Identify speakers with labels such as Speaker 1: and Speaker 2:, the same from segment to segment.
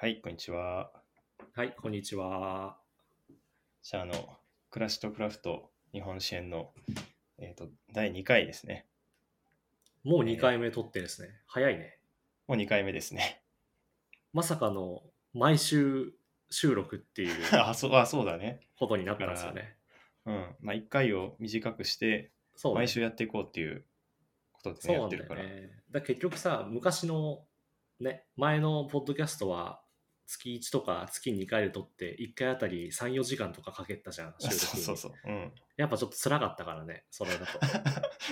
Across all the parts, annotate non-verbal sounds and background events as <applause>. Speaker 1: はい、こんにちは。
Speaker 2: はい、こんにちは。
Speaker 1: じゃあ、あの、暮らしとクラフト日本支援の、えっと第2回ですね。
Speaker 2: もう2回目撮ってですね。早いね。
Speaker 1: もう2回目ですね。 <laughs>
Speaker 2: まさかの毎週収録っ
Speaker 1: <laughs>
Speaker 2: ていう
Speaker 1: あそうあ、そうだね。
Speaker 2: ことになったんですよね。
Speaker 1: うん。まあ、1回を短くして、
Speaker 2: そうね、
Speaker 1: 毎週やっていこうっていうことで、
Speaker 2: そ
Speaker 1: ね
Speaker 2: う
Speaker 1: や
Speaker 2: な
Speaker 1: っ
Speaker 2: ん
Speaker 1: て
Speaker 2: だ
Speaker 1: る
Speaker 2: よ
Speaker 1: から。
Speaker 2: ね。だから結局さ、昔のね、前のポッドキャストは月1とか月2回で撮って、1回あたり3、4時間とかかけたじゃん、
Speaker 1: あ
Speaker 2: 収
Speaker 1: <laughs>
Speaker 2: 録
Speaker 1: そう
Speaker 2: に
Speaker 1: そうそう。うん。
Speaker 2: やっぱちょっと辛かったからね、
Speaker 1: <laughs>
Speaker 2: それだと。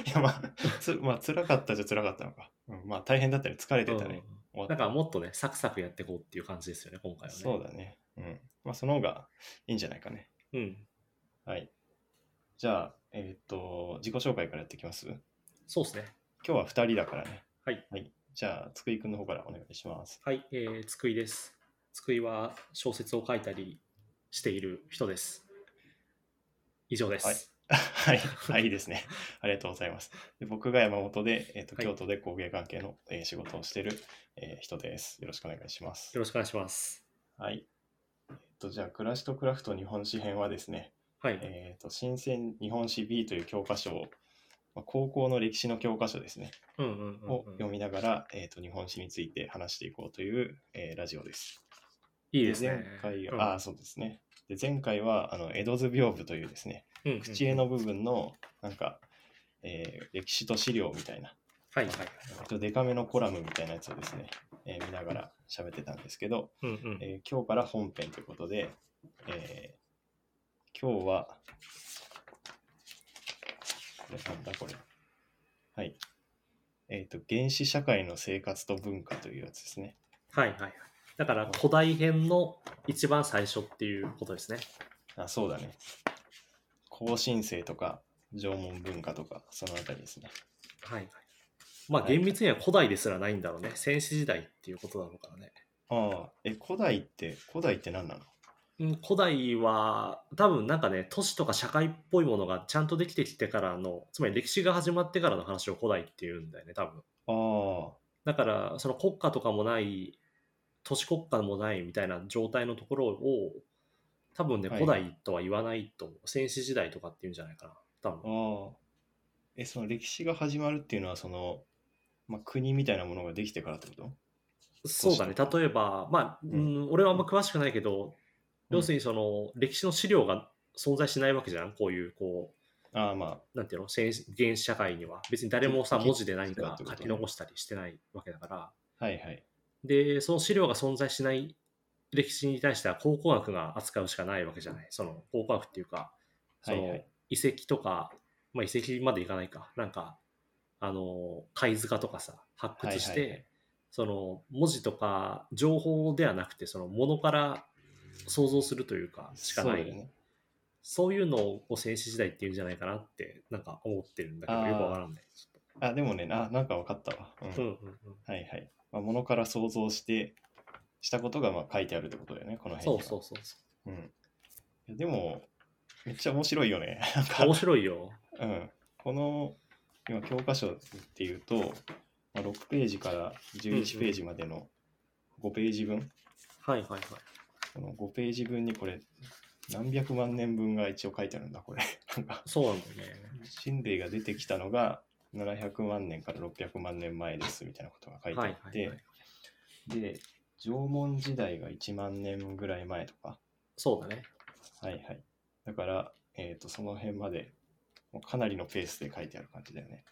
Speaker 1: いや、まあ、 <laughs> つまあ、辛かったじゃ辛かったのか。うん、まあ、大変だったり疲れてたね。
Speaker 2: うん
Speaker 1: 終わった
Speaker 2: だからもっとね、サクサクやっていこうっていう感じですよね、今回はね。
Speaker 1: そうだね。うん。まあ、その方がいいんじゃないかね。
Speaker 2: うん。
Speaker 1: はい。じゃあ、えっ、と、自己紹介からやっていきます。
Speaker 2: そうですね。
Speaker 1: 今日は2人だからね。
Speaker 2: はい。
Speaker 1: じゃあ、つくいくんの方からお願いします。 <laughs>
Speaker 2: はい、えー、津久井です。津久井は小説を書いたりしている人です。以上です。
Speaker 1: はいはい。はい、いいですね。 <laughs> ありがとうございます。で僕が山本で、えっと
Speaker 2: はい
Speaker 1: 京都で工芸関係の、えー仕事をしている、えー人です。よろしくお願いします。
Speaker 2: よろしくお願いします。
Speaker 1: はい。えっと、じゃあ、暮らしとクラフト日本史編はですね、
Speaker 2: はい、
Speaker 1: えっと、新鮮日本史 B という教科書を、まあ、高校の歴史の教科書ですね、
Speaker 2: うんうんうん
Speaker 1: を
Speaker 2: うん、
Speaker 1: 読みながら、えっと、日本史について話していこうという、えーラジオです。
Speaker 2: いいですね。
Speaker 1: 前回、
Speaker 2: うん
Speaker 1: ああ、そうですね。で前回はあの江戸図屏風というですね、
Speaker 2: うんうん
Speaker 1: 口絵の部分のなんか、えー歴史と資料みたいな、
Speaker 2: はいはい。
Speaker 1: 割とデカめのコラムみたいなやつをですね、えー見ながら喋ってたんですけど、
Speaker 2: うんうん
Speaker 1: えー今日から本編ということで、えー今日は、これなんだこれ。はい。えっ、と、原始社会の生活と文化というやつですね。
Speaker 2: はいはいはい。だから古代編の一番最初っていうことですね。
Speaker 1: あ、そうだね。後進生とか縄文文化とか、そのあたりですね。
Speaker 2: はいはい。まあ
Speaker 1: はい
Speaker 2: 厳密には古代ですらないんだろうね。先史時代っていうことなのからね。
Speaker 1: ああ、え、古代って、古代って何なの
Speaker 2: うん、古代は多分なんかね都市とか社会っぽいものがちゃんとできてきてからのつまり歴史が始まってからの話を古代っていうんだよね多分
Speaker 1: あ
Speaker 2: だからその国家とかもない都市国家もないみたいな状態のところを多分ね
Speaker 1: はい
Speaker 2: 古代とは言わないと思う先史時代とかっていうんじゃないかな多
Speaker 1: あ、
Speaker 2: 分
Speaker 1: ああ。え、その歴史が始まるっていうのは、その、まあ、国みたいなものができてからってこと
Speaker 2: そうだね
Speaker 1: 都市とか
Speaker 2: 例えばまあ、うん、俺はあんま詳しくないけど要するにその歴史の資料が存在しないわけじゃんこういうこう
Speaker 1: ああ、ま
Speaker 2: なんていうの先原始社会には別に誰もさ
Speaker 1: き
Speaker 2: 文字で何
Speaker 1: そうだっ
Speaker 2: か
Speaker 1: てこと
Speaker 2: 書
Speaker 1: ね
Speaker 2: き残したりしてないわけだから
Speaker 1: あ、はいはい。
Speaker 2: でその資料が存在しない歴史に対しては考古学が扱うしかないわけじゃないその考古学っていうかそ
Speaker 1: はいは
Speaker 2: の
Speaker 1: い
Speaker 2: 遺跡とか、まあ、遺跡までいかないかなんかあの貝塚とかさ発掘して、
Speaker 1: はいはいはい
Speaker 2: その文字とか情報ではなくてそのものから想像するというかしか
Speaker 1: そう
Speaker 2: な
Speaker 1: だ
Speaker 2: い
Speaker 1: よね。
Speaker 2: そういうのをこう戦士時代っていうんじゃないかなってなんか思ってるんだけど
Speaker 1: あー
Speaker 2: よくわからんね。ち
Speaker 1: あ、でもね、あ、なんか分かったわ。うん。
Speaker 2: ょっとうんうんうん
Speaker 1: はいはい。まあ、ものから想像して、したことがまあ書いてあるってことだよね、この辺
Speaker 2: そ
Speaker 1: に
Speaker 2: う
Speaker 1: は。
Speaker 2: そうそうそ
Speaker 1: うん。いやでも、めっちゃ面白いよね。 <laughs> なんか
Speaker 2: う。面白いよ。
Speaker 1: うん、この今教科書っていうと、まあ、6ページから11ページまでの5ページ分、
Speaker 2: はいはいはい。
Speaker 1: この5ページ分にこれ何百万年分が一応書いてあるんだこれなんか
Speaker 2: そうなんだよね。
Speaker 1: 人類が出てきたのが700万年から600万年前ですみたいなことが書いて
Speaker 2: は
Speaker 1: あ
Speaker 2: い
Speaker 1: っ
Speaker 2: は
Speaker 1: て、
Speaker 2: いはい。
Speaker 1: で縄文時代が1万年ぐらい前とか
Speaker 2: そうだね。
Speaker 1: はいはいだから、えー、とその辺までもうかなりのペースで書いてある感じだよね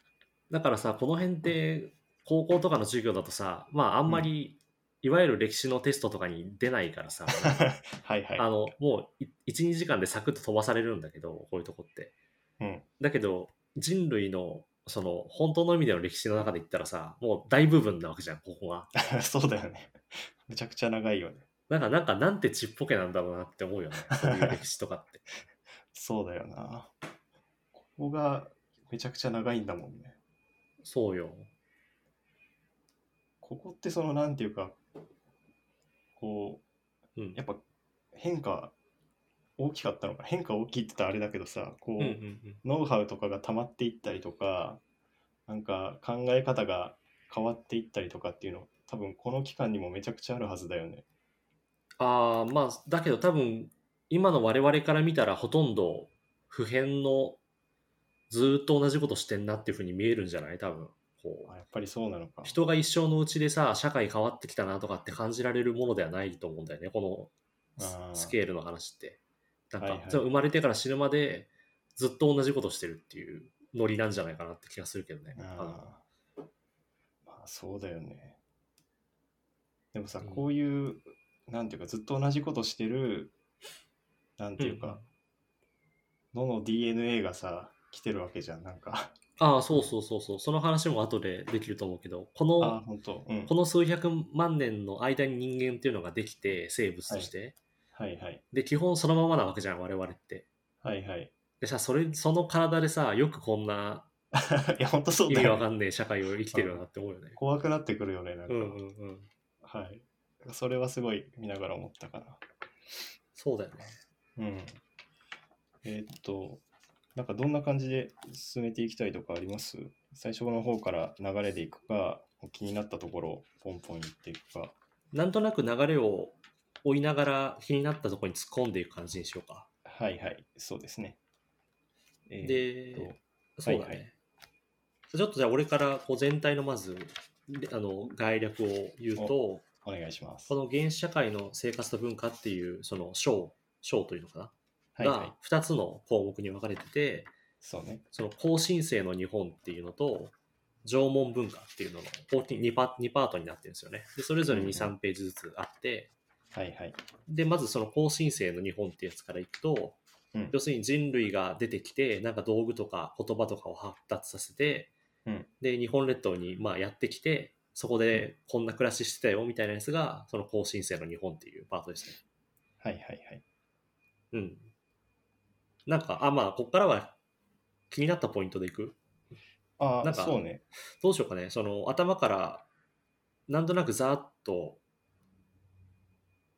Speaker 2: だからさ、この辺って高校とかの授業だとさ、まああんまり、いわゆる歴史のテストとかに出ないから
Speaker 1: <laughs>
Speaker 2: さ、
Speaker 1: はいはい
Speaker 2: あの、もう1、2時間でサクッと飛ばされるんだけど、こういうとこって。
Speaker 1: うん
Speaker 2: だけど、人類の、その、本当の意味での歴史の中で言ったらさ、もう大部分なわけじゃん、ここが。
Speaker 1: <laughs> そうだよね。めちゃくちゃ長いよね。
Speaker 2: なんか、なんか、なんてちっぽけなんだろうなって思う
Speaker 1: <laughs>
Speaker 2: よね。そういう歴史とかって。
Speaker 1: そうだよな。ここがめちゃくちゃ長いんだもんね。
Speaker 2: そうよ。
Speaker 1: ここってそのなんていうか、こ
Speaker 2: うん
Speaker 1: う、や。っぱ変化大きかったのか、変化大きいって言ったらあれだけどさ、こ
Speaker 2: う
Speaker 1: う、
Speaker 2: んうんうん。
Speaker 1: ノウハウとかが溜まっていったりとか、なんか考え方が変わっていったりとかっていうの、多分この期間にもめちゃくちゃあるはずだよね。
Speaker 2: ああ、まあ、だけど多分、今の我々から見たらほとんど普遍のずーっと同じことしてんなっていうふうに見えるんじゃない多分。こ
Speaker 1: あやっぱりそうなのか
Speaker 2: う。人が一生のうちでさ、社会変わってきたなとかって感じられるものではないと思うんだよね、このス
Speaker 1: あー
Speaker 2: スケールの話って。なんか、
Speaker 1: はいはい
Speaker 2: その生まれてから死ぬまでずっと同じことしてるっていうノリなんじゃないかなって気がするけどね。あの
Speaker 1: あーまあそうだよね。でもさ、
Speaker 2: うん
Speaker 1: こういう、なんていうか、ずっと同じことしてる、なんていうか、のの DNA がさ、来てるわけじゃん、なんか。
Speaker 2: ああ、そうそうそうそう。その話も後でできると思うけど、この、
Speaker 1: ああ、ほんと。うん
Speaker 2: こ。の数百万年の間に人間っていうのができて生物として、
Speaker 1: はいはい。
Speaker 2: で基本そのままなわけじゃん我々って
Speaker 1: はいはい。 <laughs>
Speaker 2: でさそれその体でさよくこんない
Speaker 1: や、ほんとそう
Speaker 2: 意
Speaker 1: だ
Speaker 2: 味わ
Speaker 1: よ、
Speaker 2: か
Speaker 1: ね。
Speaker 2: んねえ社会を生きてるよなって思うよね
Speaker 1: 怖くなってくるよね、なんか。
Speaker 2: うんうんうん
Speaker 1: はい。それはすごい見ながら思ったかな。
Speaker 2: そうだよね
Speaker 1: うん。えーっと、なんかどんな感じで進めていきたいとかあります最初の方から流れでいくか、気になったところをポンポン言っていくか。
Speaker 2: なんとなく流れを追いながら気になったところに突っ込んでいく感じにしようか
Speaker 1: はいはい、そうですね。えーっと
Speaker 2: でそうだね、
Speaker 1: はいはい
Speaker 2: ちょっとじゃあ俺からこう全体のまずであの概略を言うと
Speaker 1: お願いします。
Speaker 2: この原始社会の生活と文化っていうその章章というのかな
Speaker 1: はいはい
Speaker 2: が、2つの項目に分かれてて、
Speaker 1: そうね。
Speaker 2: その後進性の日本っていうのと縄文文化っていうのの大きい 2, パ2パートになってるんですよねでそれぞれ
Speaker 1: うんうん
Speaker 2: 23ページずつあって
Speaker 1: はいはい。
Speaker 2: でまずその後進性の日本ってやつからいくと
Speaker 1: うん
Speaker 2: 要するに人類が出てきてなんか道具とか言葉とかを発達させて、
Speaker 1: うん
Speaker 2: で日本列島にまあやってきてそこでこんな暮らししてたよみたいなやつがその後進性の日本っていうパートですね
Speaker 1: はいはいはい。
Speaker 2: うんなんかあまあここからは気になったポイントでいく
Speaker 1: あ
Speaker 2: な
Speaker 1: あ、
Speaker 2: んか
Speaker 1: そうね。
Speaker 2: どうしようかね、その頭からなんとなくざーっと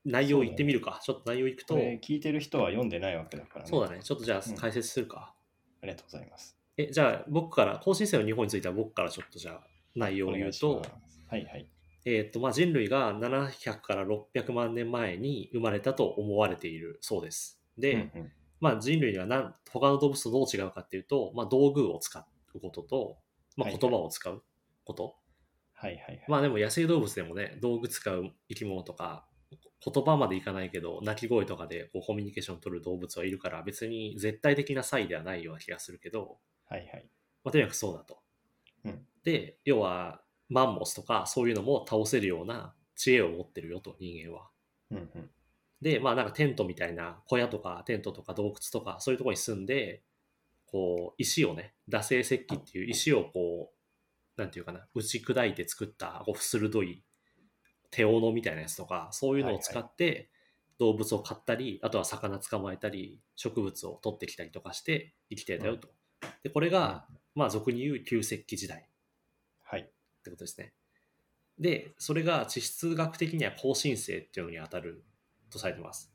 Speaker 2: 内容言ってみるか、ちょっと内容いくと
Speaker 1: こ、れ聞いてる人は読んでないわけだからね。
Speaker 2: そうだね、ちょっとじゃ
Speaker 1: うん
Speaker 2: あ解説するか。
Speaker 1: ありがとうございます。
Speaker 2: え、じゃあ僕から、更新生の日本については僕からちょっとじゃあ内容
Speaker 1: お
Speaker 2: を
Speaker 1: 願
Speaker 2: 言う
Speaker 1: いしま
Speaker 2: と
Speaker 1: す、。はいはい。
Speaker 2: えっ、と、まあ人類が700から600万年前に生まれたと思われているそうです。で、
Speaker 1: うんうん
Speaker 2: まあ人類はなん他の動物とどう違うかっていうと、まあ道具を使うことと、ま
Speaker 1: は
Speaker 2: あ
Speaker 1: いはい
Speaker 2: 言葉を使うこと、
Speaker 1: はいはいはい。
Speaker 2: まあでも野生動物でもね道具使う生き物とか言葉までいかないけど鳴き声とかでこうコミュニケーション取る動物はいるから別に絶対的な差異ではないような気がするけど、
Speaker 1: はいはい。
Speaker 2: まあ、とにかくそうだと。
Speaker 1: うん
Speaker 2: で要はマンモスとかそういうのも倒せるような知恵を持ってるよと人間は。
Speaker 1: うんうん。
Speaker 2: でまあなんかテントみたいな小屋とかテントとか洞窟とかそういうところに住んでこう石をね惰性石器っていう石をこうなんていうかな打ち砕いて作ったこう鋭い手斧みたいなやつとかそういうのを使って動物を飼ったり、あとは魚捕まえたり植物を取ってきたりとかして生きてたよと。でこれが、まあ俗に言う旧石器時代
Speaker 1: はい。
Speaker 2: ってことですね。で、それが地質学的には更新性っていうのに当たるとされてます。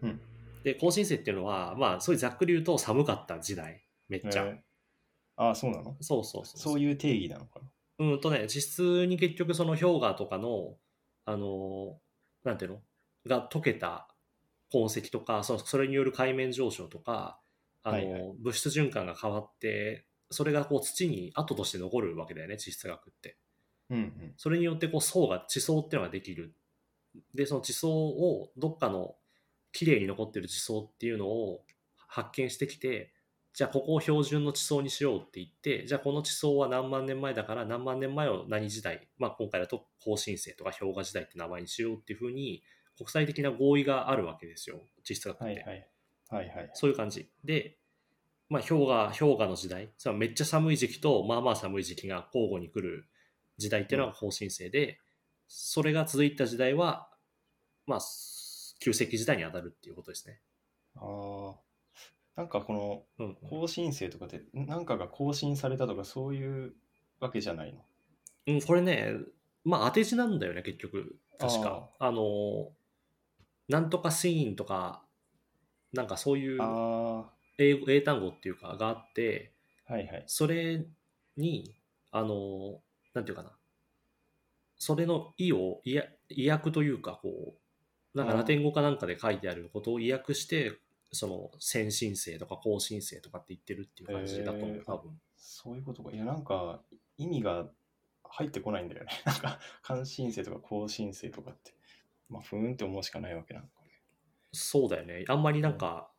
Speaker 1: うん
Speaker 2: で、更新性っていうのは、まあ、そういうざっくり言うと寒かった時代、めっちゃ。
Speaker 1: えーああ、そうなの
Speaker 2: そうそうそう
Speaker 1: そういう定義なのかな
Speaker 2: うんとね、地質に結局その氷河とかの、あのーなんていうのが溶けた痕跡とか、そのそれによる海面上昇とか、あのー
Speaker 1: はいはい
Speaker 2: 物質循環が変わって、それがこう土に跡として残るわけだよね、地質学って。
Speaker 1: うんうん。
Speaker 2: それによってこう層が地層っていうのができるでその地層をどっかの綺麗に残ってる地層っていうのを発見してきてじゃあここを標準の地層にしようって言ってじゃあこの地層は何万年前だから何万年前を何時代、まあ、今回だと後進世とか氷河時代って名前にしようっていうふうに国際的な合意があるわけですよ地質学って、
Speaker 1: はいはい。はいはい。
Speaker 2: そういう感じで、まあ、氷河氷河の時代そのめっちゃ寒い時期とまあまあ寒い時期が交互に来る時代っていうのが方針性で、それが続いた時代は、まあ、す旧石器時代に当たるっていうことですね。
Speaker 1: ああ。なんかこの
Speaker 2: うん、
Speaker 1: 更新生とかって、なんかが更新されたとかそういうわけじゃないの
Speaker 2: うん、これね、まあ、当て字なんだよね、結局、確か。あのー、なんとかシーンとか、なんかそういう
Speaker 1: あ
Speaker 2: 英語英単語っていうかがあって、
Speaker 1: あ。はいはい。
Speaker 2: それに、あの、なんていうかな、それの意を、意や意訳というか、こう、なんか
Speaker 1: あー
Speaker 2: ラテン語かなんかで書いてあることを意訳して、その先進性とか後進性とかって言ってるっていう感じだと思う、
Speaker 1: へー
Speaker 2: 多分。
Speaker 1: そういうことか。いや、なんか、意味が入ってこないんだよね。 <laughs> なんか、関心性とか後進性とかって、まあ、ふーんって思うしかないわけなのか
Speaker 2: そうだよね。あんまりなんか、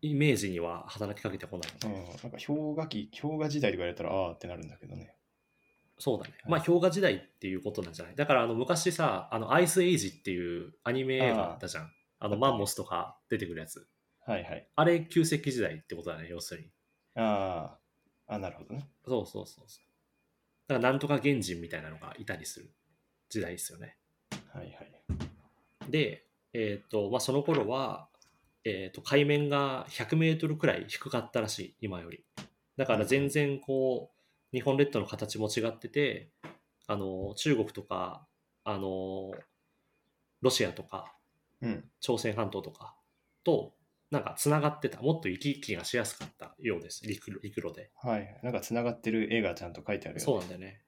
Speaker 2: イメージには働きかけてこないよね。
Speaker 1: ね。うん。なんか、氷河期、氷河時代とか言われたら、ああってなるんだけどね。
Speaker 2: そうだね。
Speaker 1: はい
Speaker 2: まあ、氷河時代っていうことなんじゃないだから、あの、昔さ、あの、アイスエイジっていうアニメ映画あったじゃん。あの、マンモスとか出てくるやつ。
Speaker 1: はいはい。
Speaker 2: あれ、旧石器時代ってことだね、要するに。
Speaker 1: ああ、あ、なるほどね。
Speaker 2: そうそうそうそう。だから、なんとか原人みたいなのがいたりする時代ですよね。
Speaker 1: はいはい。
Speaker 2: で、えっ、と、まあ、その頃は、えっ、と、海面が100メートルくらい低かったらしい、今より。だから全然こう、日本列島の形も違ってて、あの、中国とか、あの、ロシアとか、
Speaker 1: うん。
Speaker 2: 朝鮮半島とかと、なんかつながってた、もっと行き来がしやすかったようです、陸路陸路で。
Speaker 1: はいはい。なんか、つながってる絵がちゃんと書いてあるよ、ね。
Speaker 2: そうなんだよね。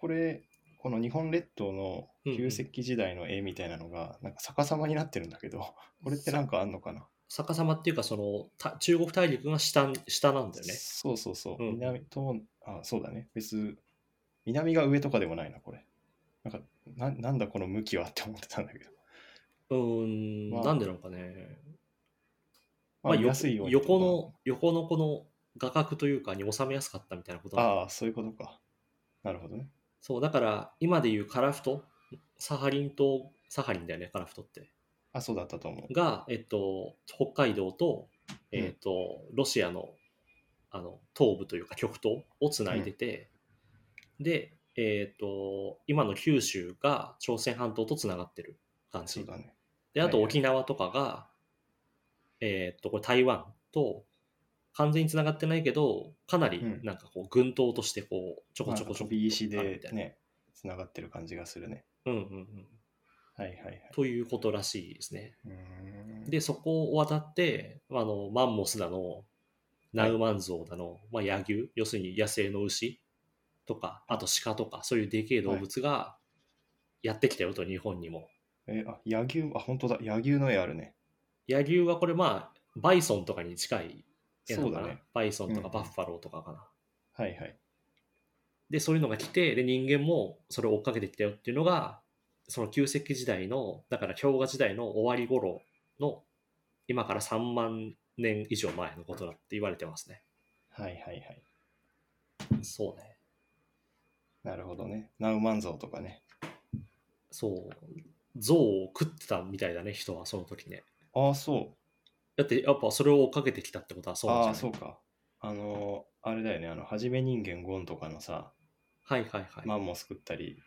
Speaker 1: これ、この日本列島の旧石器時代の絵みたいなのが、なんか逆さまになってるんだ
Speaker 2: <laughs>
Speaker 1: けど、これってなんかあんのかな
Speaker 2: 逆さまっていうか、そのた、中国大陸が下、下なんだよね。
Speaker 1: そうそうそう。
Speaker 2: うん
Speaker 1: 南と、あ、そうだね。別、南が上とかでもないな、これ。なんか、ななんだこの向きはって思ってたんだ
Speaker 2: <laughs>
Speaker 1: けど。
Speaker 2: うーん、
Speaker 1: まあ
Speaker 2: なんでなのかね。
Speaker 1: ま
Speaker 2: ま
Speaker 1: あ、
Speaker 2: あ、
Speaker 1: 見
Speaker 2: よ
Speaker 1: やすいようにって
Speaker 2: 横
Speaker 1: こ
Speaker 2: の横のこの画角というかに収めやすかったみたいなこと
Speaker 1: と
Speaker 2: な
Speaker 1: なの
Speaker 2: の
Speaker 1: か。ああ、そういうことか。なるほどね。
Speaker 2: そうだから今でいうカラフトサハリン島サハリンだよねカラフトって
Speaker 1: あ、そうだったと思う。
Speaker 2: が、えっと、北海道と,、
Speaker 1: うん
Speaker 2: えっとロシアのあの東部というか極東をつないでて、で、えっと今の九州が朝鮮半島とつながってる感じ
Speaker 1: そうだね。
Speaker 2: で、あと
Speaker 1: はいはい
Speaker 2: 沖縄とかが、えーっと、これ台湾と完全につながってないけど、かなり
Speaker 1: うん
Speaker 2: なんかこう、群島としてこう、ちょ
Speaker 1: な
Speaker 2: こ
Speaker 1: ん
Speaker 2: ちょ
Speaker 1: か
Speaker 2: こち
Speaker 1: 飛
Speaker 2: ょこ。
Speaker 1: び石
Speaker 2: あるみ
Speaker 1: で
Speaker 2: たいな。
Speaker 1: ね、つながってる感じがするね。
Speaker 2: うんうんうん。
Speaker 1: はいはいはい。
Speaker 2: ということらしいですね。
Speaker 1: うーん
Speaker 2: で、そこを渡って、あの、マンモスだの、ナウマンゾウだの、まあ、野牛、要するに野生の牛とか、あと鹿とか、そういうでけえ動物がやってきたよと、日本にも。
Speaker 1: え、あ、野牛、あ、本当だ、野牛の絵あるね。
Speaker 2: 野牛はこれ、まあ、バイソンとかに近い絵な
Speaker 1: そ
Speaker 2: の
Speaker 1: う
Speaker 2: か
Speaker 1: だ
Speaker 2: な、
Speaker 1: ね。
Speaker 2: バイソンと
Speaker 1: うんう
Speaker 2: か
Speaker 1: ん
Speaker 2: バッファローとかかな、
Speaker 1: はいはい。
Speaker 2: でそういうのが来てで人間もそれを追っかけてきたよっていうのがその旧石器時代のだから氷河時代の終わり頃の今から3万年以上前のことだって言われてますね
Speaker 1: はいはいはい。
Speaker 2: そうね
Speaker 1: なるほどね。ナウマンゾウとかね。
Speaker 2: そう象を食ってたみたいだね人はその時ね
Speaker 1: ああ、そう。
Speaker 2: だってやっぱそれを追っかけてきたってことはそうな
Speaker 1: あ
Speaker 2: んじゃな
Speaker 1: あ、
Speaker 2: い
Speaker 1: そうか。あのー、あれだよね、あの、はじめ人間ゴンとかのさ、
Speaker 2: はいはいはい、
Speaker 1: マンモス食ったり、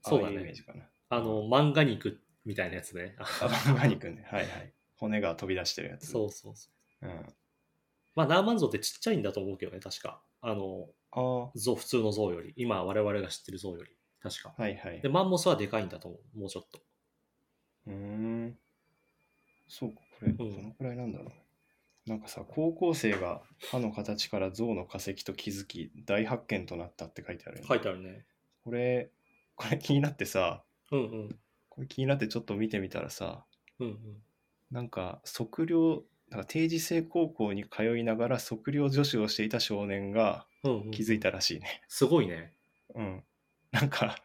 Speaker 2: そう
Speaker 1: あ
Speaker 2: だ
Speaker 1: あ
Speaker 2: ね
Speaker 1: いうイメージかな。
Speaker 2: あの漫画肉みたいなやつね
Speaker 1: あ、マンガ肉ね。はいはい。骨が飛び出してるやつ。
Speaker 2: <laughs> そうそうそう
Speaker 1: うん。
Speaker 2: まあナーマンゾウってちっちゃいんだと思うけどね確かあの
Speaker 1: あ
Speaker 2: ゾウ普通のゾウより今我々が知ってるゾウより確か
Speaker 1: あ、はいはい
Speaker 2: で。マンモスはでかいんだと思うもうちょっと
Speaker 1: うーん。そうか、これ、ど
Speaker 2: ん
Speaker 1: のくらいなんだろうね。なんかさ、高校生が歯の形から象の化石と気づき、大発見となったって書いてあるよね、
Speaker 2: 書いてあるね
Speaker 1: これ、これ気になってさ、
Speaker 2: うんうん
Speaker 1: これ気になってちょっと見てみたらさ、
Speaker 2: うんうん
Speaker 1: なんか測量なんか定時制高校に通いながら測量助手をしていた少年が
Speaker 2: うんうん
Speaker 1: 気づいたらしいね。
Speaker 2: すごいね、
Speaker 1: うん、なんかなん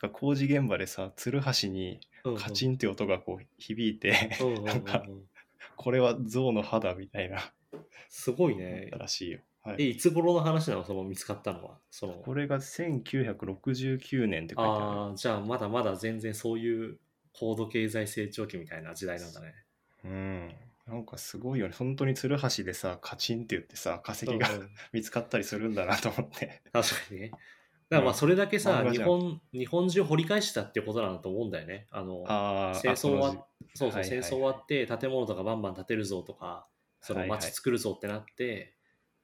Speaker 1: か工事現場でさつるはしに
Speaker 2: うんうん、
Speaker 1: カチンって音がこう響いて、
Speaker 2: うんうんうんうん
Speaker 1: なんかこれは象の歯だみたいな
Speaker 2: すごい
Speaker 1: だっ
Speaker 2: ね
Speaker 1: たらしいよ。は
Speaker 2: え
Speaker 1: い、
Speaker 2: いつ頃の話なのその見つかったのはその
Speaker 1: これが1969年って書いてあ
Speaker 2: ああじゃあまだまだ全然そういう高度経済成長期みたいな時代なんだね
Speaker 1: る。うんなんかすごいよね。本当につるはしでさ、カチンって言ってさ、化石が
Speaker 2: うんうん
Speaker 1: <laughs> 見つかったりするんだなと思って。
Speaker 2: 確かにねだからまあそれだけさ、
Speaker 1: 漫画
Speaker 2: 日
Speaker 1: じゃん
Speaker 2: 本日本中掘り返したってことなんだと思うんだよねあの
Speaker 1: あーあ、
Speaker 2: 戦争終わ
Speaker 1: その
Speaker 2: っそうそう、
Speaker 1: はいはいはい
Speaker 2: 戦争終わって建物とかバンバン建てるぞとかその
Speaker 1: はいはい
Speaker 2: 街作るぞってなって、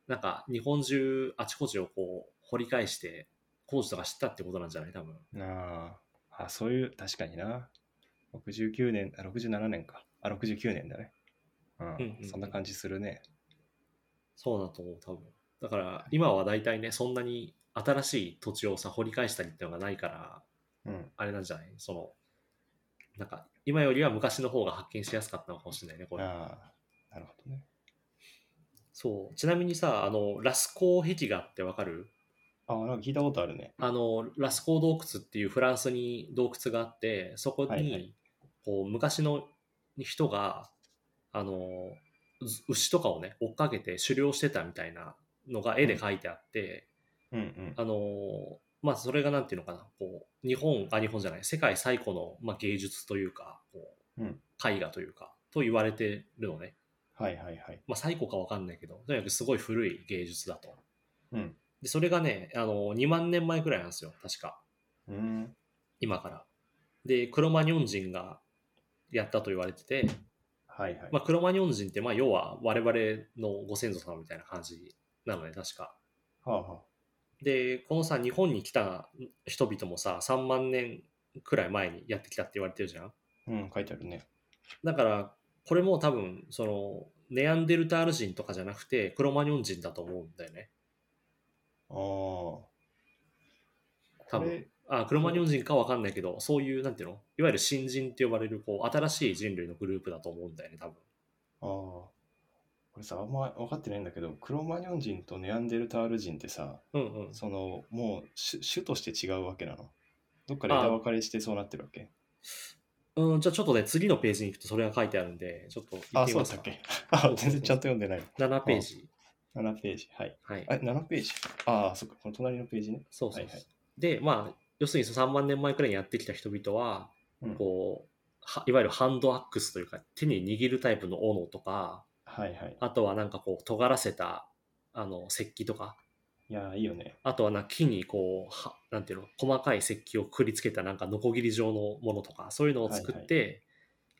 Speaker 2: なんか日本中あちこちをこう掘り返して工事とかしたってことなんじゃない多分
Speaker 1: なああ、そういう、確かにな。69年、あ、67年か。あ、69年だね。うん、
Speaker 2: うんうん
Speaker 1: そんな感じするね。
Speaker 2: そうだと思う多分だから今は大体ねそんなに新しい土地をさ掘り返したりってのがないから
Speaker 1: うん。
Speaker 2: あれなんじゃないそのなんか、今よりは昔の方が発見しやすかったのかもしれないね、これ。
Speaker 1: ああ、なるほどね。
Speaker 2: そう。ちなみにさ、あの、ラスコー壁画ってわかる
Speaker 1: ああ、なんか聞いたことあるね。
Speaker 2: あの、ラスコー洞窟っていうフランスに洞窟があって、そこに、
Speaker 1: はいはい
Speaker 2: こう、昔の人が、あの、ず牛とかをね、追っかけて狩猟してたみたいなのが絵で描いてあって、
Speaker 1: うんうん。
Speaker 2: あのーまあそれがなんていうのかなこう日本あ日本じゃない世界最古の、まあ、芸術というかこう、
Speaker 1: うん
Speaker 2: 絵画というかと言われてるのね、
Speaker 1: はいはいはい。
Speaker 2: まあ、最古かわかんないけどとにかくすごい古い芸術だと
Speaker 1: うん。
Speaker 2: でそれがね、あのー2万年前くらいなんですよ確か
Speaker 1: うん。
Speaker 2: 今からでクロマニョン人がやったと言われてて、
Speaker 1: はいはい。
Speaker 2: まあ、クロマニョン人ってまあ要は我々のご先祖様みたいな感じなのね確か
Speaker 1: はあは
Speaker 2: でこのさ日本に来た人々もさ3万年くらい前にやってきたって言われてるじゃん
Speaker 1: あ。うん、書いてあるね。
Speaker 2: だからこれも多分そのネアンデルタール人とかじゃなくてクロマニョン人だと思うんだよね
Speaker 1: ああ。こ
Speaker 2: 多分
Speaker 1: れ、
Speaker 2: あクロマニョン人かわかんないけどそういうなんていうのいわゆる新人って呼ばれるこう新しい人類のグループだと思うんだよね多分
Speaker 1: ああ。これさ、あんま分かってないんだけど、クロマニョン人とネアンデルタール人ってさ、
Speaker 2: うんうん
Speaker 1: その、もう種種として違うわけなの。どっかで枝分かれしてそうなってるわけ。
Speaker 2: うん、じゃあちょっとね、次のページに行くとそれが書いてあるんで、ちょっと
Speaker 1: あ
Speaker 2: 行
Speaker 1: あ、
Speaker 2: ってみ
Speaker 1: そう
Speaker 2: ま
Speaker 1: だ
Speaker 2: す
Speaker 1: っ
Speaker 2: か。
Speaker 1: け。
Speaker 2: そうそ
Speaker 1: <laughs> あ
Speaker 2: うそう
Speaker 1: 全然ちゃんと読んでない。
Speaker 2: 7ページ。
Speaker 1: 7ページ。はい。
Speaker 2: はい。
Speaker 1: あ、7ページああ、そっか、この隣のページね。
Speaker 2: そうそうそう
Speaker 1: はいはい
Speaker 2: で、まあ、要するにその3万年前くらいにやってきた人々は、
Speaker 1: うん
Speaker 2: こうはいわゆるハンドアックスというか、手に握るタイプの斧とか、
Speaker 1: はいはい。
Speaker 2: あとはなんかこう、尖らせた、あの、石器とか、
Speaker 1: いやー、いいよね。
Speaker 2: あとはなんか木にこう、はなんていうの、細かい石器をくくりつけたなんかノコギリ状のものとか、そういうのを作って、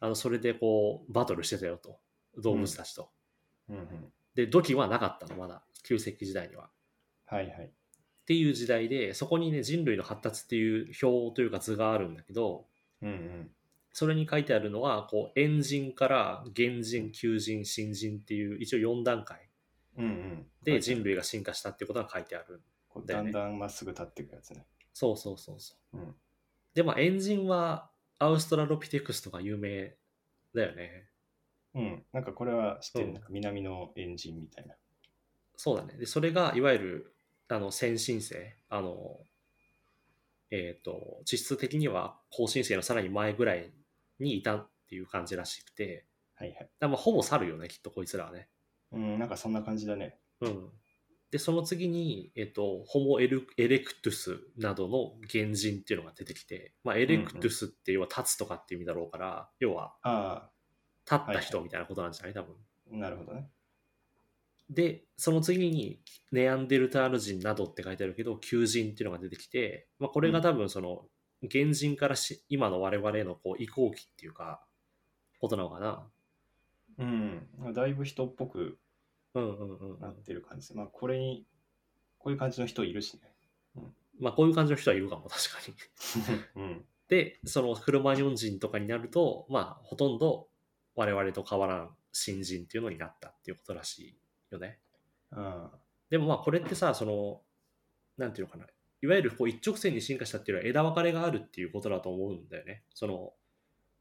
Speaker 2: あのそれでこう、バトルしてたよと、動物たちと。
Speaker 1: うんうん。
Speaker 2: で、土器はなかったの、まだ、旧石器時代には。
Speaker 1: はいはい。
Speaker 2: っていう時代でそこにね人類の発達っていう表というか図があるんだけど
Speaker 1: うんうん。
Speaker 2: それに書いてあるのはこう猿人から原人旧人新人っていう一応4段階
Speaker 1: うんうん。
Speaker 2: で人類が進化したっていうことが書いてある
Speaker 1: こう
Speaker 2: だ
Speaker 1: だ
Speaker 2: よね
Speaker 1: んだんまっすぐ立っていくやつね。
Speaker 2: そうそうそうそう、
Speaker 1: うん
Speaker 2: でまあ猿人はアウストラロピテクスとか有名だよね
Speaker 1: うん。なんかこれは知って
Speaker 2: うん
Speaker 1: る。なんか南のエンジンみたいな。
Speaker 2: そうだねでそれがいわゆるあの先進性あのえっ、と実質的には後進性のさらに前ぐらいにいたっていう感じらしくて、
Speaker 1: はいはい。
Speaker 2: だからまあほぼ去るよね、きっとこいつらはね。
Speaker 1: うん、なんかそんな感じだね。
Speaker 2: うん。で、その次に、えっと、ホモエルエレクトゥスなどの原人っていうのが出てきて、まあ、エレクトゥスって要は立つとかっていう意味だろうから、要は
Speaker 1: あ
Speaker 2: 立った人みたいなことなんじゃない、多分。
Speaker 1: あ、なるほどね。
Speaker 2: で、その次に、ネアンデルタール人などって書いてあるけど、求人っていうのが出てきて、まあ、これが多分その、原人からし今の我々へのこう移行期っていうか、ことなのかな。
Speaker 1: うん。だいぶ人っぽく
Speaker 2: うんうんうんう
Speaker 1: なっ
Speaker 2: ん。
Speaker 1: てる感じ。まあこれに、こういう感じの人いるし
Speaker 2: <laughs>
Speaker 1: ね。
Speaker 2: まあ、こういう感じの人はいるかも、確かに。 <laughs>
Speaker 1: うん。
Speaker 2: で、そのクロマニョン人とかになると、まあ、ほとんど我々と変わらん新人っていうのになったっていうことらしいよね。
Speaker 1: あ
Speaker 2: でもまあ、これってさ、その、なんていうのかな、いわゆるこう一直線に進化したっていうのは枝分かれがあるっていうことだと思うんだよね。その、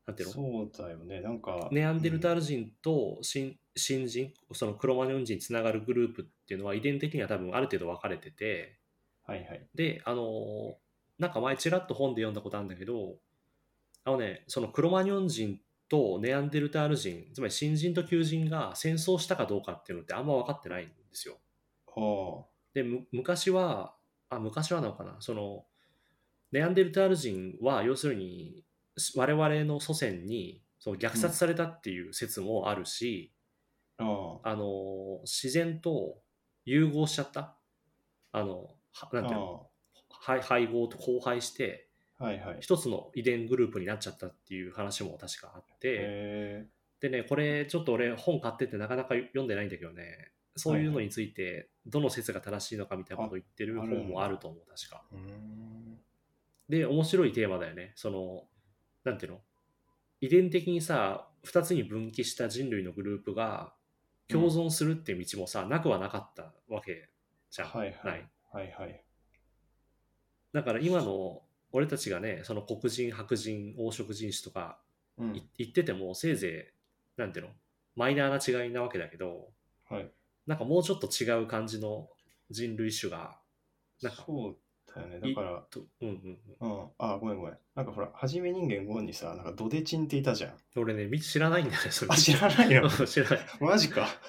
Speaker 2: なんて
Speaker 1: あ、
Speaker 2: いうの
Speaker 1: そうだよね。なんか。
Speaker 2: ネアンデルター
Speaker 1: ル。
Speaker 2: ル人と新新人、そのクロマニョン人につながるグループっていうのは遺伝的には多分ある程度分かれてて、
Speaker 1: はいはい。
Speaker 2: で、あのーなんか前ちらっと本で読んだことあるんだけど、あのね、そのクロマニョン人とネアンデルタール人、つまり新人と旧人が戦争したかどうかっていうのってあんま分かってないんですよ。
Speaker 1: は
Speaker 2: で、む昔は、あ、昔はなのかな、その、ネアンデルタール人は要するに、し我々の祖先にその虐殺されたっていう説もあるし、
Speaker 1: あ。あ
Speaker 2: あのー自然と融合しちゃった。あの、は
Speaker 1: あ。
Speaker 2: なんていうの
Speaker 1: あ
Speaker 2: 配配合と交配して
Speaker 1: あ。はいはい。
Speaker 2: 一つの遺伝グループになっちゃったっていう話も確かあって、
Speaker 1: へ
Speaker 2: でねこれちょっと俺本買っててなかなか読んでないんだけどねそういうのについてどの説が正しいのかみたいなことを言ってる
Speaker 1: ああ
Speaker 2: 本
Speaker 1: るんだ
Speaker 2: もあると思う確か
Speaker 1: え。うん。
Speaker 2: で面白いテーマだよねそのなんていうの遺伝的にさ2つに分岐した人類のグループが共存するっていう道もさ、なくはなかったわけじゃん、
Speaker 1: はいはい
Speaker 2: ない
Speaker 1: はいはい。
Speaker 2: だから今の俺たちがね、その黒人、白人、黄色人種とか
Speaker 1: うん
Speaker 2: い言ってても、せいぜい、なんていうの、マイナーな違いなわけだけど、
Speaker 1: はい。
Speaker 2: なんかもうちょっと違う感じの人類種が、なんか
Speaker 1: そうだよね。だから、
Speaker 2: とうんうん
Speaker 1: うん。あ、ごめんごめん。なんかほら、はじめ人間5にさ、なんかドデチンっていたじゃん。
Speaker 2: うん、俺ね、み知らないんだよね、それ。
Speaker 1: あ、知らないの
Speaker 2: <laughs> 知らない。
Speaker 1: マジか。 <laughs>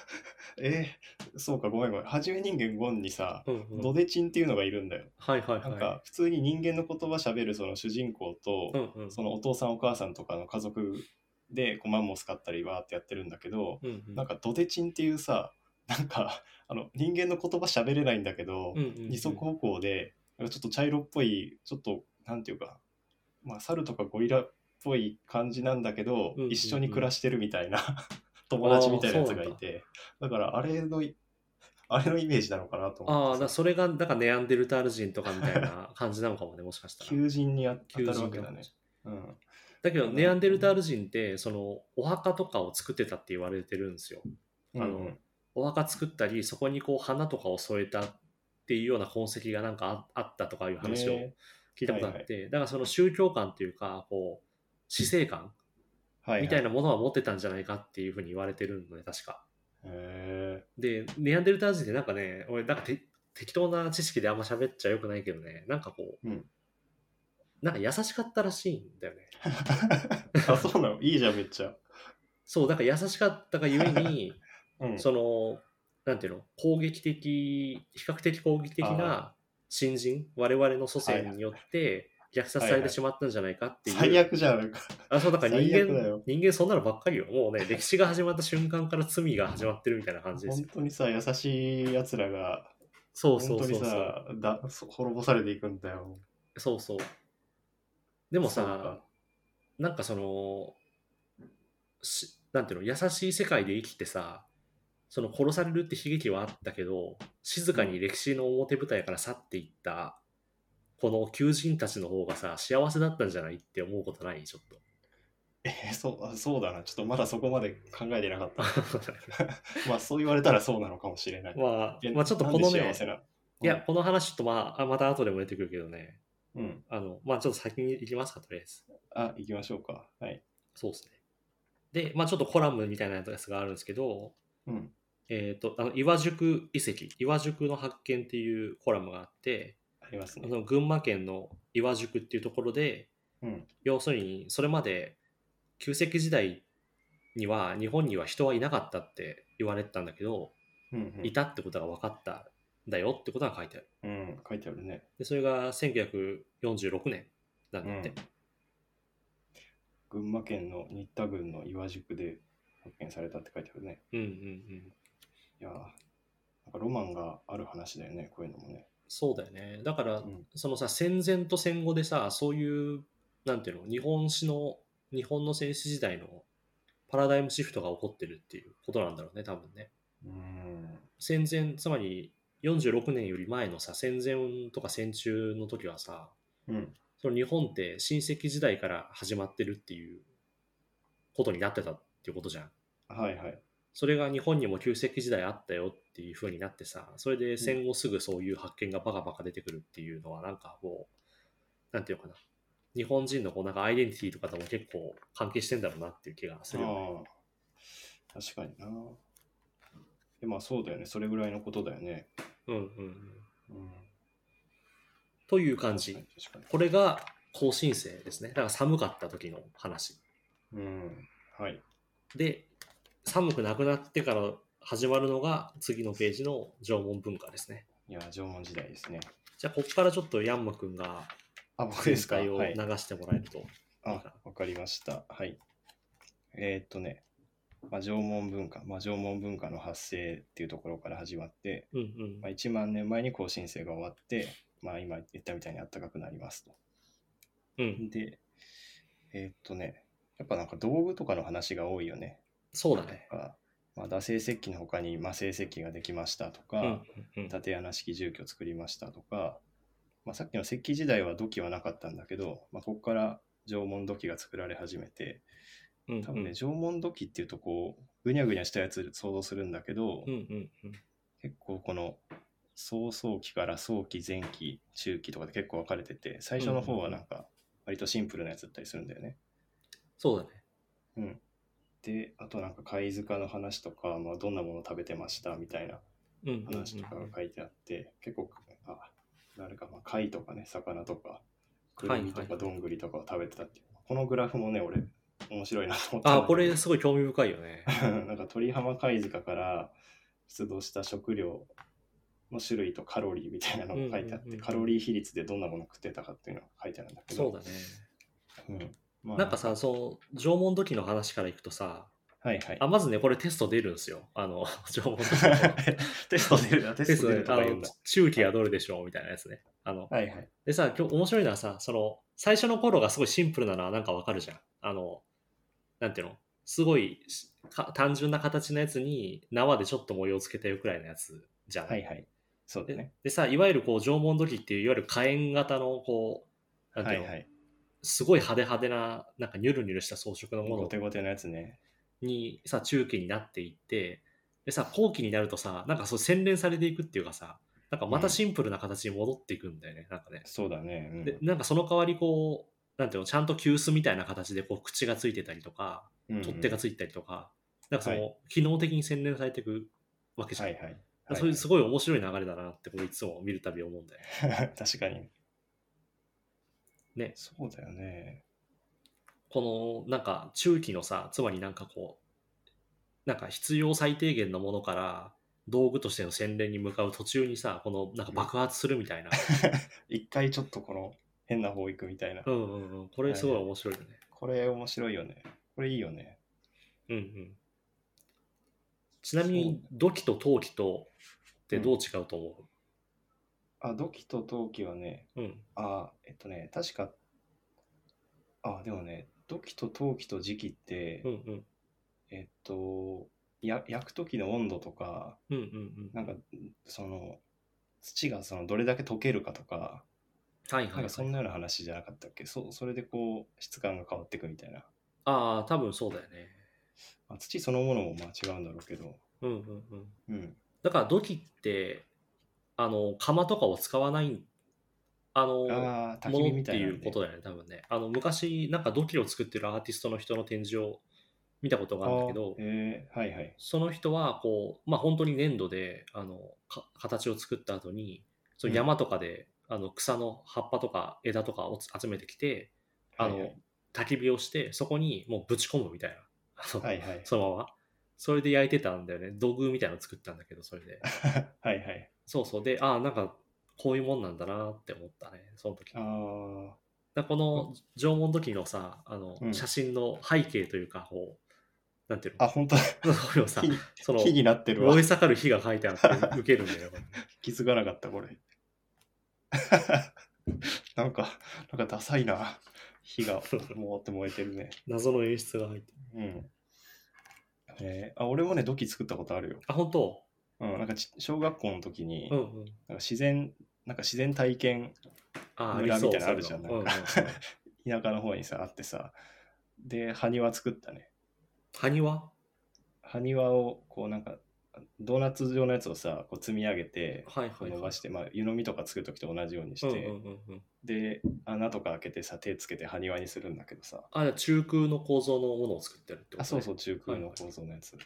Speaker 1: えーそうか、ごめんごめん。はじめ人間5にさ、
Speaker 2: うんうん
Speaker 1: ドデチンっていうのがいるんだよ。
Speaker 2: はいはいはい。
Speaker 1: なんか、普通に人間の言葉喋るその主人公と、
Speaker 2: うんうん、
Speaker 1: そのお父さんお母さんとかの家族でこうマンモス買ったりわーってやってるんだけど、
Speaker 2: うんうん、
Speaker 1: なんかドデチンっていうさなんかあの人間の言葉喋れないんだけど、
Speaker 2: うんうんうん
Speaker 1: 二足歩行でなんかちょっと茶色っぽいちょっとなんていうか、まあ、猿とかゴリラっぽい感じなんだけど、
Speaker 2: うんうんうん
Speaker 1: 一緒に暮らしてるみ
Speaker 2: <laughs>
Speaker 1: たいな友達みたいなやつがいてだからあれのあれのイメージなのかなと思っ
Speaker 2: ああ、
Speaker 1: て
Speaker 2: だ
Speaker 1: さ
Speaker 2: それが、だからネアンデルタール人とかみたい
Speaker 1: <laughs>
Speaker 2: な感じなのかもね、もしかしたら。
Speaker 1: 求人にあ当
Speaker 2: 求
Speaker 1: た
Speaker 2: 人
Speaker 1: るわけだね。うん、
Speaker 2: だけど、ネアンデルタール人って、その、お墓とかを作ってたって言われてるんですよ。あの
Speaker 1: うん
Speaker 2: お墓作ったり、そこにこう、花とかを添えたっていうような痕跡がなんかああったとかいう話を
Speaker 1: ね
Speaker 2: 聞いたことあって、だからその宗教観っていうか、こう、死生観
Speaker 1: は
Speaker 2: みたい
Speaker 1: な。
Speaker 2: なものは持ってたんじゃないかっていうふうに言われてるのね、確か。
Speaker 1: へ
Speaker 2: で、ネアンデルタール人ってなんかね、俺なんかて適当な知識であんま喋っちゃよくないけどね、なんかこう、
Speaker 1: うん
Speaker 2: なんか優しかったらしいんだよね。
Speaker 1: ーあそうなの <laughs> いいじゃんめっちゃ。
Speaker 2: そう、だから優しかったがゆえ
Speaker 1: <laughs>
Speaker 2: に、
Speaker 1: うん、
Speaker 2: その、なんていうの、攻撃的、比較的攻撃的な新人、我々の祖先によって虐殺されてしまったんじゃないかっていう。
Speaker 1: 最悪じゃん。なんか
Speaker 2: あそうだから人
Speaker 1: 最悪だ
Speaker 2: 間
Speaker 1: よ、
Speaker 2: 人間そんなのばっかりよ。もう
Speaker 1: <laughs>
Speaker 2: ね、歴史が始まった瞬間から罪が始まってるみたいな感じです
Speaker 1: 本
Speaker 2: よ。
Speaker 1: 当にさ、優しいやつらが、
Speaker 2: そうそ
Speaker 1: 本
Speaker 2: う
Speaker 1: 当
Speaker 2: そ
Speaker 1: に
Speaker 2: うそう。
Speaker 1: さ、だそ滅ぼされていくんだよ。
Speaker 2: そうそう。で
Speaker 1: で
Speaker 2: もさ、なんかその、しなんていうの、優しい世界で生きてさ、その殺されるって悲劇はあったけど、静かに歴史の表舞台から去っていった、この求人たちの方がさ、幸せだったんじゃないって思うことないちょっと。
Speaker 1: えーそうあそうだな、ちょっとまだそこまで考えてなかった。 <laughs> まあ、そう言われたらそうなのかもしれない。
Speaker 2: <laughs> まあ
Speaker 1: え、
Speaker 2: まあちょっとこの
Speaker 1: なんで
Speaker 2: ね
Speaker 1: 幸、せなの
Speaker 2: いや、、この話ちょっとまあ、あまた後でも出てくるけどね、
Speaker 1: うんうん。
Speaker 2: あの、まあちょっと先に行きますか、とりあえず。
Speaker 1: あ、行きましょうか。はい。
Speaker 2: そうですね。で、まあちょっとコラムみたいなやつがあるんですけど、
Speaker 1: うん。
Speaker 2: えー、とあの岩宿遺跡岩宿の発見っていうコラムがあって
Speaker 1: あります
Speaker 2: あ
Speaker 1: ね。
Speaker 2: の群馬県の岩宿っていうところで
Speaker 1: うん。
Speaker 2: 要するにそれまで旧石器時代には日本には人はいなかったって言われてたんだけど、
Speaker 1: うん、うん
Speaker 2: いたってことが分かったんだよってことが書いてある
Speaker 1: うん。書いてあるね。
Speaker 2: でそれが1946年なんだって、
Speaker 1: うん群馬県の新田郡の岩宿で発見されたって書いてあるね。
Speaker 2: うんうんうん
Speaker 1: いやーなんかロマンがある話だよね、こういうのもね。
Speaker 2: そうだよねだから、
Speaker 1: うん
Speaker 2: そのさ戦前と戦後でさそういうなんていうの日本史の日本の戦史時代のパラダイムシフトが起こってるっていうことなんだろうね多分ね
Speaker 1: うん。
Speaker 2: 戦前つまり46年より前のさ戦前とか戦中の時はさ
Speaker 1: うん。
Speaker 2: その日本って新石器時代から始まってるっていうことになってたっていうことじゃん
Speaker 1: はいはい。
Speaker 2: それが日本にも旧石器時代あったよっていう風になってさ、それで戦後すぐそういう発見がバカバカ出てくるっていうのは、なんかもう、なんていうのかな、日本人のこうなんかアイデンティティとかとも結構関係してんだろうなっていう気がするよね。
Speaker 1: ああ確かにな。でまあそうだよね、それぐらいのことだよね。
Speaker 2: うんうんうん。
Speaker 1: うん、
Speaker 2: という感じ。
Speaker 1: 確かに確か
Speaker 2: これが更新生ですね。だから寒かった時の話。
Speaker 1: に。うん。はい。
Speaker 2: で、寒くなくなってから始まるのが次のページの縄文文化ですね。
Speaker 1: いや、縄文時代ですね。
Speaker 2: じゃあ、ここからちょっとヤンマくんが
Speaker 1: あ、僕で
Speaker 2: 全
Speaker 1: すか。
Speaker 2: 体を
Speaker 1: は
Speaker 2: 流
Speaker 1: い、
Speaker 2: してもらえると。
Speaker 1: あ、わかりました。はい。えーっとね、まあ、縄文文化、まあ、縄文文化の発生っていうところから始まって、
Speaker 2: うんうん。
Speaker 1: まあ、1万年前に更新生が終わって、まあ、今言ったみたいに暖かくなりますと。
Speaker 2: うん。
Speaker 1: で、えーっとね、やっぱなんか道具とかの話が多いよね。
Speaker 2: そうだね。
Speaker 1: か、まあ、打製石器の他に魔製石器ができましたと
Speaker 2: う
Speaker 1: か、
Speaker 2: んうんうん
Speaker 1: 縦穴式住居を作りましたとか、まあ、さっきの石器時代は土器はなかったんだけど、まあ、ここから縄文土器が作られ始めて
Speaker 2: うんうん
Speaker 1: 多分ね、縄文土器っていうとこうぐにゃぐにゃしたやつ想像するんだけど、
Speaker 2: うんうんうん
Speaker 1: 結構この早早期から早期、前期、中期とかで結構分かれてて、最初の方はなんか、割とシンプルなやつだったりするんだよね。
Speaker 2: そうだね。
Speaker 1: うん。で、あとなんか貝塚の話とか、まあ、どんなもの食べてましたみたいな
Speaker 2: うんうんうん
Speaker 1: 話とかが書いてあって、結構、あ、誰か、まあ、貝とかね、魚とか、くるみと
Speaker 2: はいは
Speaker 1: かど
Speaker 2: い
Speaker 1: んぐりとかを食べてたっていう。このグラフもね、俺、面白いなと思ったんだけど。
Speaker 2: あ、これすごい興味深いよ
Speaker 1: <laughs>
Speaker 2: ね。
Speaker 1: なんか鳥浜貝塚から出土した食料の種類とカロリーみたいなのが書いてあって、
Speaker 2: うんうんうん
Speaker 1: カロリー比率でどんなもの食ってたかっていうのが書いてあるんだけ
Speaker 2: そ
Speaker 1: ど
Speaker 2: うだね。
Speaker 1: うんまあ、
Speaker 2: なんかさ、その縄文土器の話からいくとさ、
Speaker 1: はいはい
Speaker 2: あまずね、これテスト出るんですよ。あの、 <laughs> 縄文土器の。
Speaker 1: <laughs> テスト出るな <laughs> テ
Speaker 2: テ
Speaker 1: ス
Speaker 2: ス
Speaker 1: ト
Speaker 2: ト
Speaker 1: 出る
Speaker 2: で、
Speaker 1: と
Speaker 2: あ
Speaker 1: か言う
Speaker 2: の
Speaker 1: んだ、
Speaker 2: 中期はどれでしょうみたいなやつね。あの、
Speaker 1: はいはい
Speaker 2: でさ、今日面白いのはさ、その、最初の頃がすごいシンプルなのはなんかわかるじゃん。あの、なんていうのすごいしか単純な形のやつに縄でちょっと模様つけたよくらいのやつじゃん。
Speaker 1: はいはいそうだ
Speaker 2: で
Speaker 1: ね
Speaker 2: でさ、いわゆるこう縄文土器っていう、いわゆる火炎型のこう、なん
Speaker 1: は
Speaker 2: ていう
Speaker 1: い
Speaker 2: の、
Speaker 1: はい
Speaker 2: すごい派手派手な、なんかニュルニュルした装飾のも
Speaker 1: ゴ
Speaker 2: の
Speaker 1: テゴテのやつね
Speaker 2: にさ、中期になっていって、でさ、後期になるとさ、なんかそう洗練されていくっていうかさ、なんかまたシンプルな形に戻っていくんだよね、なんかね。
Speaker 1: そうだねうん
Speaker 2: でなんかその代わりこうなんていうのちゃんと急須みたいな形でこう口がついてたりとか
Speaker 1: うんうん
Speaker 2: 取っ手がついてたりとか、なんかその、
Speaker 1: は
Speaker 2: 機能的に洗練されていくわけじゃ
Speaker 1: は
Speaker 2: ん、
Speaker 1: いはい
Speaker 2: だからそういうす
Speaker 1: は
Speaker 2: ごい面白い流れだなってこういつも見るたび思うんだよね
Speaker 1: いはい <laughs> 確かに
Speaker 2: ね
Speaker 1: そうだよね
Speaker 2: このなんか中期のさつまりなんかこうなんか必要最低限のものから道具としての洗練に向かう途中にさこのなんか爆発するみたいな、
Speaker 1: 一回ちょっとこの変な方行くみたいな
Speaker 2: うん、うんうんこれすごい面白いよね、
Speaker 1: これ面白いよねこれいいよね
Speaker 2: うんうんちなみに土器と陶器とってどう違うと思う、
Speaker 1: あ土器と陶器はね
Speaker 2: うん。
Speaker 1: あ、えっとね、確か、あ、でもね、土器と陶器と磁器って、
Speaker 2: うんうん。
Speaker 1: えっと、や焼く時の温度とか、
Speaker 2: うんうんう
Speaker 1: なんか、その、土がそのどれだけ溶けるかとか、
Speaker 2: ん。はい
Speaker 1: な
Speaker 2: は
Speaker 1: ん
Speaker 2: い
Speaker 1: か。そんなような話じゃなかったっけ、そうそれでこう、質感が変わっていくみたいな。
Speaker 2: ああ、多分そうだよね。
Speaker 1: まあ、土そのものもまあ違うんだろうけど、
Speaker 2: うんうんうん。
Speaker 1: うん。
Speaker 2: だから土器って、あの、釜とかを使わない、あの、
Speaker 1: ああ、焚
Speaker 2: も
Speaker 1: き火
Speaker 2: のっ
Speaker 1: み
Speaker 2: て
Speaker 1: たいないね
Speaker 2: うことだよね、多分ね。あの、昔、なんか土器を作ってるアーティストの人の展示を見たことがあるんだけど
Speaker 1: あ、えー、はいはい。
Speaker 2: その人は、こう、まあ本当に粘土で、あの、か形を作った後に、その山とかで、あの草の葉っぱとか枝とかを集めてきて、あの、
Speaker 1: はいはい
Speaker 2: 焚き火をして、そこにもうぶち込むみたいな。あの
Speaker 1: はいはい。
Speaker 2: そのまま。それで焼いてたんだよね。土偶みたいなの作ったんだけど、それで。
Speaker 1: はいはい。
Speaker 2: そうそう。で、ああ、なんか、こういうもんなんだなって思ったね、その時。
Speaker 1: あ
Speaker 2: だか
Speaker 1: あ、
Speaker 2: らこの縄文時のさ、あの、
Speaker 1: うん
Speaker 2: 写真の背景というか、こう、なんていう
Speaker 1: あ、
Speaker 2: の
Speaker 1: 本当 <laughs> だ。
Speaker 2: <laughs> これをさ
Speaker 1: 火、に
Speaker 2: その、
Speaker 1: 火になってるわ
Speaker 2: 燃え。盛る火が書いてあって、受けるんだ
Speaker 1: <laughs>
Speaker 2: よ。これ
Speaker 1: 気づかなかった、これ。 <laughs> なんか、なんかダサいな。火が、もうって燃えてるね。
Speaker 2: 謎の演出が入って
Speaker 1: う
Speaker 2: る。
Speaker 1: ん。えーあ俺もね、土器作ったことあるよ。
Speaker 2: あ、本当
Speaker 1: うん、なんかち小学校の時に、
Speaker 2: うん
Speaker 1: なんか
Speaker 2: うん。
Speaker 1: 自然、なんか自然体験、
Speaker 2: あー、あり
Speaker 1: 村
Speaker 2: そう
Speaker 1: みたいなのあるじゃん
Speaker 2: そういうの
Speaker 1: な
Speaker 2: うんうんうん
Speaker 1: 田舎の方にさ、あってさ、で、埴輪作ったね。
Speaker 2: 埴輪は
Speaker 1: 埴輪を、こうなんか、ドーナツ状のやつをさ、こう積み上げて、
Speaker 2: い
Speaker 1: こ
Speaker 2: は
Speaker 1: う
Speaker 2: い
Speaker 1: 伸
Speaker 2: は
Speaker 1: ば
Speaker 2: い。
Speaker 1: して、まあ、湯飲みとか作るときと同じようにして、
Speaker 2: うんうんうんうん。
Speaker 1: で、穴とか開けてさ、手つけて埴輪にするんだけどさ、
Speaker 2: あ、じゃあ中空の構造のものを作ってるってこと、ね、
Speaker 1: あそうそう中空の構造のやつ、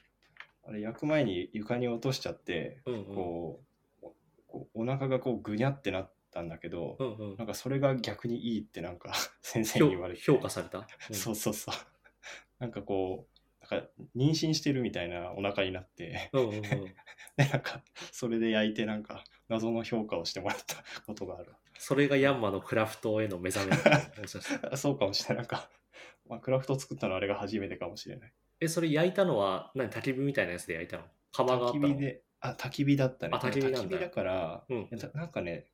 Speaker 1: あれ焼く前に床に落としちゃって
Speaker 2: うんうん。
Speaker 1: こう,、こうお腹がこうぐにゃってなったんだけど、
Speaker 2: うんうん
Speaker 1: なんかそれが逆にいいってなんか <laughs> 先生に言われて
Speaker 2: 評評価された、うん
Speaker 1: そうそうそう <laughs> なんかこうなんか妊娠してるみたいなお腹になって <laughs>
Speaker 2: うんうんうん、
Speaker 1: でなんかそれで焼いてなんか謎の評価をしてもらった <laughs> ことがある
Speaker 2: それがヤンマのクラフトへの目覚めだともしかして
Speaker 1: あそうかもしれないなんか、まあ、クラフト作ったのあれが初めてかもしれない
Speaker 2: えそれ焼いたのは何焚き火みたいなやつで焼いたの釜があった
Speaker 1: 焚き
Speaker 2: の
Speaker 1: 火であ焚き火だったね
Speaker 2: あ焚き火なんだ
Speaker 1: だから
Speaker 2: うん
Speaker 1: いや、だなんかね、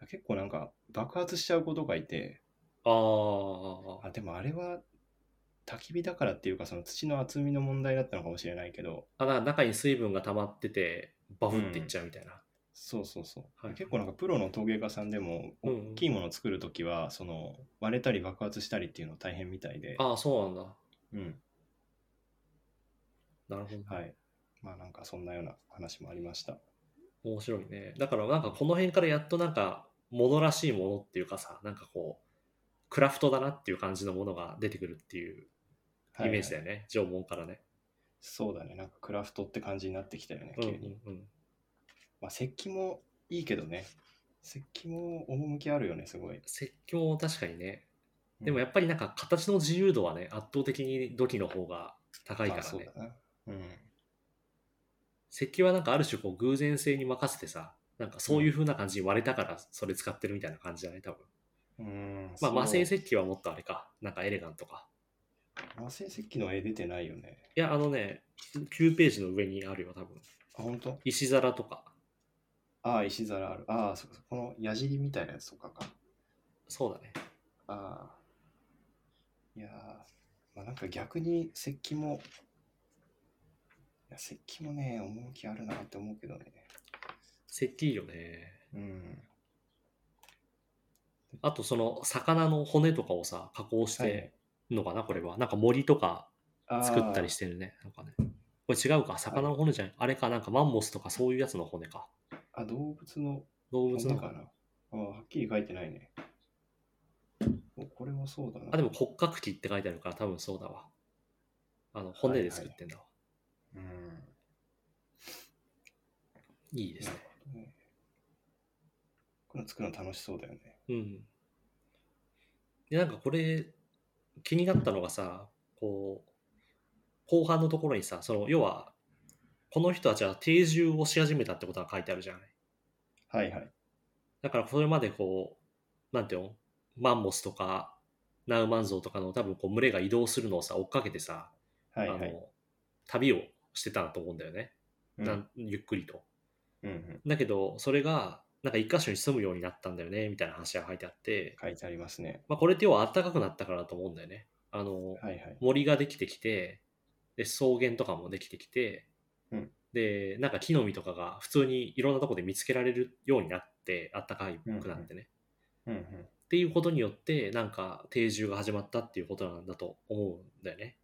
Speaker 1: 結構なんか爆発しちゃうことがいて、
Speaker 2: あー
Speaker 1: あ、でもあれは焚き火だからっていうか、その土の厚みの問題だったのかもしれないけど、
Speaker 2: あだから中に水分が溜まっててバフっていっちゃうみたいな、
Speaker 1: そうそうそう。
Speaker 2: はい
Speaker 1: 結構なんかプロの陶芸家さんでも、
Speaker 2: うんうん
Speaker 1: 大きいものを作るときは、その割れたり爆発したりっていうの大変みたいで、
Speaker 2: ああそうなんだ
Speaker 1: うん、
Speaker 2: なるほど、
Speaker 1: はい。まあなんかそんなような話もありました。
Speaker 2: 面白いね。だからなんかこの辺からやっとなんか、ものらしいものっていうかさ、なんかこう、クラフトだなっていう感じのものが出てくるっていうイメージだ
Speaker 1: はい
Speaker 2: よね、縄文からね。
Speaker 1: そうだね。なんかクラフトって感じになってきたよね、
Speaker 2: うん
Speaker 1: 急
Speaker 2: う
Speaker 1: に。
Speaker 2: んうん。
Speaker 1: まあ、石器もいいけどね。石器も趣あるよね、すごい。
Speaker 2: 説教も確かにね、でもや
Speaker 1: っ
Speaker 2: っぱりなんか形の自由度はね、圧倒的に土器の方が高いから
Speaker 1: そう
Speaker 2: ね
Speaker 1: だ。な。うん。
Speaker 2: 石器はなんかある種こう偶然性に任せてさ、なんかそういう風な感じに割れたからそれ使ってるみたいな感じじゃない多分。
Speaker 1: うーん
Speaker 2: まあ
Speaker 1: そう
Speaker 2: 魔性石器はもっとあれか、なんかエレガントか。
Speaker 1: 和製石器の絵出てないよね。
Speaker 2: いや、あのね、9ページの上にあるよ多分。
Speaker 1: あ、本当？
Speaker 2: 石皿とか。
Speaker 1: ああ、石皿ある。ああ、そうそう。この矢尻みたいなやつとかか。
Speaker 2: そうだね。
Speaker 1: ああ。いやー、まあ、なんか逆に石器も、いや石器もね、趣あるなって思うけどね。
Speaker 2: 石器いいよね。
Speaker 1: うん。
Speaker 2: あとその魚の骨とかをさ、加工し
Speaker 1: は
Speaker 2: て
Speaker 1: い。
Speaker 2: んのかな、これは。なんか森とか作ったりしててるね。なんかね。これ違うか、魚の骨じゃん。あれか、なんかマンモスとかそういうやつの骨か。
Speaker 1: あ、動物の
Speaker 2: 動物
Speaker 1: 骨
Speaker 2: の
Speaker 1: か
Speaker 2: 骨。
Speaker 1: な。ああ、はっきり書いてないね。おこれもそうだな。
Speaker 2: あ、でも骨格器って書いてあるから多分そうだわ。あの、骨で作ってんだわ。
Speaker 1: うん。
Speaker 2: いい、ですね。
Speaker 1: ねこれ作るの楽しそうだよね。
Speaker 2: うん。で、なんかこれ、気になったのがさ、こう、後半のところにさ、その、要は、この人たちは定住をし始めたってことが書いてあるじゃない。
Speaker 1: はいはい。
Speaker 2: だからこれまでこう、なんていうのマンモスとか、ナウマンゾウとかの多分こう群れが移動するのをさ、追っかけてさ、
Speaker 1: はいは
Speaker 2: あ
Speaker 1: い。
Speaker 2: の、旅をしてたと思うんだよね。
Speaker 1: うん
Speaker 2: なんゆっくりと。
Speaker 1: うんうん、
Speaker 2: だけど、それが、なんか一箇所に住むようになったんだよね、みたいな話が書いてあって、
Speaker 1: 書いてありますね。
Speaker 2: まあ、これって要は暖かくなったからだと思うんだよね。あの、
Speaker 1: はいはい。
Speaker 2: 森ができてきて、で、草原とかもできてきて、
Speaker 1: うん
Speaker 2: で、なんか木の実とかが普通にいろんなとこで見つけられるようになって、暖かいくなってね。
Speaker 1: うんうん、
Speaker 2: っていうことによって、なんか定住が始まったっていうことなんだと思うんだよね。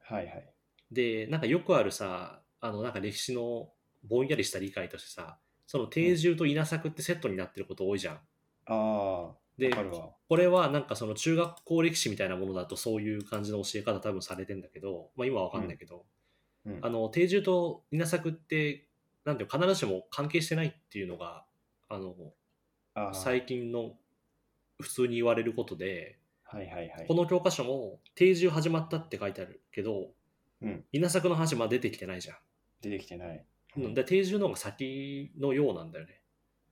Speaker 1: はいはい。
Speaker 2: で、なんかよくあるさ、あの、なんか歴史のぼんやりした理解としてさ、その定住と稲作ってセットになってること多いじゃん。
Speaker 1: ああ、
Speaker 2: で
Speaker 1: わかるわ。
Speaker 2: これはなんかその中学校歴史みたいなものだとそういう感じの教え方多分されてんだけど、まあ今はわかんないけど、
Speaker 1: うん
Speaker 2: あの、定住と稲作って、なんていうの必ずしも関係してないっていうのが、あの、
Speaker 1: あー
Speaker 2: 最近の普通に言われることで、
Speaker 1: はいはいはい。
Speaker 2: この教科書も定住始まったって書いてあるけど、
Speaker 1: うん
Speaker 2: 稲作の話まだ出てきてないじゃ
Speaker 1: 出てきてない。
Speaker 2: ん。うん、で定住の方が先のようなんだよね。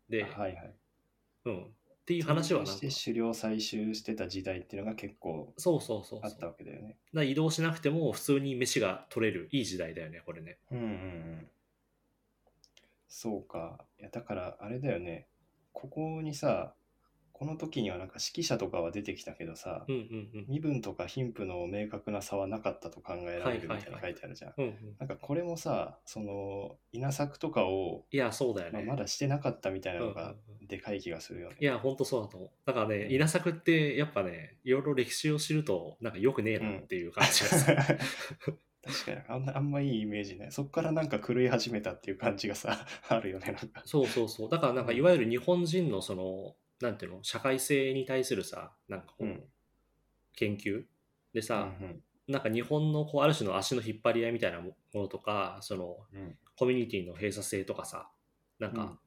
Speaker 2: で、
Speaker 1: はいはい。
Speaker 2: うん。っていう話はなん
Speaker 1: そ
Speaker 2: か
Speaker 1: し、て狩猟採集してた時代っていうのが結構
Speaker 2: そうそうそう
Speaker 1: あ
Speaker 2: そう。
Speaker 1: ったわけだよね。
Speaker 2: だから移動しなくても普通に飯が取れるいい時代だよね、これね。
Speaker 1: うんうんうん。そうか。いやだからあれだよね。ここにさ、この時にはなんか指揮者とかは出てきたけどさ、
Speaker 2: うんうん
Speaker 1: 身分とか貧富の明確な差はなかったと考えられるみたいに書いてあるじゃん。
Speaker 2: うん。うんうん、
Speaker 1: なんかこれもさ、その稲作とかを、
Speaker 2: いや、そうだよ
Speaker 1: まあ、
Speaker 2: ね。
Speaker 1: まだしてなかったみたいなの
Speaker 2: うんう
Speaker 1: が
Speaker 2: んうん
Speaker 1: でかい気がするよね。
Speaker 2: いや、ほんとそうだと思う。だからね、稲作ってやっぱね、いろいろ歴史を知ると、なんか良くねえなっていう感じがする。
Speaker 1: <laughs> 確かにあんなあんまいいイメージないそっからなんか狂い始めたっていう感じがさ <laughs> あるよねなんか
Speaker 2: そうそうそう。だからなんか
Speaker 1: うん
Speaker 2: いわゆる日本人のその、なんていうの、社会性に対するさ、なんかこう、
Speaker 1: うん
Speaker 2: 研究でさ、
Speaker 1: うん
Speaker 2: なんか日本のこうある種の足の引っ張り合いみたいなものとか、その
Speaker 1: うん
Speaker 2: コミュニティの閉鎖性とかさ、なんか、
Speaker 1: うん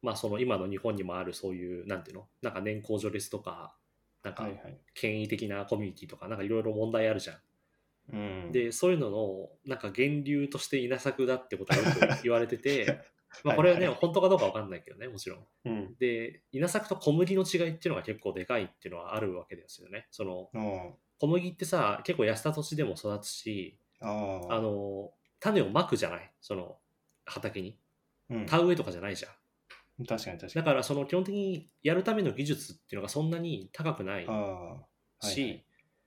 Speaker 2: まあその今の日本にもあるそういう、なんていうの、なんか年功序列とか、なん
Speaker 1: は
Speaker 2: か
Speaker 1: いはい
Speaker 2: 権威的なコミュニティとか、なんかいろいろ問題あるじゃん。
Speaker 1: うん
Speaker 2: で、そういうのの、なんか源流として稲作だってことが
Speaker 1: <laughs>
Speaker 2: よく言われてて、まあこれは
Speaker 1: は
Speaker 2: ね、
Speaker 1: いはい
Speaker 2: 本当かどうかわかんないけどね、もちろん。
Speaker 1: うん
Speaker 2: で、稲作と小麦の違いっていうのが結構でかいっていうのはあるわけですよね。その、
Speaker 1: あ
Speaker 2: 小麦ってさ、結構痩せた土地でも育つし、
Speaker 1: ああ
Speaker 2: あの、種をまくじゃないその、畑に。
Speaker 1: うん、
Speaker 2: 田
Speaker 1: 確
Speaker 2: 植えとかじゃないじゃん。
Speaker 1: かに確か
Speaker 2: だ
Speaker 1: に
Speaker 2: からその基本的にやるための技術っていうのがそんなに高くない
Speaker 1: ああはい
Speaker 2: し、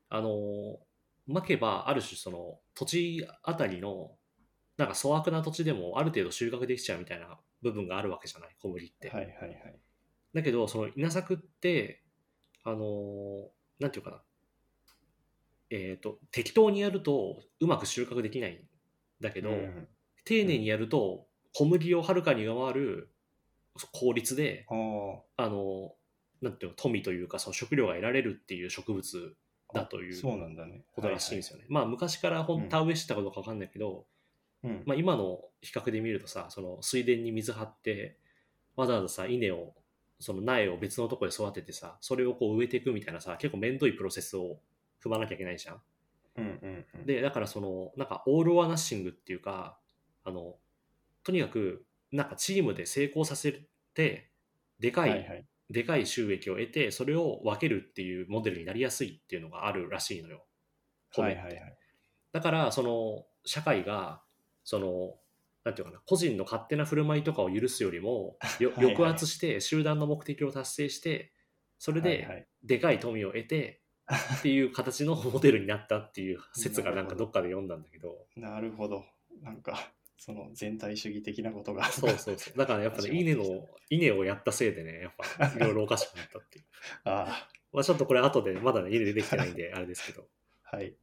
Speaker 2: あの、まけばある種その土地あたりのなんか粗悪な土地でもある程度収穫できちゃうみたいな部分があるわけじゃない、小麦って。
Speaker 1: はいはいはいはい
Speaker 2: だけど、その稲作って、あの、なんていうかな。えっ、と、適当にやるとうまく収穫できないんだけど、
Speaker 1: うん
Speaker 2: 丁寧にやると小麦をはるかに上回る効率で、
Speaker 1: ああ。
Speaker 2: あの、なんていうの、富というか、その食料が得られるっていう植物だという
Speaker 1: そうなんだね。
Speaker 2: ことらしいんです
Speaker 1: よ。
Speaker 2: よね。まあ、昔からほ
Speaker 1: うんん
Speaker 2: 田植えしてたかどうかわかんないけど、
Speaker 1: うん。
Speaker 2: まあ、今の比較で見るとさその水田に水張ってわざわざさ稲をその苗を別のとこで育ててさそれをこう植えていくみたいなさ結構面倒いプロセスを踏まなきゃいけないじゃん。
Speaker 1: うんうんうん。、
Speaker 2: でだからそのなんかオール・オア・ナッシングっていうかあのとにかくなんかチームで成功させてでか、
Speaker 1: はいいはい。
Speaker 2: でかい収益を得てそれを分けるっていうモデルになりやすいっていうのがあるらしいのよ。
Speaker 1: は
Speaker 2: 米
Speaker 1: い
Speaker 2: っ
Speaker 1: はい
Speaker 2: て
Speaker 1: はい。
Speaker 2: だから、その、社会が、その、なんていうかな、個人の勝手な振る舞いとかを許すよりも、よ
Speaker 1: <laughs> はいはい
Speaker 2: 抑圧して、集団の目的を達成して、それ
Speaker 1: はいはい
Speaker 2: で、でかい富を得
Speaker 1: <laughs>
Speaker 2: て、っていう形のモデルになったっていう説が、
Speaker 1: な
Speaker 2: な
Speaker 1: るほ
Speaker 2: んか
Speaker 1: ど
Speaker 2: どっかで読んだんだけ
Speaker 1: <laughs>
Speaker 2: ど、
Speaker 1: なるほど。なんか、その全体主義的なことが。
Speaker 2: そうそうそう。だからやっぱね、
Speaker 1: 始
Speaker 2: 稲
Speaker 1: ま
Speaker 2: の
Speaker 1: ってきた、
Speaker 2: 稲をやったせいでね、やっぱ、いろいろおかしくなったっていう。
Speaker 1: <laughs>
Speaker 2: <laughs>
Speaker 1: あ
Speaker 2: まあちょっとこれ後で、まだね、稲出てきてないん
Speaker 1: <laughs>
Speaker 2: で、あれですけど。
Speaker 1: あ、はい。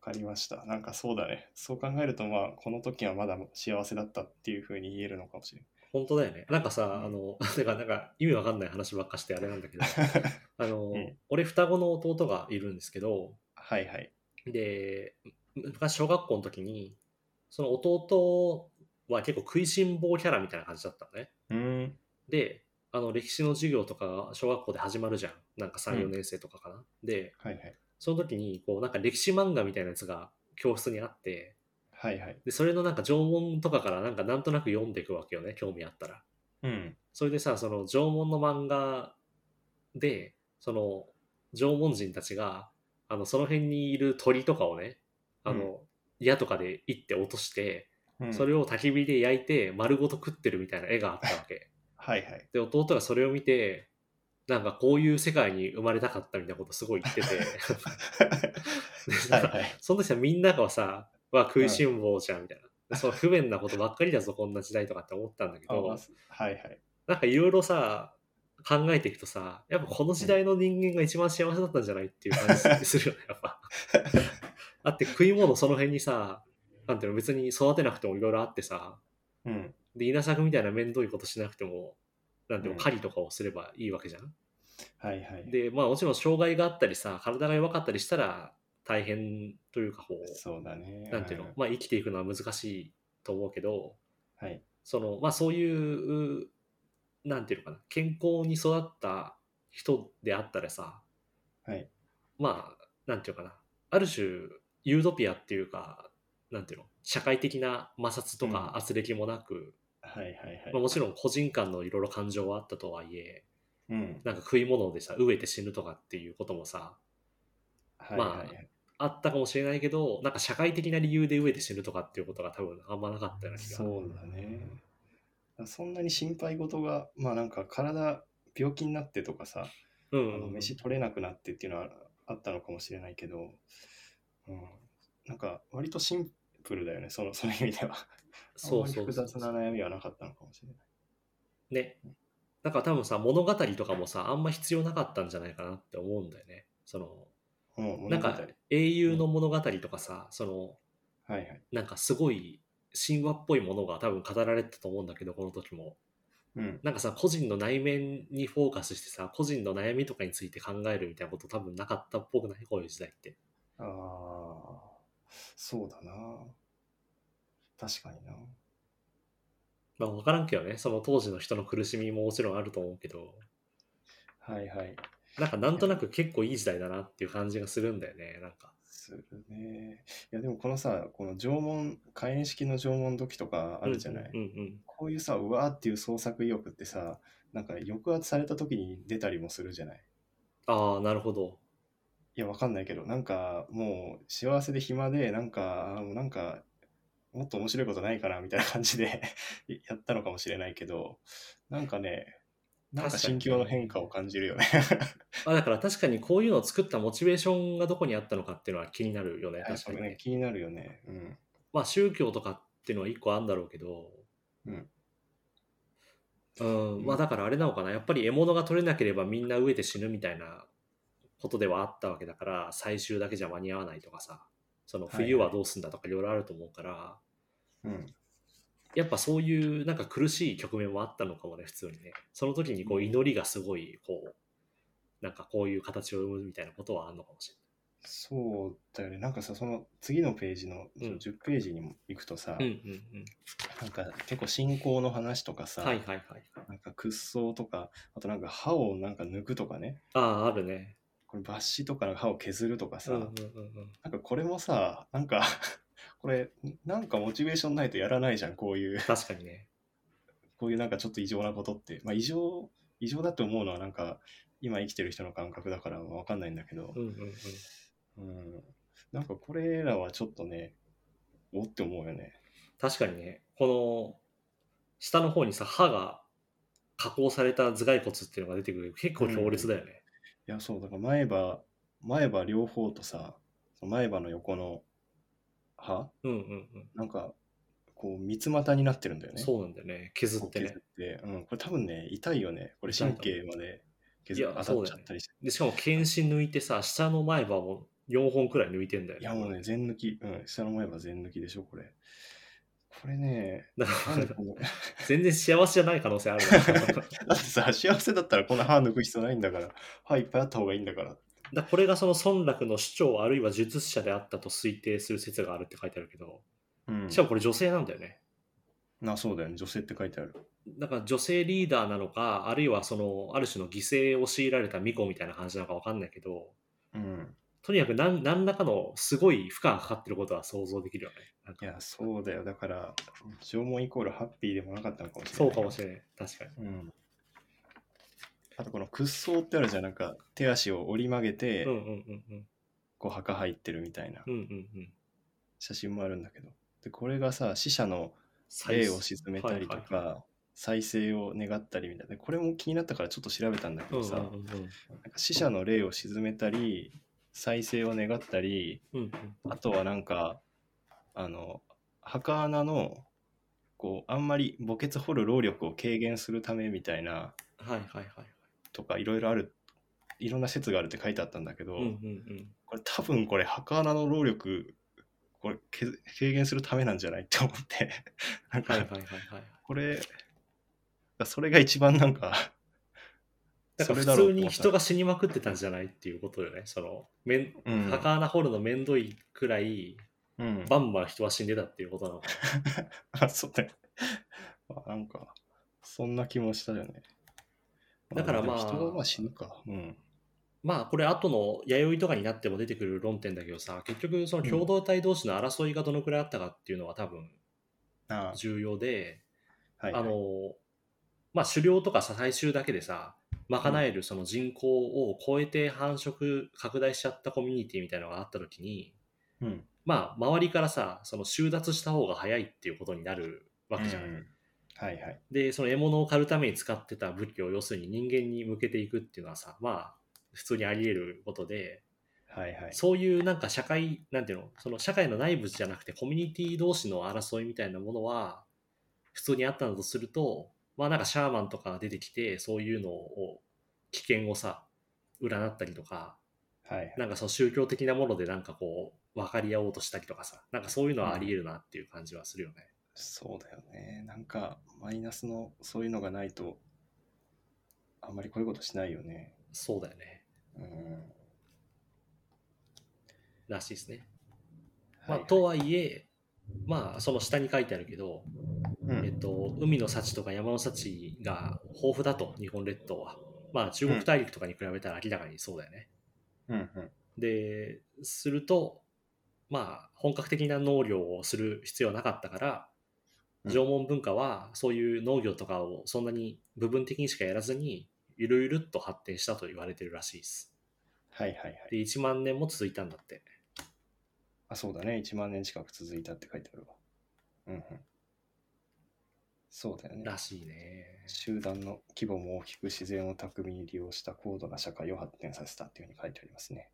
Speaker 1: わかりました。なんかそうだね。そう考えると、まあ、この時はまだ幸せだったっていうふうに言えるのかもしれ
Speaker 2: 本当だよね。なんかさ、
Speaker 1: うん
Speaker 2: あの、 <laughs> なんか、なんか意味わかんない話ばっかしてあれなんだけど、
Speaker 1: ない。
Speaker 2: あの、
Speaker 1: <laughs> うん
Speaker 2: 俺双子の弟がいるんですけど
Speaker 1: <laughs> はいはい。
Speaker 2: で昔小学校の時にその弟は結構食いしん坊キャラみたいな感じだったのね
Speaker 1: うーん。
Speaker 2: であの歴史の授業とかが小学校で始まるじゃんなんか
Speaker 1: うん
Speaker 2: 34年生とかかな、で
Speaker 1: はいはい。
Speaker 2: その時にこうなんか歴史漫画みたいなやつが教室にあって
Speaker 1: はいはい。
Speaker 2: でそれのなんか縄文とかからなんかなんとなく読んでいくわけよね興味あったら
Speaker 1: うん。
Speaker 2: それでさ、その縄文の漫画で、その縄文人たちが、あの、その辺にいる鳥とかをね、あの、矢とかで行って落として、
Speaker 1: うん、
Speaker 2: それを焚き火で焼いて丸ごと食ってるみたいな絵があったわけ。
Speaker 1: はいはい。
Speaker 2: で、弟がそれを見て、なんかこういう世界に生まれたかったみたいなことすごい言ってて、
Speaker 1: <laughs> <laughs>
Speaker 2: で
Speaker 1: はい
Speaker 2: さ
Speaker 1: はい。
Speaker 2: <laughs> その時はみんながさ、は食いしん坊じゃんみたいな。そう不便なことばっかりだぞ、こんな時代とかって思ったんだけ
Speaker 1: あ
Speaker 2: ど
Speaker 1: まあ、はいはい。
Speaker 2: なんかいろいろさ、考えていくとさ、やっぱこの時代の人間が一番幸せだったんじゃないっていう感じする
Speaker 1: <laughs>
Speaker 2: よね、やっぱ。だって食い物その辺にさ、なんていうの、別に育てなくてもいろいろあってさ、
Speaker 1: うん。
Speaker 2: で、稲作みたいな面倒いことしなくても、なんていう
Speaker 1: うん
Speaker 2: の、狩りとかをすればいいわけじゃん。
Speaker 1: はいはい。
Speaker 2: で、まあもちろん障害があったりさ、体が弱かったりしたら大変というか、こう、
Speaker 1: そうだね。
Speaker 2: なんていうの、まあ生きていくのは難しいと思うけど、
Speaker 1: はい。
Speaker 2: そのまあそういうなんていうのかな健康に育った人であったらさ、
Speaker 1: はい
Speaker 2: まあなんていうのかなある種ユートピアっていうかなんていうの社会的な摩擦とか
Speaker 1: うん
Speaker 2: 圧力もなく、
Speaker 1: はいはいはい。
Speaker 2: まあ、もちろん個人間のいろいろ感情はあったとはいえ
Speaker 1: うん。
Speaker 2: なんか食い物でさ飢えて死ぬとかっていうこともさ
Speaker 1: はいはいはい。
Speaker 2: あったかもしれないけどなんか社会的な理由で飢えて死ぬとかっていうことが多分あんまなかったような気が
Speaker 1: そうだね。そんなに心配事が、まあなんか体、病気になってとかさ、
Speaker 2: う
Speaker 1: あ
Speaker 2: んうん
Speaker 1: の
Speaker 2: うん
Speaker 1: 飯取れなくなってっていうのはあったのかもしれないけど、うん、なんか割とシンプルだよね、そのその意味では。
Speaker 2: そう
Speaker 1: あ
Speaker 2: そ
Speaker 1: んま
Speaker 2: う
Speaker 1: り
Speaker 2: そう
Speaker 1: 複雑な悩みはなかったのかもしれない。
Speaker 2: ね。だから多分さ、物語とかもさ、あんま必要なかったんじゃないかなって思うんだよね。その、
Speaker 1: うん、
Speaker 2: なん
Speaker 1: 物語
Speaker 2: か英雄の物語とかさ、その、
Speaker 1: はいはい。
Speaker 2: なんかすごい神話っぽいものが多分語られてたと思うんだけど、この時も。
Speaker 1: うん。
Speaker 2: なんかさ、個人の内面にフォーカスしてさ、個人の悩みとかについて考えるみたいなこと多分なかったっぽくないこういう時代って。
Speaker 1: ああ、そうだな。確かにな。
Speaker 2: まあ分からんけどね、その当時の人の苦しみももちろんあると思うけど、
Speaker 1: はいはい。
Speaker 2: なんかなんとなく結構いい時代だなっていう感じがするんだよね、なんか。
Speaker 1: するね。いやでもこのさ、この縄文、火炎式の縄文土器とかあるじゃない。
Speaker 2: うんうんうん。
Speaker 1: こういうさ、うわーっていう創作意欲ってさ、なんか抑圧された時に出たりもするじゃない。
Speaker 2: ああ、なるほど。
Speaker 1: いや、わかんないけど、なんかもう幸せで暇で、なんか、あーもうなんか、もっと面白いことないかなみたいな感じでやったのかもしれないけど、なんかね、なんか
Speaker 2: 確かに
Speaker 1: 心境の変化を感じるよね。
Speaker 2: まあだから確かにこういうのを作ったモチベーションがどこにあったのかっていうのは気になるよね、
Speaker 1: 確
Speaker 2: 確か
Speaker 1: か
Speaker 2: に
Speaker 1: に
Speaker 2: ね
Speaker 1: ね、。気に <laughs> なるよね。うん。
Speaker 2: まあ宗教とかっていうのは一個あるんだろうけど、
Speaker 1: うん
Speaker 2: うん。まあだからあれなのかな、やっぱり獲物が取れなければみんな飢えて死ぬみたいなことではあったわけだから、採集だけじゃ間に合わないとかさ、その冬はどうすんだとかいろいろあると思うから、
Speaker 1: うん。
Speaker 2: やっぱそういうなんか苦しい局面もあったのかもね、普通にね。その時にこう祈りがすごい、こう、なんかこういう形を生むみたいなことはあるのかもし
Speaker 1: そうだよね。なんかさ、その次のページの、その
Speaker 2: うん
Speaker 1: 10ページにも行くとさ、
Speaker 2: れない。うんうん
Speaker 1: なんか結構信仰の話とかさ、
Speaker 2: はいはいはい。
Speaker 1: なんか屈葬とか、あとなんか歯をなんか抜くとかね、
Speaker 2: ああ、あるね。
Speaker 1: これ抜歯とかの歯を削るとかさ、
Speaker 2: うんうんうんうん。
Speaker 1: なんかこれもさ、なんか、 <laughs> これ、なんかモチベーションないとやらないじゃん、こう <laughs> いう、
Speaker 2: 確かにね。
Speaker 1: こういうなんかちょっと異常なことって。まあ異常、異常だと思うのはなんか、今生きてる人の感覚だからわかんないんだけど
Speaker 2: う、んうんうん。
Speaker 1: うん。なんかこれらはちょっとね、おって思うよね。
Speaker 2: 確かにね、この下の方にさ、歯が加工された頭蓋骨っていうのが出てくる結構強烈だよね。
Speaker 1: いや、そう、だから前歯、前歯両方とさ、その前歯の横の歯、
Speaker 2: うんうんうん。
Speaker 1: なんか、こう、三つ股になってるんだよね。
Speaker 2: そうなんだよね。削
Speaker 1: こ
Speaker 2: っ
Speaker 1: う
Speaker 2: て
Speaker 1: 削
Speaker 2: ね
Speaker 1: っ。て、うん、これ多分ね、痛いよね。これ
Speaker 2: 痛い
Speaker 1: 神
Speaker 2: と思う
Speaker 1: 経まで削
Speaker 2: い
Speaker 1: っ
Speaker 2: や
Speaker 1: 当たっちゃったりして。
Speaker 2: で、しかも、検診抜いてさ、下の前歯を4本くらい抜いてんだよ
Speaker 1: いやもうね、全抜き、うん、下の前歯全抜きでしょ、これ。これね、
Speaker 2: だ
Speaker 1: な
Speaker 2: か
Speaker 1: ん
Speaker 2: ら
Speaker 1: でこの
Speaker 2: <laughs>
Speaker 1: <laughs>
Speaker 2: 全然幸せじゃない可能性ある <laughs> な
Speaker 1: だってさ、幸せだったらこんな歯抜く必要ないんだから、歯いっぱいあった方がいいんだから。
Speaker 2: だこれがその村落の市長あるいは術者であったと推定する説があるって書いてあるけど、
Speaker 1: うん
Speaker 2: し。かもこれ女性なんだよね。
Speaker 1: な、そうだよね、女性って書いてある。
Speaker 2: だから女性リーダーなのか、あるいはその、ある種の犠牲を強いられた巫女みたいな感じなのかわかんないけど、
Speaker 1: うん。
Speaker 2: とにかく何何らかのすごい負荷がかかってることは想像できるよね。なん
Speaker 1: い
Speaker 2: か
Speaker 1: や、そうだよ。だから、縄文イコールハッピーでもなかったのかもしれ
Speaker 2: そ
Speaker 1: な
Speaker 2: う
Speaker 1: い。
Speaker 2: かもしれない。確かに。
Speaker 1: うん。あと、この屈葬ってあるじゃん、なんか、手足を折り曲げて、
Speaker 2: うんうんうんうん。
Speaker 1: こう、墓入ってるみたいな
Speaker 2: うんうんうん。
Speaker 1: 写真もあるんだけど。で、これがさ、死者の
Speaker 2: 再
Speaker 1: 霊を沈めたりと
Speaker 2: はいはいは
Speaker 1: か、再生を願ったりみたいな。これも気になったからちょっと調べたんだけ
Speaker 2: うんう
Speaker 1: ど
Speaker 2: ん
Speaker 1: さ、
Speaker 2: うんう
Speaker 1: な
Speaker 2: ん
Speaker 1: んか死者の霊を沈めたり、再生を願ったり、
Speaker 2: うんうん。
Speaker 1: あとはなんか、あの、墓穴の、こう、あんまり墓穴掘る労力を軽減するためみたいな、
Speaker 2: はいはいはい。
Speaker 1: とか、いろいろある、いろんな説があるって書いてあったんだけど、
Speaker 2: うんうん
Speaker 1: これ多分これ墓穴の労力、これけ軽減するためなんじゃないって思って、 <laughs> なん
Speaker 2: うん。はい
Speaker 1: か
Speaker 2: はいはいはい。
Speaker 1: <laughs> これ、それが一番なんか、
Speaker 2: だから普通に人が死にまくってたんじゃないっていうことよね。その、めん
Speaker 1: うん
Speaker 2: 墓穴掘るのめんどいくらい、
Speaker 1: うん、
Speaker 2: バンバン人は死んでたっていうことなのか
Speaker 1: <laughs>
Speaker 2: な。
Speaker 1: あそうだよ <laughs> まあなんか、そんな気もしたよね。
Speaker 2: だからまあ
Speaker 1: でも人はまあ死ぬか。うん。
Speaker 2: まあこれ後の弥生とかになっても出てくる論点だけどさ、結局その共同体同士の争いがどのくらいあったかっていうのは多分
Speaker 1: あ
Speaker 2: 重要で、
Speaker 1: はい、
Speaker 2: あの、まあ、狩猟とかさ採集だけでさ、賄えるその人口を超えて繁殖拡大しちゃったコミュニティみたいなのがあった時に、
Speaker 1: うん。
Speaker 2: まあ、周りからさ、その収奪した方が早いっていうことになるわけじゃない。
Speaker 1: うんはいはい。
Speaker 2: で、その獲物を狩るために使ってた武器を要するに人間に向けていくっていうのはさ、まあ、普通にあり得ることで、
Speaker 1: はいはい。
Speaker 2: そういうなんか社会、なんていうの、その社会の内部じゃなくてコミュニティ同士の争いみたいなものは、普通にあったんだとすると、まあなんかシャーマンとかが出てきて、そういうのを、危険をさ、占ったりとか、
Speaker 1: はいはい。
Speaker 2: なんかその宗教的なものでなんかこう、分かり合おうとしたりとかさ、なんかそういうのはあり得るなっていう感じはするよね。
Speaker 1: そうだよね。なんか、マイナスの、そういうのがないと、あんまりこういうことしないよね。
Speaker 2: そうだよね。
Speaker 1: うん。
Speaker 2: らしいですね。まあ、
Speaker 1: はい
Speaker 2: とはいえ、まあその下に書いてあるけど、
Speaker 1: う
Speaker 2: えっ
Speaker 1: ん、
Speaker 2: と、海の幸とか山の幸が豊富だと、日本列島は。まあ、中国大陸とかに比べたら明らかにそうだよね。
Speaker 1: うん、うん。
Speaker 2: で、すると、まあ、本格的な農業をする必要はなかったから、
Speaker 1: うん
Speaker 2: 縄文文化はそういう農業とかをそんなに部分的にしかやらずに、ゆるゆるっと発展したと言われてるらしいです。
Speaker 1: はいはいはい。
Speaker 2: で、1万年も続いたんだって。
Speaker 1: あ、そうだね。1万年近く続いたって書いてあるわ。うん、うん。そうだよね。
Speaker 2: らしいね。
Speaker 1: 集団の規模も大きく自然を巧みに利用した高度な社会を発展させたっていうふうに書いてありますね。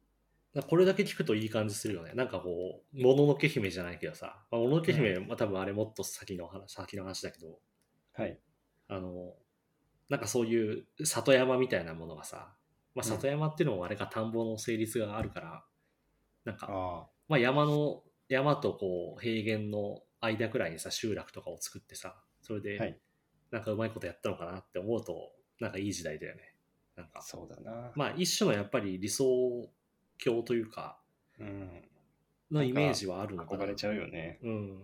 Speaker 2: だからこれだけ聞くといい感じするよね。なんかこう、もののけ姫じゃないけどさ、まあもののけ姫は多分あれもっと先の話、先の話だけど、
Speaker 1: はい。
Speaker 2: あの、なんかそういう里山みたいなものがさ、まあ、
Speaker 1: うん
Speaker 2: 里山っていうのもあれか田んぼの成立があるから、なんか、
Speaker 1: あ
Speaker 2: まあ、山の、山とこう平原の間くらいにさ、集落とかを作ってさ、それ
Speaker 1: は
Speaker 2: で
Speaker 1: い、
Speaker 2: なんかうまいことやったのかなって思うと、なんかいい時代だよね。なんか、
Speaker 1: そうだな。
Speaker 2: まあ一種のやっぱり理想郷というか、
Speaker 1: うん。
Speaker 2: のイメージはあるのかな。
Speaker 1: 憧れちゃうよね。
Speaker 2: うん。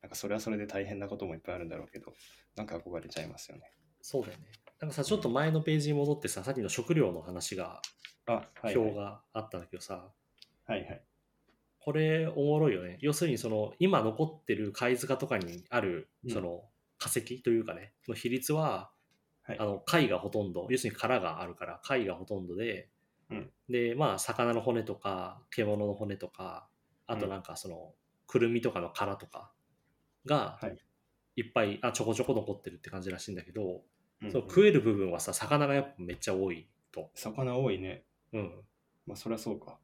Speaker 1: なんかそれはそれで大変なこともいっぱいあるんだろうけど、なんか憧れちゃいますよね。
Speaker 2: そうだよね。なんかさ、ちょっと前のページに戻ってさ、さっきの食料の話が、
Speaker 1: あ、はい、はい。
Speaker 2: 表があったんだけどさ、
Speaker 1: はいはい。
Speaker 2: これおもろいよね。要するにその今残ってる貝塚とかにある
Speaker 1: うん
Speaker 2: その化石というかね、の比率は、
Speaker 1: はい
Speaker 2: あの貝がほとんど、要するに殻があるから貝がほとんどで、
Speaker 1: うん
Speaker 2: で、まあ魚の骨とか獣の骨とか、あとなんかその、くるみとかの殻とかが
Speaker 1: はい
Speaker 2: いっぱい、あちょこちょこ残ってるって感じらしいんだけど、
Speaker 1: うん
Speaker 2: その食える部分はさ、魚がやっぱめっちゃ多いと。
Speaker 1: 魚多いね。
Speaker 2: うん、
Speaker 1: まあそりゃそうか。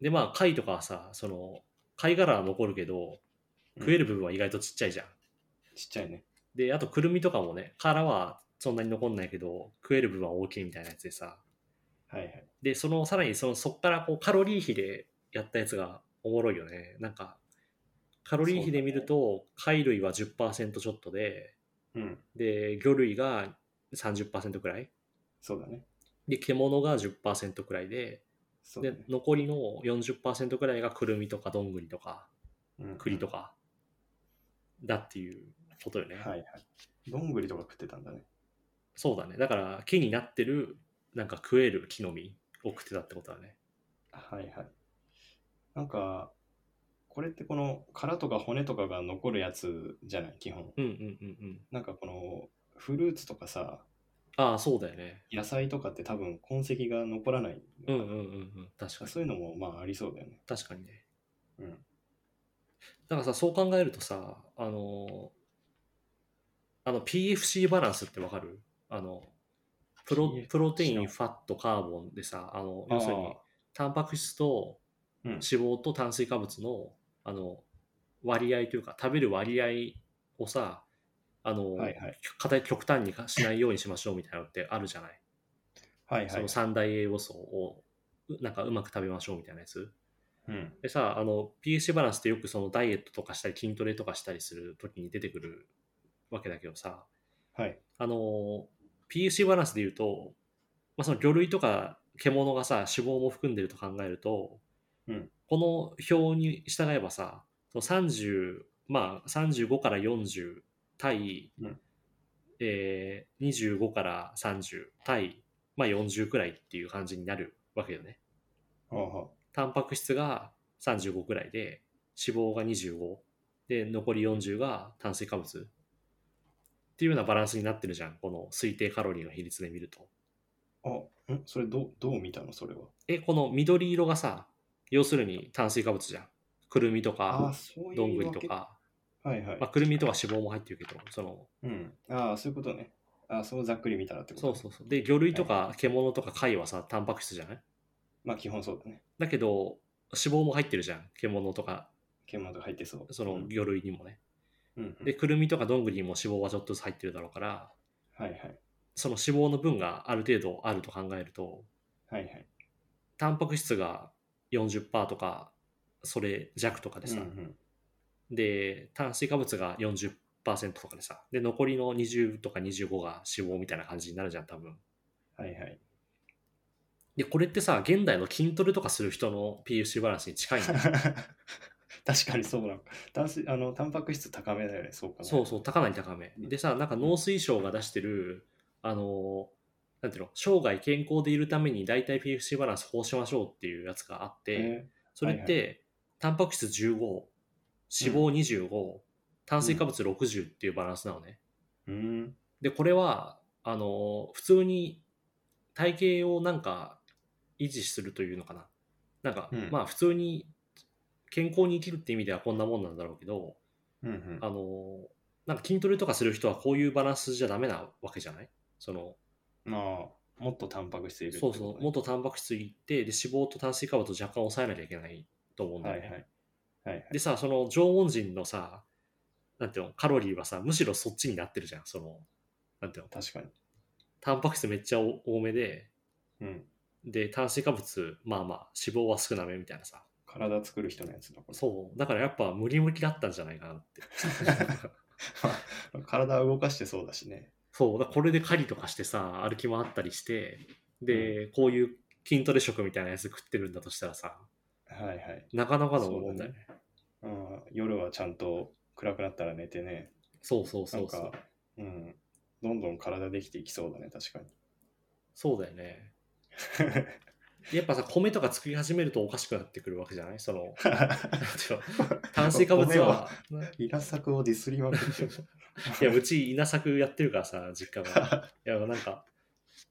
Speaker 2: でまあ貝とかはさその貝殻は残るけど食える部分は意外とちっちゃいじゃん、
Speaker 1: ちっちゃいね。
Speaker 2: であとくるみとかもね殻はそんなに残んないけど食える部分は大きいみたいなやつでさ
Speaker 1: はいはい。
Speaker 2: でそのさらにそのそっからこうカロリー比でやったやつがおもろいよねなんかカロリー比で見ると貝類は10%ちょっとで
Speaker 1: うん。
Speaker 2: で魚類が30%くらい
Speaker 1: そうだね。
Speaker 2: で獣が10%くらいで
Speaker 1: そうだ
Speaker 2: で
Speaker 1: ね。
Speaker 2: 残りの40%くらいがくるみとかどんぐりとか
Speaker 1: うん
Speaker 2: 栗とかだっていうことよね、
Speaker 1: はいはい。どんぐりとか食ってたんだね。
Speaker 2: そうだねだから木になってるなんか食える木の実を食ってたってことだね
Speaker 1: はいはい。なんか、これってこの殻とか骨とかが残るやつじゃない、基本。
Speaker 2: うんうんうんうん
Speaker 1: なんかこのフルーツとかさ、
Speaker 2: ああそうだよね
Speaker 1: 野菜とかって多分痕跡が残らない。
Speaker 2: うんうんうんうん確かに
Speaker 1: そういうのもまあありそうだよね。
Speaker 2: 確かにね
Speaker 1: うん。
Speaker 2: だからさそう考えるとさあのあの PFC バランスってわかるあのプロ
Speaker 1: PFC
Speaker 2: プロテイ
Speaker 1: の
Speaker 2: ンファットカーボンでさあの
Speaker 1: あ
Speaker 2: 要するに
Speaker 1: あ
Speaker 2: タンパク質と
Speaker 1: うん
Speaker 2: 脂肪と炭水化物のあの割合というか食べる割合をさあの、
Speaker 1: はいはい
Speaker 2: 偏極端にかしないようにしましょうみたいなのってあるじゃない、
Speaker 1: はいは
Speaker 2: そ
Speaker 1: い
Speaker 2: の。三大栄養素をうなんかうまく食べましょうみたいなやつ
Speaker 1: うん。
Speaker 2: でさあの PH バランスってよくそのダイエットとかしたり筋トレとかしたりする時に出てくるわけだけどさ、
Speaker 1: はい。
Speaker 2: あの、PFC バランスで言うと、まあ、その魚類とか獣がさ、脂肪も含んでると考えると、
Speaker 1: うん
Speaker 2: この表に従えばさ、その30、まあ、35から40対、
Speaker 1: うん
Speaker 2: えー、25から30対、まあ、40くらいっていう感じになるわけよね。
Speaker 1: ああ。
Speaker 2: タンパク質が35くらいで、脂肪が25、で、残り40が炭水化物。っていうようなバランスになってるじゃん。この推定カロリーの比率で見ると。
Speaker 1: あ、んそれどう、どう見たのそれは。
Speaker 2: え、この緑色がさ、要するに炭水化物じゃん。くるみと
Speaker 1: ああ、
Speaker 2: か、
Speaker 1: そういう
Speaker 2: どんぐり
Speaker 1: わ
Speaker 2: と
Speaker 1: け。
Speaker 2: か、
Speaker 1: はいはい
Speaker 2: まあ、。くるみとか脂肪も入ってるけど、その、
Speaker 1: うん。ああ、そういうことね。ああ、そうざっくり見たらってこと、
Speaker 2: そ
Speaker 1: ね。
Speaker 2: うそうそう。で、魚類とか獣とか貝はさ、タンパク質じゃない
Speaker 1: まあ基本そうだね。
Speaker 2: だけど、脂肪も入ってるじゃん。獣とか、
Speaker 1: 獣とか入ってそう。
Speaker 2: そうの
Speaker 1: ん
Speaker 2: 魚類にもね。
Speaker 1: うんうん
Speaker 2: で、くるみとかどんぐりにも脂肪はちょっとずつ入ってるだろうから、
Speaker 1: はいはい。
Speaker 2: その脂肪の分がある程度あると考えると、
Speaker 1: はいはい。
Speaker 2: タンパク質が40%とか、それ弱とかで
Speaker 1: うん
Speaker 2: さ、
Speaker 1: うん
Speaker 2: で、炭水化物が40%とかでさ、で、残りの20とか25が脂肪みたいな感じになるじゃん、多分。
Speaker 1: はいはい。 <laughs>
Speaker 2: で、これってさ、現代の筋トレとかする人の PFC バランスに近
Speaker 1: <laughs>
Speaker 2: いんだよ。
Speaker 1: 確かにそうなの。炭水あのタンパク質高めだよね、そうかな。
Speaker 2: そうそう、高ない高め。
Speaker 1: うん
Speaker 2: でさ、なんか農水省が出してる、あの、なんていうの、生涯健康でいるために大体 PFC バランスこうしましょうっていうやつがあって、
Speaker 1: え
Speaker 2: それって、
Speaker 1: は
Speaker 2: タンパク質15、脂肪25、炭水化物60っていうバランスなのね。
Speaker 1: ーうん。
Speaker 2: で、これは、あの、普通に体型をなんか維持するというのかな。なんか、
Speaker 1: うん
Speaker 2: まあ普通に健康に生きるって意味ではこんなもんなんだろうけど、
Speaker 1: うんうん
Speaker 2: あの、なんか筋トレとかする人はこういうバランスじゃダメなわけじゃないその、
Speaker 1: まあ、もっとタンパク質いるって
Speaker 2: そ
Speaker 1: こ
Speaker 2: う
Speaker 1: と
Speaker 2: そう、もっとタンパク質いって、で脂肪と炭水化物を若干抑えなきゃいけないと思うんだ
Speaker 1: ね
Speaker 2: よ
Speaker 1: はい
Speaker 2: ね。
Speaker 1: はい。はいはい。
Speaker 2: でさ、その縄文人のさ、なんていうの、カロリーはさ、むしろそっちになってるじゃん。その、なんていうの、
Speaker 1: 確かに。
Speaker 2: タンパク質めっちゃ多多めで、
Speaker 1: うん。
Speaker 2: で、炭水化物、まあまあ、脂肪は少なめみたいなさ。
Speaker 1: 体作る人のやつだ、これ。
Speaker 2: そう。だからやっぱムキムキだったんじゃないかな
Speaker 1: <laughs>
Speaker 2: って。
Speaker 1: 体動かしてそうだしね。
Speaker 2: そう。だからこれで狩りとかしてさ、歩き回ったりして、で、こういう筋トレ食みたいなやつ食ってるんだとしたらさ、
Speaker 1: はいはい。
Speaker 2: なかなかの
Speaker 1: そうだね
Speaker 2: 問題ね。
Speaker 1: うん、夜はちゃんと暗くなったら寝てね。
Speaker 2: そうそう
Speaker 1: な
Speaker 2: そ
Speaker 1: ん
Speaker 2: うそう
Speaker 1: か。、うん。どんどん体できていきそうだね、確か
Speaker 2: そうだよね。
Speaker 1: に。
Speaker 2: やっぱさ、米とか作り始めるとおかしくなってくるわけじゃない
Speaker 1: <laughs>
Speaker 2: その、なんていうの <laughs> 炭水化物は。
Speaker 1: 稲作をディスりまくって
Speaker 2: <laughs>
Speaker 1: る。
Speaker 2: いや、うち稲作やってるからさ、実家が。 <laughs> いや、なんか、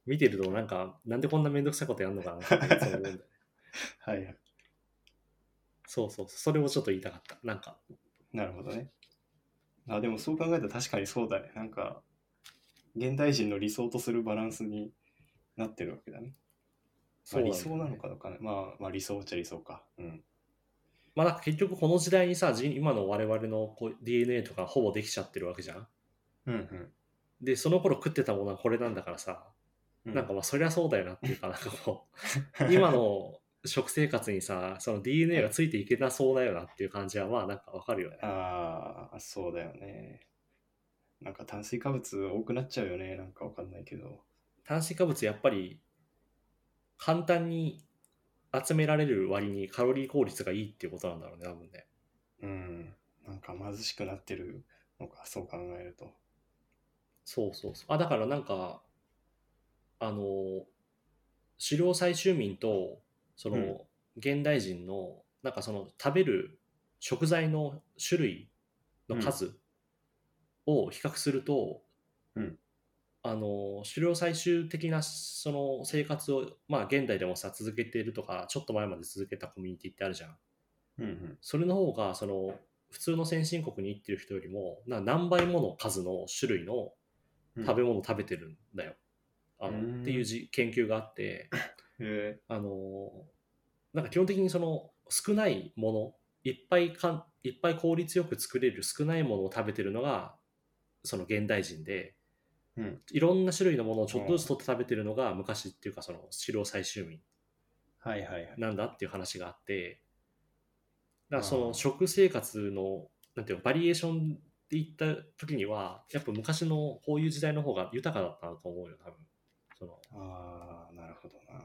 Speaker 2: 見てると、なんか、なんでこんなめんどくさいことやんのかなっていつも思うんだ <laughs> よね
Speaker 1: はいはい。
Speaker 2: そうそう、それをちょっと言いたかった。なんか、
Speaker 1: なるほどね。あ、でもそう考えたら確かにそうだね。なんか、現代人の理想とするバランスになってるわけだね。
Speaker 2: そ
Speaker 1: まあ、
Speaker 2: う
Speaker 1: 理
Speaker 2: なんだよね
Speaker 1: 想なのかどうかね。まあ、まあ理想っちゃ理想か。うん。
Speaker 2: まあ、なんか結局この時代にさ、人今の我々のこう DNA とかほぼできちゃってるわけじゃん。
Speaker 1: うんうん。
Speaker 2: で、その頃食ってたものはこれなんだからさ、
Speaker 1: うん
Speaker 2: なんかまあ、そりゃそうだよなっていうか、なんかこ <laughs> う、今の食生活にさ、その DNA がついていけなそうだよなっていう感じは、まあ、なんかわかるよね。
Speaker 1: ああ、そうだよね。なんか炭水化物多くなっちゃうよね。なんかわかんないけど。
Speaker 2: 炭水化物やっぱり簡単に集められる割にカロリー効率がいいっていうことなんだろうね多分ね
Speaker 1: うん。なんか貧しくなってるのか、そう考えると。
Speaker 2: そうそうそうあだからなんかあの狩猟採集民とその、
Speaker 1: うん
Speaker 2: 現代人のなんかその食べる食材の種類の数を比較すると、
Speaker 1: うん
Speaker 2: あの狩猟採集的なその生活を、まあ、現代でもさ続けてるとかちょっと前まで続けたコミュニティってあるじゃん
Speaker 1: うんうん。
Speaker 2: それの方がその普通の先進国に行ってる人よりもな何倍もの数の種類の
Speaker 1: うん
Speaker 2: 食べ物を食べてるんだよ、あ
Speaker 1: うーん
Speaker 2: のっていうじ研究があって
Speaker 1: へ
Speaker 2: あのなんか基本的にその少ないものいっぱいかんいっぱい効率よく作れる少ないものを食べてるのがその現代人で、
Speaker 1: うん
Speaker 2: いろんな種類のものをちょっとずつ取って食べてるのが昔っていうかその狩猟採集民
Speaker 1: ーはいはいはい。
Speaker 2: なんだっていう話があってだからそ
Speaker 1: あー
Speaker 2: の食生活のなんていうのバリエーションっていった時にはやっぱ昔のこういう時代の方が豊かだったなと思うよ多分その
Speaker 1: ああ、なるほどな。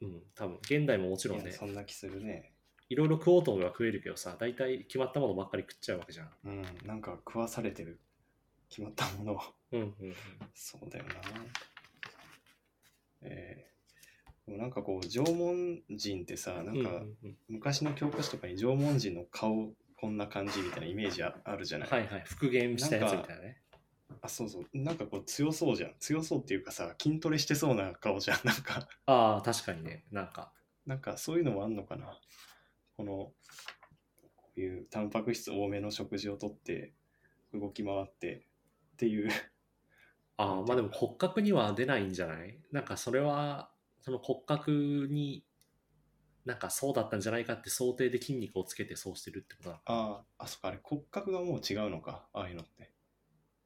Speaker 2: うん多分現代ももちろん
Speaker 1: いや
Speaker 2: ね
Speaker 1: そんな気するね。
Speaker 2: いろいろ食おうと思えば食えるけどさ大体決まったものばっかり食っちゃうわけじゃん
Speaker 1: うん。なんか食わされてる。決まったものを。 <laughs>
Speaker 2: うんうんうん
Speaker 1: そうだよな。えー、でもなんかこう、縄文人ってさ、なん
Speaker 2: う
Speaker 1: か
Speaker 2: んうん
Speaker 1: 昔の教科書とかに縄文人の顔こんな感じみたいなイメージああるじゃ
Speaker 2: う
Speaker 1: なんい、
Speaker 2: はいはい復元したやつみたいなね
Speaker 1: あ、そうそう。なんかこう強そうじゃん。強そうっていうかさ、筋トレしてそうな顔じゃん。なんか、 <laughs>
Speaker 2: ああ確かにねなんか
Speaker 1: なんかそういうのもあんのかな。この、こういうタンパク質多めの食事をとって、動き回ってっていう。 <laughs>
Speaker 2: ああまあでも骨格には出ないんじゃないなんかそれはその骨格になんかそうだったんじゃないかって想定で筋肉をつけてそうしてるってことだ
Speaker 1: ああ、あ、そっか、あれ骨格がもう違うのか。ああいうのって。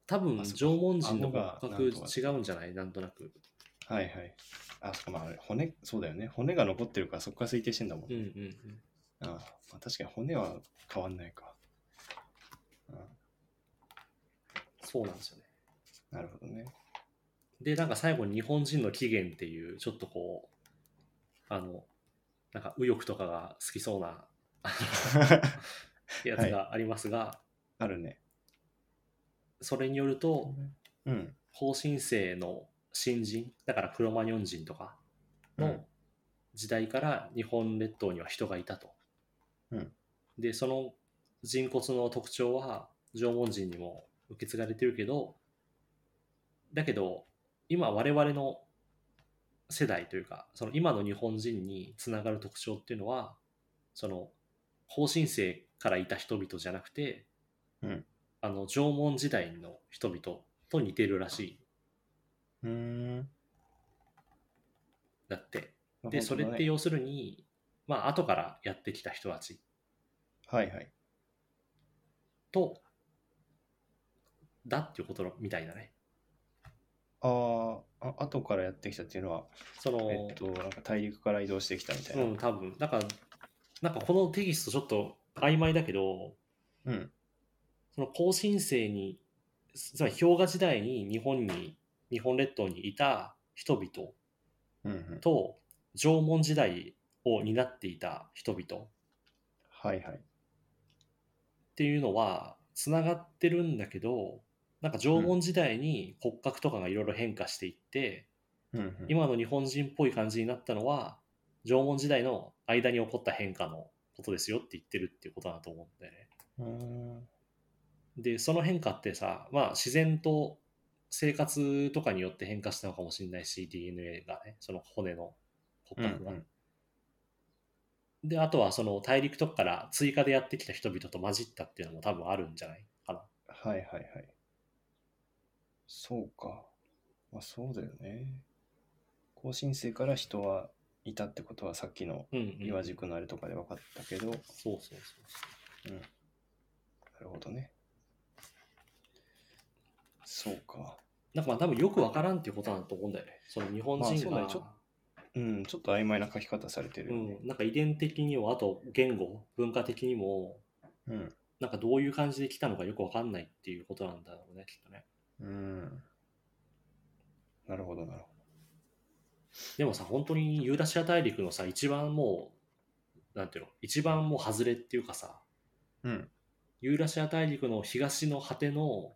Speaker 2: 多分
Speaker 1: あそっか
Speaker 2: 縄文人の
Speaker 1: 顎が
Speaker 2: 骨
Speaker 1: なんとか
Speaker 2: 格違うんじゃないなんとなく
Speaker 1: はいはい。あ、そっか、まああれ、骨、そうだよね。骨が残ってるから、そこから推定してんだもん
Speaker 2: うん
Speaker 1: ね。
Speaker 2: うんうん
Speaker 1: ああまあ、確かに骨は変わんないか。あ
Speaker 2: そうなんですよね
Speaker 1: なるほどね。 <laughs>
Speaker 2: でなんか最後に日本人の起源っていうちょっとこうあのなんか右翼とかが好きそうなやつがありますが、
Speaker 1: あるね。
Speaker 2: それによると
Speaker 1: うん。
Speaker 2: 後進生の新人だからクロマニョン人とか
Speaker 1: うん
Speaker 2: の時代から日本列島には人がいたと。
Speaker 1: うん
Speaker 2: でその人骨の特徴は縄文人にも受け継がれてるけどだけど今我々の世代というかその今の日本人につながる特徴っていうのはその後進生からいた人々じゃなくて、
Speaker 1: うん
Speaker 2: あの縄文時代の人々と似てるらしいん
Speaker 1: うーん。
Speaker 2: だって。
Speaker 1: まあ
Speaker 2: で、
Speaker 1: 本
Speaker 2: そ
Speaker 1: 当
Speaker 2: れ
Speaker 1: だ
Speaker 2: って
Speaker 1: ね
Speaker 2: 要するに、まあ、後からやってきた人たち
Speaker 1: はいはい。
Speaker 2: と、だっていうことのみたいだね。
Speaker 1: ああ、あ後からやってきたっていうのは、
Speaker 2: その、
Speaker 1: えっと、なんか大陸から移動してきたみたいな。
Speaker 2: うん、多分。だから、なんかこのテキストちょっと曖昧だけど、
Speaker 1: うん。
Speaker 2: その後進生に、つまり氷河時代に日本に、日本列島にいた人々
Speaker 1: うんうん。
Speaker 2: と、縄文時代を担っていた人々っ
Speaker 1: はいはい。
Speaker 2: ていうのは、つながってるんだけど、なんか縄文時代に骨格とかがいろいろ変化していって、
Speaker 1: うんうん、
Speaker 2: 今の日本人っぽい感じになったのは、縄文時代の間に起こった変化のことですよって言ってるっていうことだと思うんだよね。
Speaker 1: うーん。
Speaker 2: でその変化ってさ、まあ、自然と生活とかによって変化したのかもしれないし DNA がねその骨の
Speaker 1: うん
Speaker 2: 骨格が、
Speaker 1: うん
Speaker 2: であとはその大陸とかから追加でやってきた人々と混じったっていうのも多分あるんじゃないかな
Speaker 1: はいはいはい。そうか。まあそうだよね。更新生から人はいたってことはさっきの
Speaker 2: うん、うん、
Speaker 1: 岩塾のあれとかで分かったけど、な
Speaker 2: そうそうそう
Speaker 1: るほどね。そうか。
Speaker 2: なんかまあ多分よくわからんっていうことなんだと思うんだよねその日本
Speaker 1: まあ
Speaker 2: 人
Speaker 1: そう
Speaker 2: が、
Speaker 1: だねちょっうん、ちょっと曖昧な書き方されてる
Speaker 2: う
Speaker 1: よね。
Speaker 2: ん、なんか遺伝的にもあと言語文化的にも
Speaker 1: うん。
Speaker 2: なんかどういう感じで来たのかよくわかんないっていうことなんだろうねきっとね
Speaker 1: うん。なるほどなるほ
Speaker 2: でもさ、本当にユーラシア大陸のさ、一番もう、なんていうの、一番もう外れっていうかさ、
Speaker 1: ど。うん。
Speaker 2: ユーラシア大陸の東の果ての、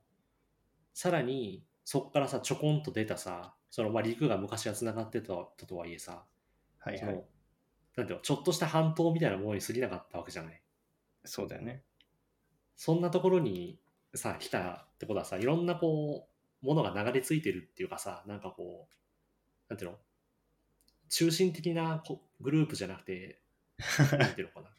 Speaker 2: さらに、そこからさ、ちょこんと出たさ、その、まあ、陸が昔は繋がってたたとはいえさ、
Speaker 1: はい
Speaker 2: そ
Speaker 1: はい。
Speaker 2: の、なんていうの、ちょっとした半島みたいなものに過ぎなかったわけじゃない。
Speaker 1: そうだよね。 <laughs>
Speaker 2: そんなところにさ、来たってことはさ、いろんなこう、ものが流れ着いてるっていうかさ、なんかこう、なんていうの中心的なこグループじゃなくて、なんていうの <laughs> かな。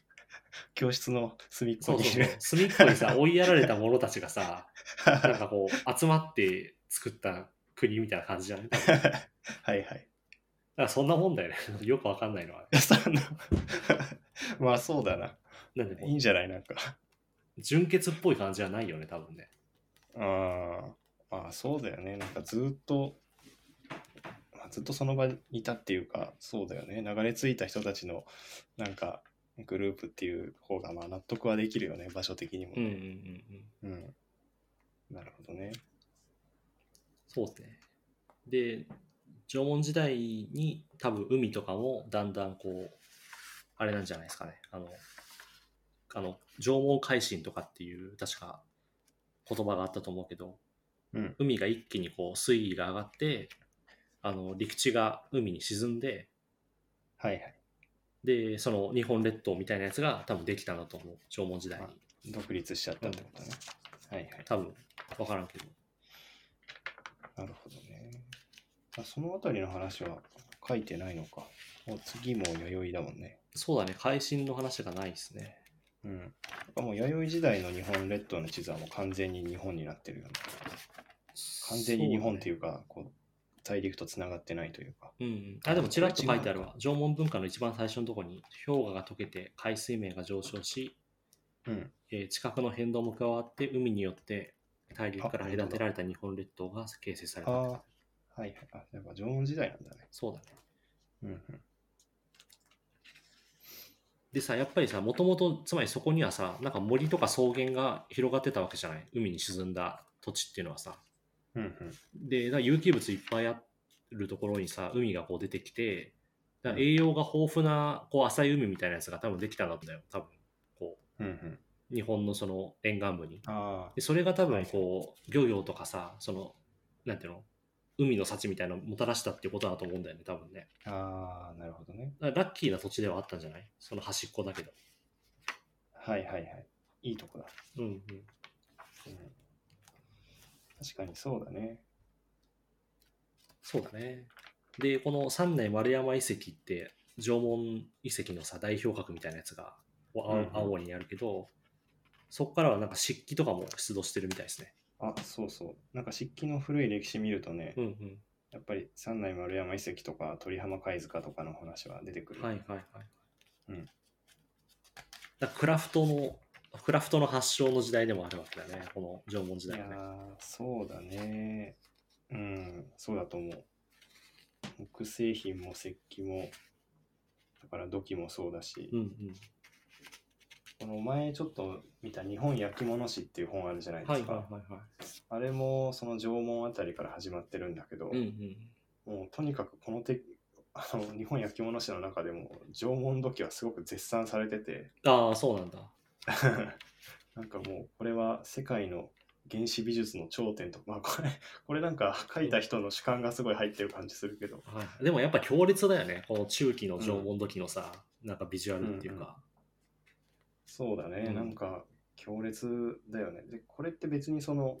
Speaker 1: 教室の隅っこ
Speaker 2: そう
Speaker 1: にい
Speaker 2: そう
Speaker 1: る
Speaker 2: そう。。隅っこに <laughs> さ、追いやられた者たちがさ、なんかこう、集まって作った国みたいな感じじゃないだか
Speaker 1: <laughs> はいはい。
Speaker 2: らそんなもんだよね。 <laughs> よくわかんないのは。
Speaker 1: そんな <laughs> まあそうだな。
Speaker 2: なんで
Speaker 1: いい
Speaker 2: こ
Speaker 1: んじゃないなんか。
Speaker 2: う、純血っぽい感じはないよね、多分ね。
Speaker 1: ああ、まあそうだよね。なんかずっと、まあずっとその場にいたっていうか、そうだよね。流れ着いた人たちの、なんか、グループっていう方が、まあ納得はできるよね。場所的にも
Speaker 2: うんうんう
Speaker 1: ね。
Speaker 2: んうん。
Speaker 1: うん。なるほどね。
Speaker 2: そうですね。で、縄文時代に多分海とかもだんだんこう、あれなんじゃないですかね。あの、あの縄文海進とかっていう確か言葉があったと思うけど、
Speaker 1: うん
Speaker 2: 海が一気にこう水位が上がって、あの陸地が海に沈んで、
Speaker 1: はいはい。
Speaker 2: で、その日本列島みたいなやつが多分できたんだと思う。縄文時代に。
Speaker 1: 独立しちゃったってことね。はいはい。
Speaker 2: 多分、わからんけど。
Speaker 1: なるほどね。あそのあたりの話は書いてないのか。もう次も弥生だもんね。
Speaker 2: そうだね、海進の話がないですね。
Speaker 1: うん。なんかもう弥生時代の日本列島の地図はもう完全に日本になってるよね。完全に日本って
Speaker 2: いう
Speaker 1: いうか、こう大陸とつながってないというか。
Speaker 2: うんうん、あでもちらっと書いてあるわ縄文文化の一番最初のとこに氷河が溶けて海水面が上昇し、
Speaker 1: うん。
Speaker 2: えー地殻の変動も加わって海によって大陸から隔てられた日本列島が形成さ
Speaker 1: あ
Speaker 2: れた
Speaker 1: あ
Speaker 2: って、
Speaker 1: はいはい。あ、やっぱ縄文時代なんだね。
Speaker 2: そうだね
Speaker 1: うんうん。
Speaker 2: でさやっぱりさもともとつまりそこにはさなんか森とか草原が広がってたわけじゃない海に沈んだ土地っていうのはさ
Speaker 1: うんうん。
Speaker 2: でだから有機物いっぱいあるところにさ海がこう出てきてだから栄養が豊富なこう浅い海みたいなやつが多分できたんだよ多分こ
Speaker 1: うんうん。
Speaker 2: う日本のその沿岸部に
Speaker 1: あ
Speaker 2: でそれが多
Speaker 1: は
Speaker 2: 分
Speaker 1: い
Speaker 2: こう漁業とかさそのなんていうの海の幸みたいなのをもたらしたっていうことだと思うんだよね多分ね
Speaker 1: あ、ああ、なるほどね。
Speaker 2: だからラッキーな土地ではあったんじゃないその端っこだけど
Speaker 1: はいはいはい。いいとこだ。
Speaker 2: うんうん
Speaker 1: うん、確かにそうだね。
Speaker 2: そうだねでこの三内丸山遺跡って縄文遺跡のさ代表格みたいなやつがお
Speaker 1: う
Speaker 2: 青
Speaker 1: んうん
Speaker 2: 青森にあるけど、そこからはなんか漆器とかも出土してるみたいですね
Speaker 1: あ、そうそう。なんか漆器の古い歴史見るとね、
Speaker 2: うんうん
Speaker 1: やっぱり三内丸山遺跡とか鳥浜貝塚とかの話は出てくる。
Speaker 2: はいはいはい。
Speaker 1: うん
Speaker 2: だクラフトの、クラフトの発祥の時代でもあるわけだね、この縄文時
Speaker 1: い
Speaker 2: 代
Speaker 1: や
Speaker 2: は
Speaker 1: ー
Speaker 2: ね。
Speaker 1: そうだね。うん、そうだと思う。木製品も石器も、だから土器もそうだし、
Speaker 2: うんうん。
Speaker 1: この前ちょっと見た「日本焼き物史」っていう本あるじゃないで
Speaker 2: はい
Speaker 1: す
Speaker 2: はい
Speaker 1: か、
Speaker 2: はいは
Speaker 1: あれもその縄文あたりから始まってるんだけど、
Speaker 2: い。うんうん。
Speaker 1: もうとにかくこの手あの日本焼き物史の中でも縄文土器はすごく絶賛されてて
Speaker 2: ああ、そうなんだ。
Speaker 1: <laughs> なんかもうこれは世界の原始美術の頂点とまあこれこれなんか書いた人の主観がすごい入ってる感じするけど
Speaker 2: はい、でもやっぱ強烈だよね。この中期の縄文土器のさ、なんかビジュアルっていうか。
Speaker 1: そうだね、
Speaker 2: うん
Speaker 1: なんか強烈だよねでこれって別にその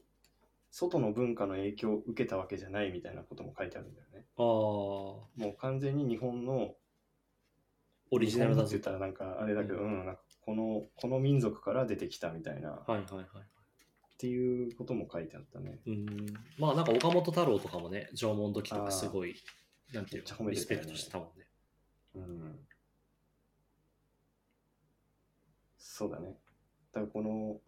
Speaker 1: 外の文化の影響を受けたわけじゃないみたいなことも書いてあるんだよね
Speaker 2: ああ、
Speaker 1: もう完全に日本の
Speaker 2: オリジナルだ
Speaker 1: 日本のって
Speaker 2: ぞ
Speaker 1: 言ったらなんかあれだけど、
Speaker 2: う
Speaker 1: うんん、なんかこのこの民族から出てきたみたいな、
Speaker 2: はいはいは
Speaker 1: っ
Speaker 2: い。
Speaker 1: ていうことも書いてあったね。
Speaker 2: うん。まあなんか岡本太郎とかもね、縄文土器とかすごい、なんてい
Speaker 1: め
Speaker 2: う
Speaker 1: っちゃ
Speaker 2: か
Speaker 1: 褒、め
Speaker 2: リ
Speaker 1: て
Speaker 2: ス
Speaker 1: た
Speaker 2: ペ
Speaker 1: よ
Speaker 2: ク
Speaker 1: ね
Speaker 2: トしてたもんね。
Speaker 1: うん。そうだね。だからこの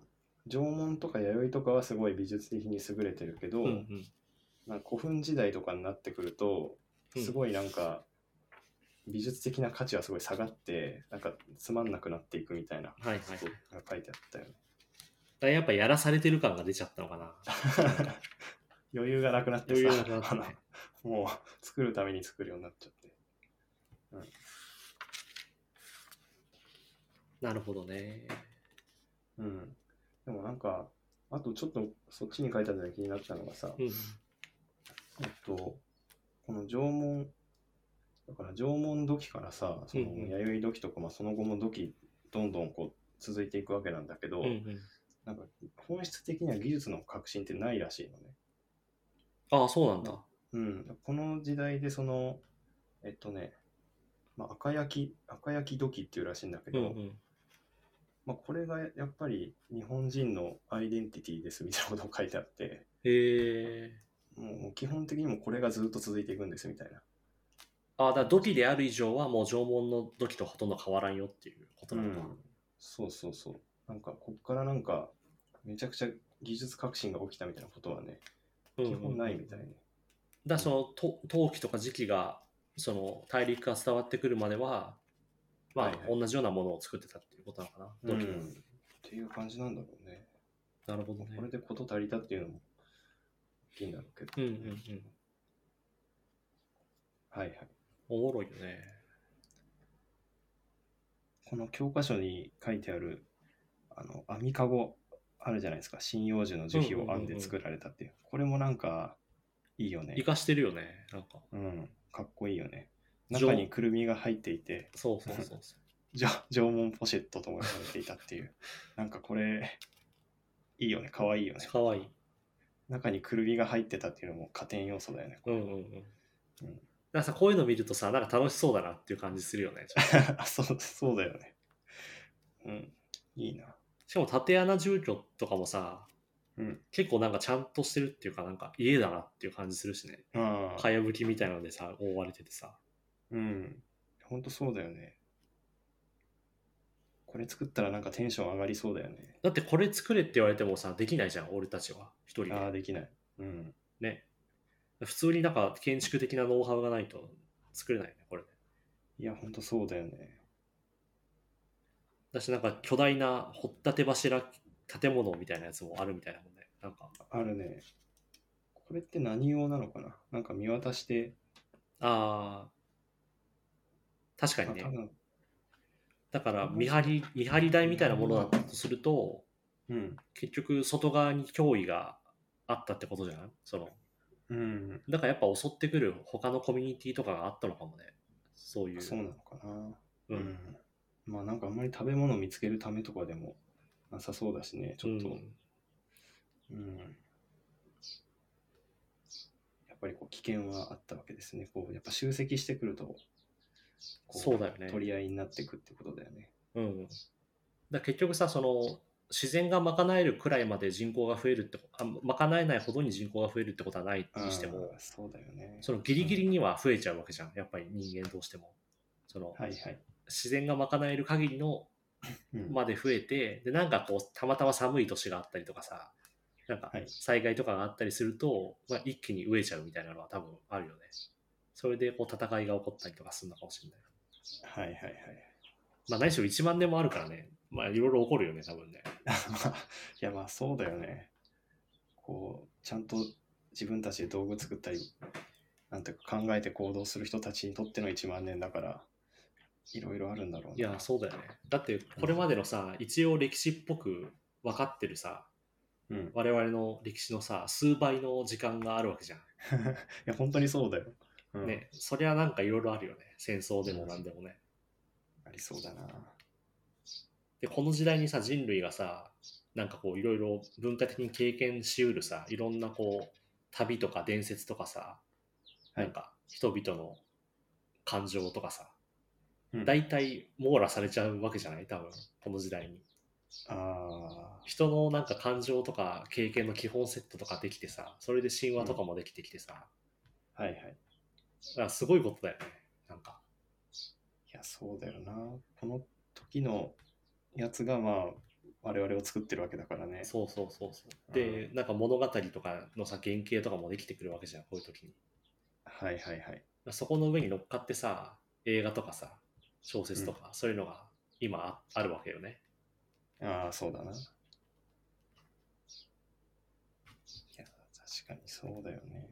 Speaker 1: 縄文とか弥生とかはすごい美術的に優れてるけど、
Speaker 2: うんうん。
Speaker 1: なんか古墳時代とかになってくると
Speaker 2: うん
Speaker 1: すごいなんか美術的な価値はすごい下がってなんかつまんなくなっていくみたいな
Speaker 2: はいはいはい
Speaker 1: ことが書いてあったよね。
Speaker 2: だからやっぱやらされてる感が出ちゃったのかな。
Speaker 1: <laughs> 余裕がなくなって
Speaker 2: 余裕
Speaker 1: さ
Speaker 2: なくなっ、
Speaker 1: あ
Speaker 2: た
Speaker 1: の
Speaker 2: ね。
Speaker 1: <laughs> もう作るために作るようになっちゃって。
Speaker 2: なるほどね。
Speaker 1: うん。でもなんか、あとちょっとそっちに書いてあったので気になったのがさ、
Speaker 2: うんうん。
Speaker 1: えっと、この縄文、だから縄文土器からさ、その
Speaker 2: うんうん
Speaker 1: 弥生土器とか、まあ、その後も土器、どんどんこう続いていくわけなんだけど、
Speaker 2: うんうん、
Speaker 1: なんか本質的には技術の革新ってないらしいのね。
Speaker 2: ああ、そうなんだ。
Speaker 1: うん、この時代でその、えっとね、まあ、赤焼き、赤焼き土器っていうらしいんだけ
Speaker 2: う
Speaker 1: ど、
Speaker 2: んうん。
Speaker 1: まあ、これがやっぱり日本人のアイデンティティですみたいなことを書いてあって、
Speaker 2: へえ。
Speaker 1: もう基本的にもうこれがずっと続いていくんですみたいな。
Speaker 2: ああ、だから土器である以上はもう縄文の土器とほとんど変わらんよっていうことなんだ。
Speaker 1: そうそうそう。なんかこっからなんかめちゃくちゃ技術革新が起きたみたいなことはね、
Speaker 2: うんうん
Speaker 1: 基本ないみたいね。
Speaker 2: だからそのと陶器とか磁器がその大陸が伝わってくるまでは、まあ
Speaker 1: はいはい
Speaker 2: 同じようなものを作ってたっていうことなのかな、
Speaker 1: うん
Speaker 2: 土器は
Speaker 1: っていう感じなんだろうね。
Speaker 2: なるほどね
Speaker 1: これで事足りたっていうのも大きいんだろうけど。
Speaker 2: うんうんうん
Speaker 1: はいはい。
Speaker 2: おもろいよね
Speaker 1: この教科書に書いてあるあの網かごあるじゃないですか。針葉樹の樹皮を編んで作られたっていう。これもなんかいいよね
Speaker 2: 生。かしてるよねなんか
Speaker 1: うん。かっこいいよね。
Speaker 2: 上
Speaker 1: 中にくるみが入っていて。
Speaker 2: そうそうそうそう
Speaker 1: じゃ縄文ポシェットとも呼ばれていたっていう。なんかこれ、いいよね、かわいいよね。
Speaker 2: かわいい
Speaker 1: 中にくるみが入ってたっていうのも加点要素だよね。
Speaker 2: うんうんう
Speaker 1: う
Speaker 2: ん
Speaker 1: ん
Speaker 2: だからさこういうの見るとさなんか楽しそうだなっていう感じするよね
Speaker 1: あ <laughs> そうそうだよね。うん、いいな。
Speaker 2: しかも縦穴住居とかもさ
Speaker 1: うん。
Speaker 2: 結構なんかちゃんとしてるっていうかなんか家だなっていう感じするしね
Speaker 1: ああ、
Speaker 2: かやぶきみたいなのでさ覆われててさ
Speaker 1: うん。ほんとそうだよね。これ作ったらなんかテンション上がりそうだよね。
Speaker 2: だってこれ作れって言われてもさできないじゃん俺たちは一人で
Speaker 1: ああ、できない。うん。
Speaker 2: ね普通になんか建築的なノウハウがないと作れないよねこれね
Speaker 1: いや、ほんとそうだよね。
Speaker 2: だしなんか巨大な掘ったて柱建物みたいなやつもあるみたいなもんねなんか
Speaker 1: あるね。これって何用なのかななんか見渡して、
Speaker 2: あー確か
Speaker 1: あ
Speaker 2: に
Speaker 1: 多
Speaker 2: ね
Speaker 1: 分、
Speaker 2: だから見張り見張り台みたいなものだったとすると
Speaker 1: うん。
Speaker 2: 結局外側に脅威があったってことじゃんその
Speaker 1: うん。
Speaker 2: だからやっぱ襲ってくる他のコミュニティとかがあったのかもねそういう
Speaker 1: そうなのかな。
Speaker 2: うん
Speaker 1: まあなんかあんまり食べ物を見つけるためとかでもなさそうだしね、ちょっと。
Speaker 2: う
Speaker 1: うん
Speaker 2: ん
Speaker 1: やっぱりこう危険はあったわけですね。こうやっぱ集積してくると、こ
Speaker 2: そうだよね
Speaker 1: 取り合いになっていくってことだよね。
Speaker 2: うん、だ結局さその自然が賄えるくらいまで人口が増えるってこあ賄えないほどに人口が増えるってことはないにしても
Speaker 1: あーそうだよね。
Speaker 2: そのギリギリには増えちゃうわけじゃんやっぱり人間どうしてもその、
Speaker 1: はいはい。
Speaker 2: 自然が賄える限りの
Speaker 1: うん
Speaker 2: まで増えてでなんかこうたまたま寒い年があったりとかさなんか
Speaker 1: はい
Speaker 2: 災害とかがあったりすると、まあ、一気に飢えちゃうみたいなのは多分あるよねそれでこう戦いが起こったりとかするのかもしれない
Speaker 1: はいはいはい。 <laughs>
Speaker 2: まあ何しろ1万年もあるからねまあ、いろいろ起こるよね、多分ね。
Speaker 1: まあいやまあそうだよね。こうちゃんと自分たちで道具作ったりなんていうか考えて行動する人たちにとっての1万年だからいろいろあるんだろう
Speaker 2: いや、
Speaker 1: な。
Speaker 2: そうだよね。だって、これまでのさ、一応歴史っぽく分かってるさ、
Speaker 1: うん、い
Speaker 2: 我々の歴史のさ、数倍の時間があるわけじゃん。
Speaker 1: <laughs> や本当にそうだよ。うん、
Speaker 2: ね、そりゃなんかいろいろあるよね。戦争でもなんでもね。
Speaker 1: ありそうだな。
Speaker 2: で、この時代にさ、人類がさ、なんかこう、いろいろ文化的に経験しうるさ、いろんなこう、旅とか伝説とかさ、
Speaker 1: はい
Speaker 2: なんか人々の感情とかさ、
Speaker 1: うん
Speaker 2: 大体網羅されちゃうわけじゃない多分、この時代に。
Speaker 1: ああ、
Speaker 2: 人のなんか感情とか経験の基本セットとかできてさ、それで神話とかもできてきてさ、
Speaker 1: はいはい。
Speaker 2: だからすごいことだよね。なんか、
Speaker 1: いやそうだよな。この時のやつがまあ我々を作ってるわけだからね。
Speaker 2: そうそうそうそう。で、なんか物語とかのさ、原型とかもできてくるわけじゃん、こういう時に。
Speaker 1: はいはいはい。
Speaker 2: そこの上に乗っかってさ、映画とかさ、小説とか、そういうのが今ああるわけよね。
Speaker 1: ああ、そうだな。いや、確かにそうだよね。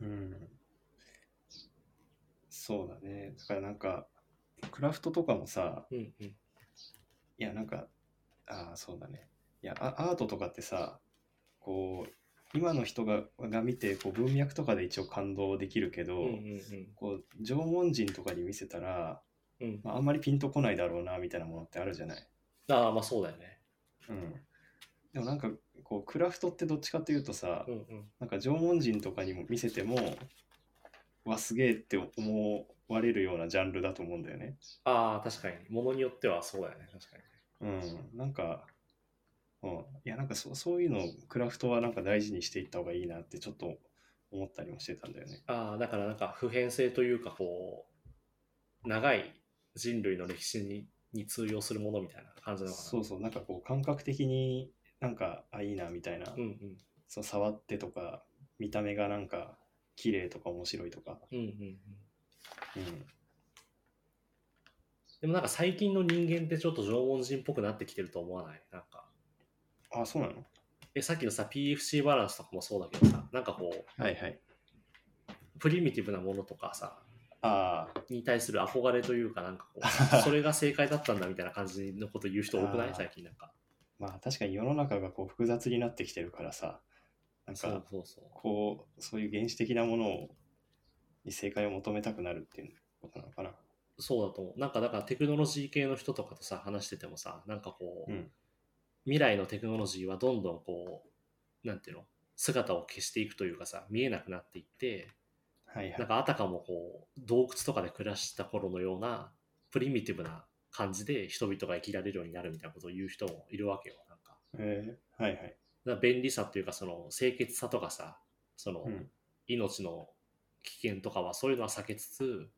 Speaker 2: う
Speaker 1: う
Speaker 2: ん。
Speaker 1: ん。そうだね。だからなんか、クラフトとかもさ、
Speaker 2: うんうん。
Speaker 1: いや、なんか、ああ、そうだね。いや、あアートとかってさ、こう、今の人がが見てこう文脈とかで一応感動できるけど、
Speaker 2: うんうん
Speaker 1: こう縄文人とかに見せたら、
Speaker 2: うん。うん。
Speaker 1: まあ、あんまりピンとこないだろうなみたいなものってあるじゃない。
Speaker 2: ああ、まあそうだよね。
Speaker 1: うん、でもなんかこうクラフトってどっちかというとさ、
Speaker 2: うんうん。
Speaker 1: なんか縄文人とかにも見せてもわすげえって思われるようなジャンルだと思うんだよね。
Speaker 2: ああ、確かに。ものによってはそうだよね。確かに。
Speaker 1: うん、なんか、うん、いやなんかそそういうのをクラフトはなんか大事にしていった方がいいなってちょっと思ったりもしてたんだよね。
Speaker 2: ああ、だからなんか普遍性というか、こう、長い人類の歴史にに通用するものみたいな感じなのかな。
Speaker 1: そうそうなんかこう感覚的になんかあいいなみたいな、
Speaker 2: うんうん。
Speaker 1: そう触ってとか見た目がなんか綺麗とか面白いとか、
Speaker 2: うんうんうん。
Speaker 1: うん、
Speaker 2: でもなんか最近の人間ってちょっと縄文人っぽくなってきてると思わないなんか。
Speaker 1: あそうなの
Speaker 2: え、さっきのさ、PFC バランスとかもそうだけどさ、なんかこう、
Speaker 1: はいはい。
Speaker 2: プリミティブなものとかさ
Speaker 1: ああ、
Speaker 2: に対する憧れというかなんかこう
Speaker 1: <laughs>
Speaker 2: それが正解だったんだみたいな感じのこと言う人多くな
Speaker 1: あ
Speaker 2: い
Speaker 1: ー
Speaker 2: 最近なんか
Speaker 1: まあ確かに世の中がこう複雑になってきてるからさなん
Speaker 2: そう
Speaker 1: か
Speaker 2: そうそう
Speaker 1: こうそういう原始的なものをに正解を求めたくなるっていうことなのかな
Speaker 2: そうだと思うなんかだからテクノロジー系の人とかとさ話しててもさなんかこう、
Speaker 1: うん
Speaker 2: 未来のテクノロジーはどんどんこうなんていうの姿を消していくというかさ見えなくなっていって
Speaker 1: はいは
Speaker 2: なん
Speaker 1: い
Speaker 2: かあたかもこう洞窟とかで暮らした頃のようなプリミティブな感じで人々が生きられるようになるみたいなことを言う人もいるわけよなんか
Speaker 1: えー、はいはい
Speaker 2: だから便利さっていうかその清潔さとかさその
Speaker 1: うん
Speaker 2: 命の危険とかはそういうのは避けつつ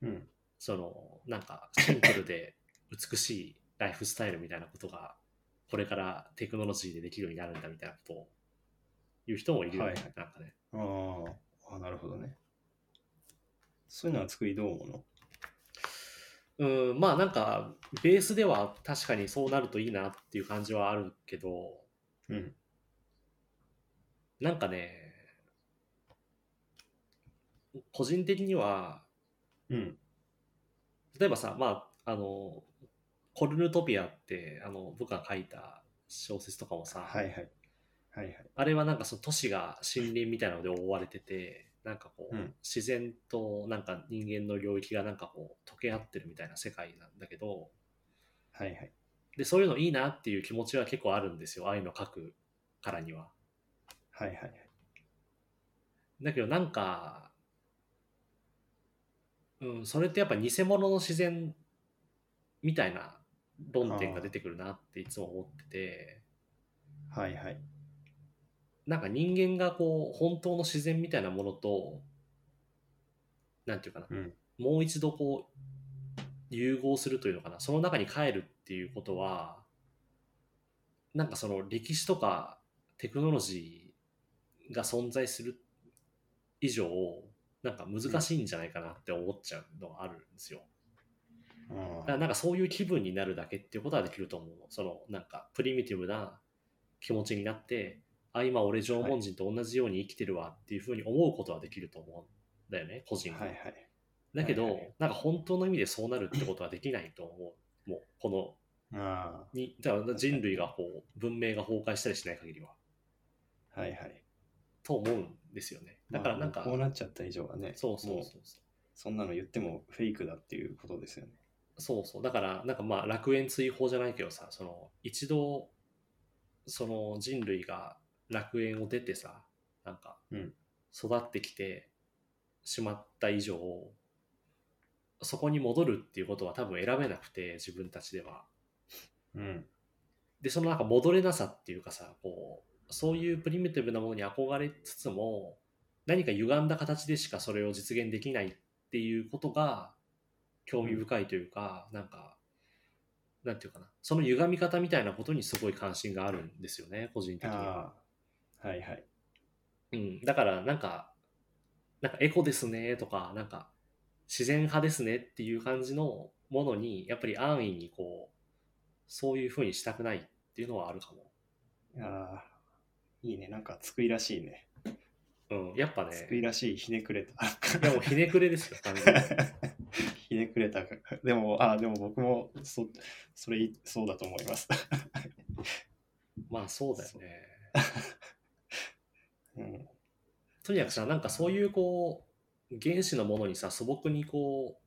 Speaker 1: うん
Speaker 2: そのなんかシンプ
Speaker 1: <laughs>
Speaker 2: ルで美しいライフスタイルみたいなことがこれからテクノロジーでできるようになるんだみたいなことを言う人もいるよね、
Speaker 1: はいはい
Speaker 2: なんかね
Speaker 1: あーあなるほどねそういうのは作りどう思うの
Speaker 2: うんまあなんかベースでは確かにそうなるといいなっていう感じはあるけど
Speaker 1: うん
Speaker 2: なんかね個人的には
Speaker 1: うん
Speaker 2: 例えばさ、まあ、あの、コルヌトピアって、あの、僕が書いた小説とかもさ、
Speaker 1: はいはいはいはい
Speaker 2: あれはなんかその都市が森林みたいなので覆われてて、なんかこう、
Speaker 1: うん
Speaker 2: 自然となんか人間の領域がなんかこう、溶け合ってるみたいな世界なんだけど、
Speaker 1: はいはい
Speaker 2: で、そういうのいいなっていう気持ちは結構あるんですよ、ああいうの書くからには。
Speaker 1: はいはいはい
Speaker 2: だけどなんか、うん、それってやっぱ偽物の自然みたいな論点が出てくるなっていつも思ってて、
Speaker 1: はいはい
Speaker 2: なんか人間がこう本当の自然みたいなものと、なんていうかな、
Speaker 1: うん
Speaker 2: もう一度こう融合するというのかな、その中に帰るっていうことは、なんかその歴史とかテクノロジーが存在する以上、なんか難しいんじゃないかなって思っちゃうのがあるんですよ。
Speaker 1: うん
Speaker 2: だからなんかそういう気分になるだけっていうことはできると思うの。そのなんかプリミティブな気持ちになって、あ、今俺縄文人と同じように生きてるわっていうふうに思うことはできると思うんだよね、個人が。
Speaker 1: はいはい。
Speaker 2: だけど、
Speaker 1: はいはい
Speaker 2: なんか本当の意味でそうなるってことはできないと思
Speaker 1: <laughs>
Speaker 2: う。もうこの
Speaker 1: あ
Speaker 2: にだから人類がこう文明が崩壊したりしない限りは。
Speaker 1: あ、はいはい。
Speaker 2: と思うんですよね。だからなんか、
Speaker 1: まあこうなっちゃった以上はね、
Speaker 2: そうそう
Speaker 1: も
Speaker 2: そうそう。
Speaker 1: そんなの言ってもフェイクだっていうことですよね。
Speaker 2: そうそう。だから、なんかまあ、楽園追放じゃないけどさ、その、一度、その人類が楽園を出てさ、なんか
Speaker 1: うん、
Speaker 2: 育ってきてしまった以上、そこに戻るっていうことは多分選べなくて、自分たちでは。
Speaker 1: うん。
Speaker 2: で、そのなんか戻れなさっていうかさ、こう、そういうプリミティブなものに憧れつつも、何か歪んだ形でしかそれを実現できないっていうことが、興味深いというか、なんか、なんていうかな、その歪み方みたいなことにすごい関心があるんですよね、個人的には。
Speaker 1: ああ、はいはい。
Speaker 2: うん、だから、なんか、なんかエコですねとか、なんか、自然派ですねっていう感じのものに、やっぱり安易にこう、そういうふうにしたくないっていうのはあるかも。
Speaker 1: ああ、いいね。なんか、つくいらしいね。
Speaker 2: うん、やっぱ
Speaker 1: つくい
Speaker 2: ね、
Speaker 1: らしい、ひねく <laughs> れた。
Speaker 2: でもひねくれですよ、
Speaker 1: <laughs>
Speaker 2: 完全に
Speaker 1: ひねくれた。 <laughs> でも、ああ、でも僕もそ、それ、そうだと思います。 <laughs>
Speaker 2: まあそうだよね。
Speaker 1: うん。
Speaker 2: とにかくさ、なんかそういうこう、原始のものにさ、素朴にこ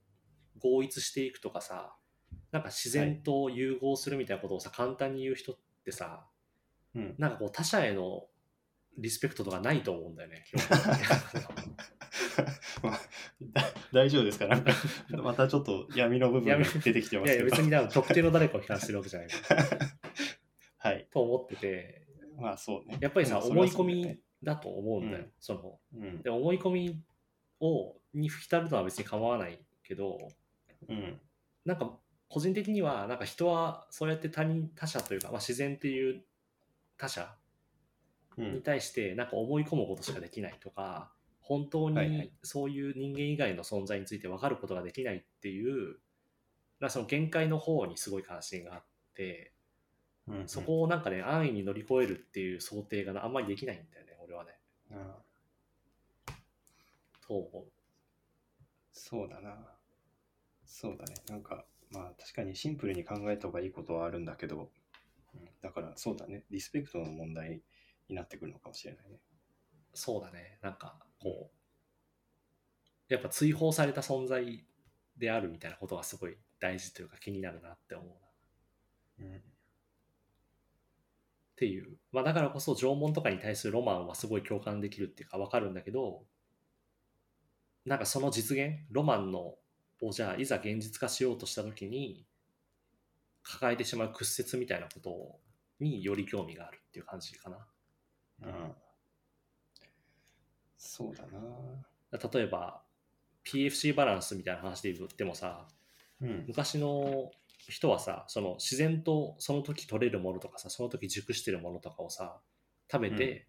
Speaker 2: う、合一していくとかさ、なんか自然と融合するみたいなことをさ、簡単に言う人ってさ、
Speaker 1: うん。
Speaker 2: なんかこう他者へのリスペクトとかないと思うんだよね、基
Speaker 1: <laughs>
Speaker 2: 本的に
Speaker 1: だ大丈夫ですかなんか、またちょっと闇の部分
Speaker 2: 闇
Speaker 1: が出てきてま
Speaker 2: いや
Speaker 1: すけ
Speaker 2: いや、
Speaker 1: ど
Speaker 2: 別。になんか特定の誰かを批判してるわけじゃな
Speaker 1: <laughs>
Speaker 2: い
Speaker 1: はい。
Speaker 2: と思ってて、
Speaker 1: まあ、そうね。
Speaker 2: やっぱりさ、
Speaker 1: でも
Speaker 2: 思い
Speaker 1: そ
Speaker 2: 込
Speaker 1: れはそうだよ
Speaker 2: み
Speaker 1: ね
Speaker 2: だと思うんだよ。
Speaker 1: うん
Speaker 2: その
Speaker 1: うん
Speaker 2: で思い込みをに浸るのは別に構わないけど、
Speaker 1: うん。
Speaker 2: なんか個人的にはなんか人はそうやって他人他者というか、まあ、自然っていう他者
Speaker 1: う
Speaker 2: に
Speaker 1: ん。
Speaker 2: 対してなんか思い込むことしかできないとか本当
Speaker 1: はいは
Speaker 2: に
Speaker 1: い
Speaker 2: そういう人間以外の存在について分かることができないっていうなんかその限界の方にすごい関心があって
Speaker 1: うん。
Speaker 2: そこをなんかね安易に乗り越えるっていう想定があんまりできないんだよね俺はね。
Speaker 1: うん。
Speaker 2: と思う
Speaker 1: そうだな。そうだね。なんか、まあ確かにシンプルに考えた方がいいことはあるんだけど、うんだからそうだね。リスペクトの問題になってくるのかもしれないね。
Speaker 2: そうだねなんかこうやっぱ追放された存在であるみたいなことがすごい大事というか気になるなって思うな。
Speaker 1: うん。
Speaker 2: っていう、まあ、だからこそ縄文とかに対するロマンはすごい共感できるっていうかわかるんだけどなんかその実現ロマンのをじゃあいざ現実化しようとした時に抱えてしまう屈折みたいなことにより興味があるっていう感じかな
Speaker 1: うん。そうだな。
Speaker 2: 例えば PFC バランスみたいな話で言ってもさ
Speaker 1: うん。
Speaker 2: 昔の人はさその自然とその時取れるものとかさその時熟してるものとかをさ食べて、
Speaker 1: う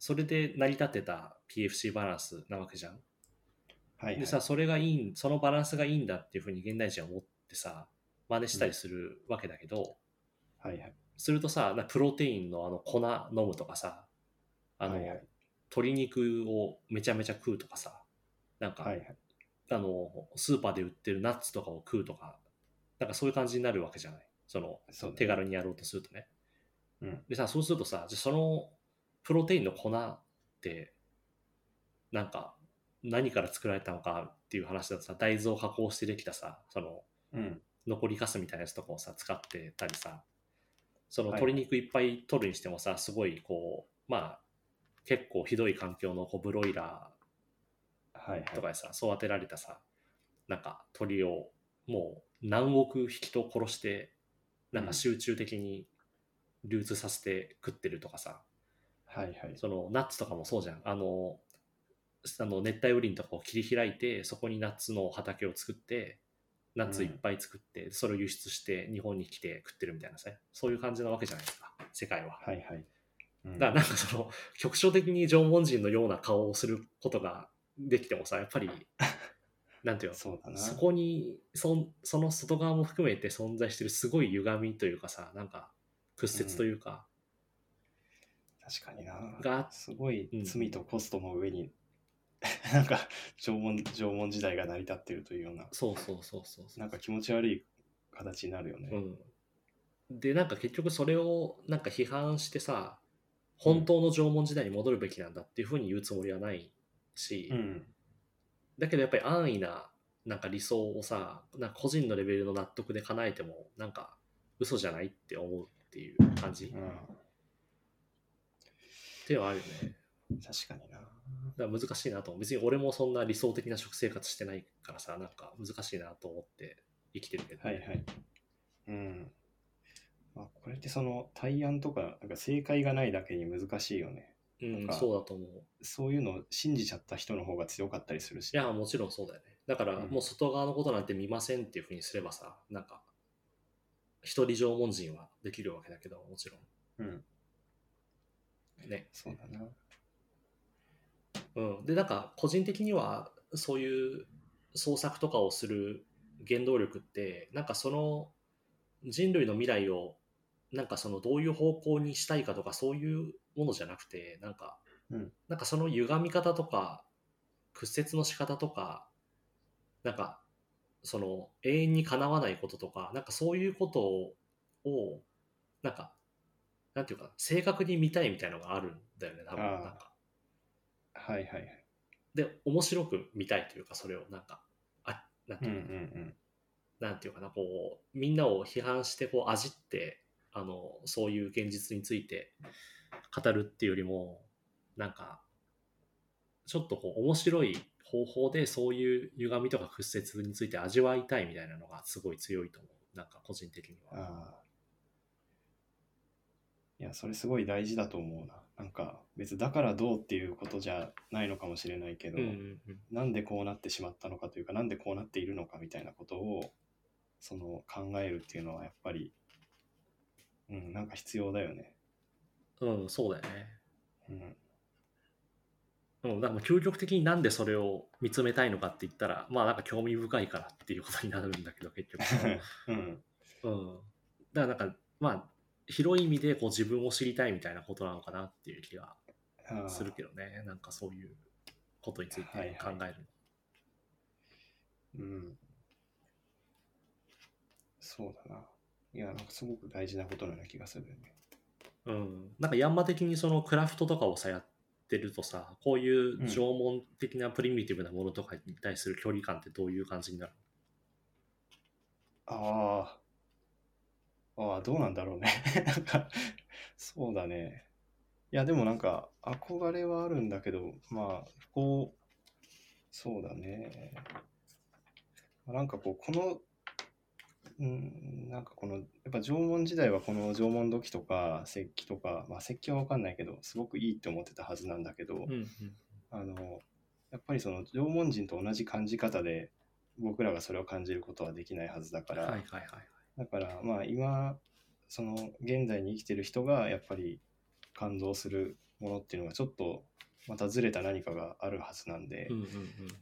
Speaker 2: それで成り立てた PFC バランスなわけじゃん。
Speaker 1: はい、はい
Speaker 2: で。さそれがいいんそのバランスがいいんだっていうふうに現代人は思ってさ真似したりするわけだけど、
Speaker 1: はいはい。
Speaker 2: するとさなプロテインのあの粉飲むとかさあの、
Speaker 1: はいはい。
Speaker 2: 鶏肉をめちゃめちゃ食うとかさなんか、
Speaker 1: はいはい。
Speaker 2: あのスーパーで売ってるナッツとかを食うとかなんかそういう感じになるわけじゃないその
Speaker 1: そうだね
Speaker 2: 手軽にやろうとするとね。
Speaker 1: うん
Speaker 2: でさ、そうするとさ、じゃあそのプロテインの粉って、なんか何から作られたのかっていう話だとさ、大豆を加工してできたさ、その
Speaker 1: うん。
Speaker 2: 残りカスみたいなやつとかをさ、使ってたりさ、その
Speaker 1: はい
Speaker 2: 鶏肉いっぱい取るにしてもさ、すごいこう、まあ、結構ひどい環境のこうブロイラ
Speaker 1: はいはい
Speaker 2: ー。とかでさ、育てられたさ、なんか鳥をもう何億匹と殺して、なんか集中的に流通させて食ってるとかさ、
Speaker 1: はいはい。
Speaker 2: そのナッツとかもそうじゃん。あの、あの熱帯雨林とかを切り開いて、そこにナッツの畑を作って、ナッツいっぱい作って、それを輸出して日本に来て食ってるみたいなさ、そういう感じなわけじゃないですか、世界は。
Speaker 1: はいはい。うん
Speaker 2: だからなんかその局所的に縄文人のような顔をすることができてもさやっぱりなんていうの
Speaker 1: そうだな。
Speaker 2: そこにそんその外側も含めて存在してるすごい歪みというかさなんか屈折というか、
Speaker 1: 確かにな。
Speaker 2: が
Speaker 1: すごい
Speaker 2: うん
Speaker 1: 罪とコストの上に、 <laughs> なんか縄文縄文時代が成り立ってるというような、
Speaker 2: そうそうそうそうそう
Speaker 1: なんか気持ち悪い形になるよね。
Speaker 2: うん、でなんか結局それをなんか批判してさ本当の縄文時代に戻るべきなんだっていうふうに言うつもりはないし、
Speaker 1: うん。
Speaker 2: だけどやっぱり安易ななんか理想をさなんか個人のレベルの納得で叶えてもなんか嘘じゃないって思うっていう感じ、
Speaker 1: うん。
Speaker 2: っていうのはあるよね
Speaker 1: 確かにな。
Speaker 2: だから難しいなと思う別に俺もそんな理想的な食生活してないからさなんか難しいなと思って生きてるけど、
Speaker 1: はいはい。うん。まあ、これってその対案とか、なんか正解がないだけに難しいよね。
Speaker 2: うん
Speaker 1: なんか
Speaker 2: そうだと思う
Speaker 1: そういうのを信じちゃった人の方が強かったりするし。
Speaker 2: いや、もちろんそうだよね。だから、
Speaker 1: うん
Speaker 2: もう外側のことなんて見ませんっていうふうにすればさ、なんか、一人縄文人はできるわけだけど、もちろ
Speaker 1: うん。
Speaker 2: ん。ね。
Speaker 1: そうだな。
Speaker 2: うん。で、なんか、個人的には、そういう創作とかをする原動力って、なんかその人類の未来を、なんかそのどういう方向にしたいかとか、そういうものじゃなくて、なんか、
Speaker 1: うん
Speaker 2: なんかその歪み方とか、屈折の仕方とか、なんか、その永遠にかなわないこととか、なんかそういうことを、なんか、なんていうかな、正確に見たいみたいのがあるんだよね、多分。
Speaker 1: あ
Speaker 2: なん
Speaker 1: ー
Speaker 2: か
Speaker 1: はいはいはい。
Speaker 2: で、面白く見たいというか、それをなんか、あなんて
Speaker 1: うん
Speaker 2: いううんかななんていうかな、こう、みんなを批判して、こう、味って、あの、そういう現実について語るっていうよりも、なんか、ちょっとこう、面白い方法で、そういう歪みとか屈折について味わいたいみたいなのがすごい強いと思う。なんか、個人的に
Speaker 1: うん。
Speaker 2: は。
Speaker 1: ああ。いや、それすごい大事だと思うな。なんか、別にだからどうっていうことじゃないのかもしれないけ
Speaker 2: う
Speaker 1: ど、
Speaker 2: んうんうん。
Speaker 1: なんでこうなってしまったのかというか、なんでこうなっているのかみたいなことを、その考えるっていうのはやっぱり、うん、なんか必要だよね。
Speaker 2: うん、そうだよね。
Speaker 1: うん。
Speaker 2: うん、なんか究極的になんでそれを見つめたいのかって言ったら、まあなんか興味深いからっていうことになるんだけど、結局。
Speaker 1: うん。
Speaker 2: うん。だからなんか、まあ、広い意味でこう自分を知りたいみたいなことなのかなっていう気が
Speaker 1: ああ
Speaker 2: するけどね。なんかそういうことについて考える。
Speaker 1: はいうん。そうだな。いや、なんかすごく大事なことのような気がするよね。
Speaker 2: うん。なんかヤンマ的にそのクラフトとかをさ、やってるとさ、こういう縄文的なプリミティブなものとかに対する距離感ってどういう感じになる、
Speaker 1: ああ。ああ、どうなんだろうね。 <laughs> なんか、そうだね。いや、でもなんか、憧れはあるんだけど、まあ、こう、そうだね。なんかこう、この、うん、なんかこの、やっぱ縄文時代はこの縄文土器とか石器とか、まあ石器はわかんないけど、すごくいいって思ってたはずなんだけど、
Speaker 2: うん
Speaker 1: あのやっぱりその縄文人と同じ感じ方で僕らがそれを感じることはできないはずだから、
Speaker 2: はいはいはい。
Speaker 1: だからまあ今その現代に生きてる人がやっぱり感動するものっていうのがちょっとまたずれた何かがあるはずなんで、
Speaker 2: うんうん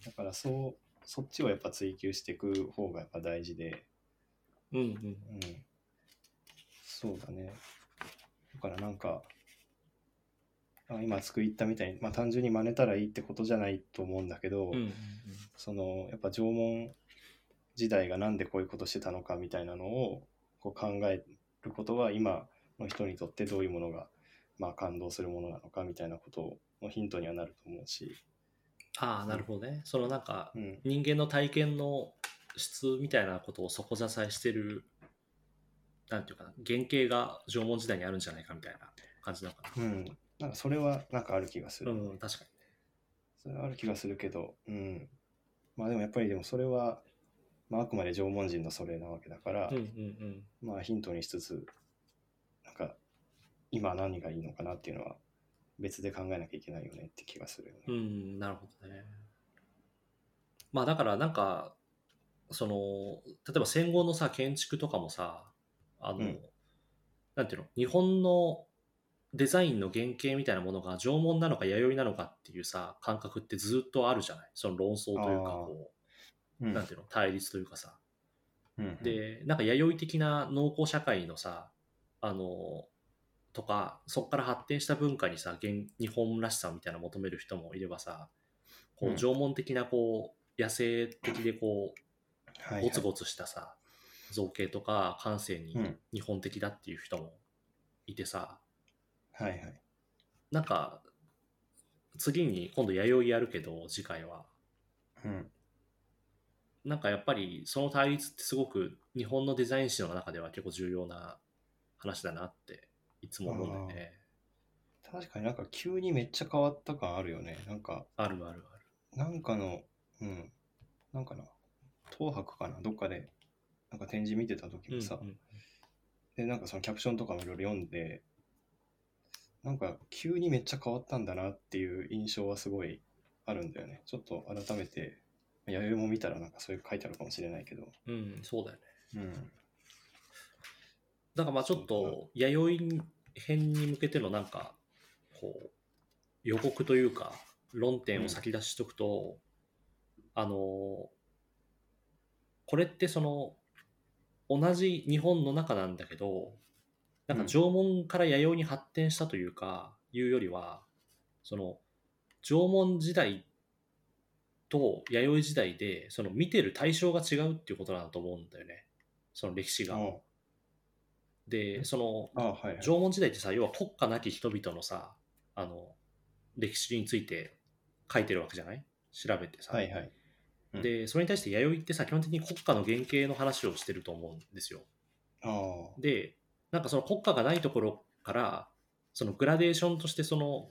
Speaker 1: だからそうそっちをやっぱ追求していく方がやっぱ大事で、
Speaker 2: うん。うんうん。
Speaker 1: うん、そうだねだからなんかあ今つく言ったみたいに、まあ、単純に真似たらいいってことじゃないと思うんだけど、
Speaker 2: うんうんうん
Speaker 1: そのやっぱ縄文時代がなんでこういうことしてたのかみたいなのをこう考えることが今の人にとってどういうものが、まあ、感動するものなのかみたいなことのヒントにはなると思うし、
Speaker 2: ああ、なるほどね。そのなんか、
Speaker 1: うん、
Speaker 2: 人間の体験の質みたいなことを底支えしてるなんていうかな原型が縄文時代にあるんじゃないかみたいな感じなのか
Speaker 1: うん、なんかそれはなんかある気がす
Speaker 2: な
Speaker 1: る、
Speaker 2: うん確か
Speaker 1: それはある気がするけど、うん、まあでもやっぱりでもそれは、まあ、あくまで縄文人のそれなわけだから、
Speaker 2: にねうんうん
Speaker 1: まあヒントにしつつなんか今何がいいのかなっていうのは別で考えなきゃいけないよねって気がするよね。
Speaker 2: うんうんなるほどねまあだからなんかその例えば戦後のさ建築とかもさあの、
Speaker 1: うん
Speaker 2: なんていうの日本のデザインの原型みたいなものが縄文なのか弥生なのかっていうさ感覚ってずっとあるじゃないその論争というか
Speaker 1: あー
Speaker 2: こう
Speaker 1: うん
Speaker 2: なんていうの対立というかさ
Speaker 1: うん
Speaker 2: でなんか弥生的な農耕社会のさあのとかそこから発展した文化にさ現日本らしさみたいなの求める人もいればさこ
Speaker 1: うん
Speaker 2: う縄文的なこう野生的でこ
Speaker 1: はいは
Speaker 2: う
Speaker 1: い
Speaker 2: ゴツゴツしたさ造形とか感性に
Speaker 1: うん
Speaker 2: 日本的だっていう人もいてさ
Speaker 1: はいはい
Speaker 2: なんか次に今度弥生やるけど次回は
Speaker 1: うん
Speaker 2: なんかやっぱりその対立ってすごく日本のデザイン史の中では結構重要な話だなっていつも思うんだよね。
Speaker 1: 確かになんか急にめっちゃ変わった感あるよねなんか
Speaker 2: あるあるある。
Speaker 1: なんかの、うん、なんかな、東博かな、どっかで、なんか展示見てた時もさ、
Speaker 2: うんうん
Speaker 1: で、なんかそのキャプションとかもいろいろ読んで、なんか急にめっちゃ変わったんだなっていう印象はすごいあるんだよね。ちょっと改めて、弥生も見たらなんかそういう書いてあるかもしれないけど。
Speaker 2: うん、そうだよね。
Speaker 1: うん。
Speaker 2: だからまあちょっと弥生編に向けてのなんかこう予告というか論点を先出ししとくと、あのこれってその同じ日本の中なんだけどなんか縄文から弥生に発展したというか、いうよりはその縄文時代と弥生時代でその見てる対象が違うっていうことなんだと思うんだよねその歴史が。
Speaker 1: あ
Speaker 2: でその
Speaker 1: あ、あはいはい。
Speaker 2: 縄文時代ってさ要は国家なき人々のさあの歴史について書いてるわけじゃない調べてさ、
Speaker 1: はいはい。うん
Speaker 2: でそれに対して弥生ってさ基本的に国家の原型の話をしてると思うんですよ
Speaker 1: ああ、
Speaker 2: でなんかその国家がないところからそのグラデーションとしてその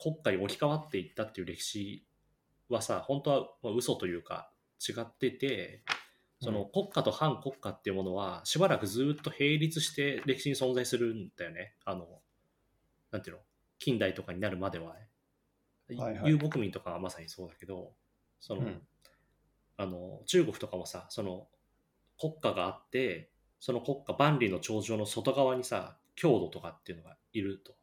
Speaker 2: 国家に置き換わっていったっていう歴史はさ本当はまあ嘘というか違っててその国家と反国家っていうものはしばらくずっと並立して歴史に存在するんだよねあのなんていうの近代とかになるまでは、ね
Speaker 1: はいはい
Speaker 2: 遊牧民とかはまさにそうだけどその、
Speaker 1: うん
Speaker 2: あの中国とかもさその国家があってその国家万里の長城の外側にさ郷土とかっていうのがいると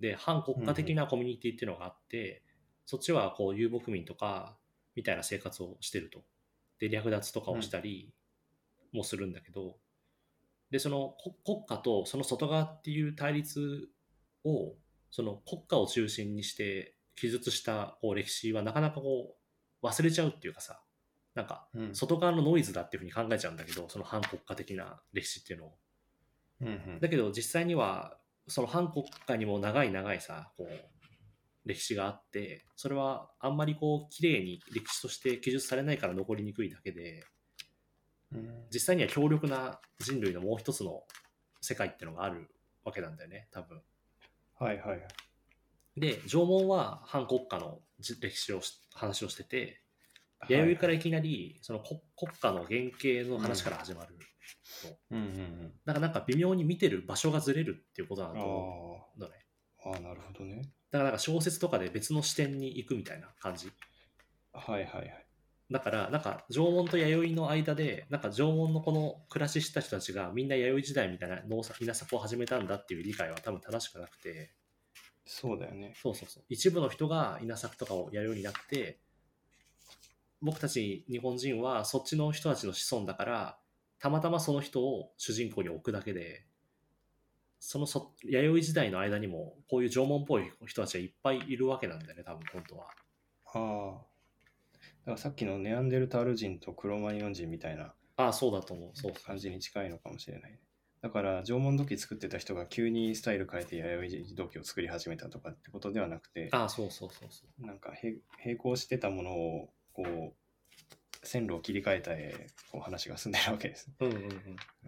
Speaker 2: で反国家的なコミュニティっていうのがあって、そっちはこう遊牧民とかみたいな生活をしてるとで略奪とかをしたりもするんだけど、でそのこ国家とその外側っていう対立をその国家を中心にして記述したこう歴史はなかなかこう忘れちゃうっていうかさなんか
Speaker 1: うん。
Speaker 2: 外側のノイズだっていうふうに考えちゃうんだけどその反国家的な歴史っていうのを
Speaker 1: うんうん
Speaker 2: だけど実際にはその反国家にも長い長いさこう歴史があってそれはあんまりこう綺麗に歴史として記述されないから残りにくいだけで
Speaker 1: うん
Speaker 2: 実際には強力な人類のもう一つの世界っていうのがあるわけなんだよね多分。
Speaker 1: はいはいはい。
Speaker 2: で縄文は反国家のじ歴史をし話をしてて弥生からいきなりその国国家の原型の話から始まる、
Speaker 1: うんうん
Speaker 2: だからなんか微妙に見てる場所がずれるっていうことなん
Speaker 1: う
Speaker 2: だと思
Speaker 1: ん。
Speaker 2: うんだね
Speaker 1: ああ、ああ、なるほどね。
Speaker 2: だからなんか小説とかで別の視点に行くみたいな感じ
Speaker 1: はいはいはい。
Speaker 2: だからなんか縄文と弥生の間でなんか縄文のこの暮らしした人たちがみんな弥生時代みたいな農作稲作を始めたんだっていう理解は多分正しくなくて
Speaker 1: そうだよね。
Speaker 2: そうそうそう一部の人が稲作とかをやるようになって僕たち日本人はそっちの人たちの子孫だからたまたまその人を主人公に置くだけでそのそ弥生時代の間にもこういう縄文っぽい人たちはいっぱいいるわけなんだよね多分本当は
Speaker 1: ああ。だからさっきのネアンデルタール人とクロマニオン人みたいな
Speaker 2: ああそうだと思うそう
Speaker 1: 感じに近いのかもしれないね。だから縄文土器作ってた人が急にスタイル変えて弥生土器を作り始めたとかってことではなくて、
Speaker 2: ああそうそうそうそう
Speaker 1: なんかへ並行してたものをこう線路を切り替えたえこう話が進んでるわけです。
Speaker 2: うんうんうん
Speaker 1: う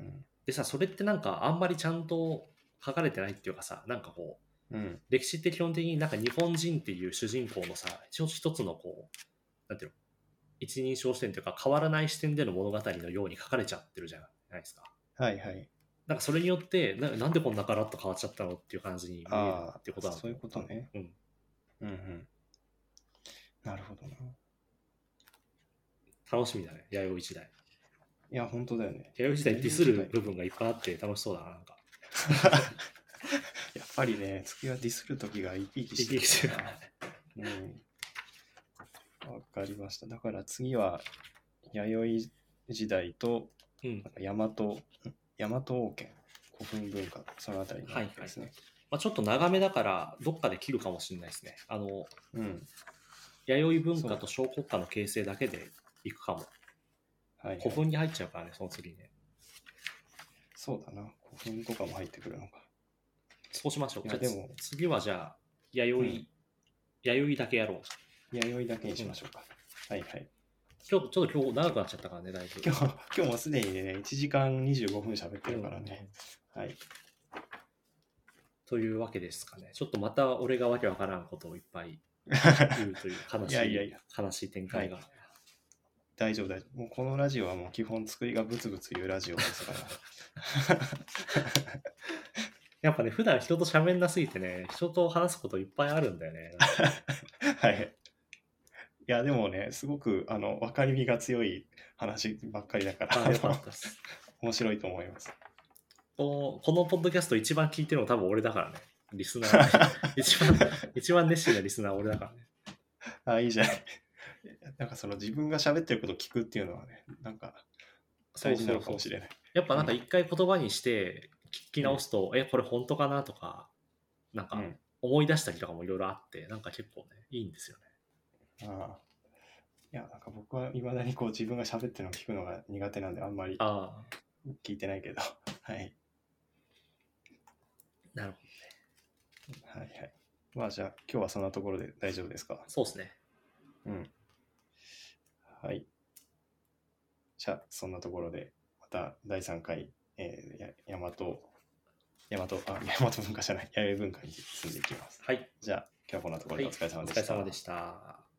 Speaker 1: ん。
Speaker 2: でさそれってなんかあんまりちゃんと書かれてないっていうかさなんかこ
Speaker 1: う
Speaker 2: う
Speaker 1: ん。
Speaker 2: 歴史って基本的になんか日本人っていう主人公のさ一つ一つのこうなんていうの一人称視点というか変わらない視点での物語のように書かれちゃってるじゃないですか
Speaker 1: はいはい。
Speaker 2: なんかそれによってななんでこんなガラッと変わっちゃったのっていう感じに見える
Speaker 1: ああ、
Speaker 2: ってことなんだ
Speaker 1: そういうことね。
Speaker 2: うん、
Speaker 1: うんうん。なるほどな。
Speaker 2: 楽しみだね弥生時代
Speaker 1: いや、本当だよね。
Speaker 2: 弥生時代ディスる部分がいっぱいあって楽しそうだななんか
Speaker 1: やっぱりね、月はディスる時が生き生き
Speaker 2: 生き
Speaker 1: して
Speaker 2: 生きして
Speaker 1: る
Speaker 2: る
Speaker 1: から。うん。わかりました。だから次は、弥生時代と
Speaker 2: うん
Speaker 1: なんか大和ん大和王権古墳文化そのあたりの
Speaker 2: はいはい
Speaker 1: ですね、
Speaker 2: まあ、ちょっと長めだからどっかで切るかもしれないですねあの
Speaker 1: うん
Speaker 2: 弥生文
Speaker 1: そう
Speaker 2: 化と小国家の形成だけでいくかも
Speaker 1: はい、はい
Speaker 2: 古、墳に入っちゃうからねその次ね
Speaker 1: そうだな古墳とかも入ってくるのか
Speaker 2: そうしましょう
Speaker 1: いや
Speaker 2: じゃあ
Speaker 1: でも
Speaker 2: 次はじゃあ弥生、
Speaker 1: うん
Speaker 2: 弥生だけやろう
Speaker 1: 弥生だけにしましょうか、はいはい
Speaker 2: 今日ちょっと今日長くなっちゃったからねだいぶ
Speaker 1: 今日今日もすでにね1時間25分喋ってるからね、はい
Speaker 2: というわけですかねちょっとまた俺がわけわからんことをいっ
Speaker 1: <laughs>
Speaker 2: ぱい言うという悲しい
Speaker 1: いやいやいや
Speaker 2: 悲しい展開が、
Speaker 1: は大丈夫大丈夫もうこのラジオはもう基本作りがブツブツ言うラジオですから
Speaker 2: やっぱね普段人と喋んなすぎてね人と話すこといっぱいあるんだよね
Speaker 1: <laughs> はい。いや、でもね、すごく、あの、分かりみが強い話ばっかりだから、
Speaker 2: あよか
Speaker 1: あ
Speaker 2: っ
Speaker 1: の
Speaker 2: たです
Speaker 1: <laughs> 面白いと思います。
Speaker 2: このこのポッドキャスト一番聞いてるの多分俺だからねリスナー、
Speaker 1: <laughs>
Speaker 2: 一番一番熱心なリスナーは俺だからね
Speaker 1: あ、いいじゃない。 <laughs> なんかその自分が喋ってることを聞くっていうのはね、なんか大事なのかもしれない。
Speaker 2: やっぱなんか一回言葉にして聞き直すと、えこれ本当かなとかなんか
Speaker 1: うん
Speaker 2: 思い出したりとかもいろいろあってなんか結構ねいいんですよね
Speaker 1: ああいや、なんか僕はいまだにこう自分が喋ってるのを聞くのが苦手なんで、あんまり
Speaker 2: ああ
Speaker 1: 聞いてないけど。 <laughs> はい。
Speaker 2: なるほど
Speaker 1: はいはい。まあじゃあ、今日はそんなところで大丈夫ですか。
Speaker 2: そうですね
Speaker 1: うん。はい。じゃあ、そんなところで、また第3回、えー、や大和、大和、あ、大 <laughs> 和文化じゃない、弥生文化に進んでいきます。
Speaker 2: はい
Speaker 1: じゃあ、今日はこんなところでお疲れ様
Speaker 2: お
Speaker 1: でし
Speaker 2: 疲
Speaker 1: た。
Speaker 2: れ様でした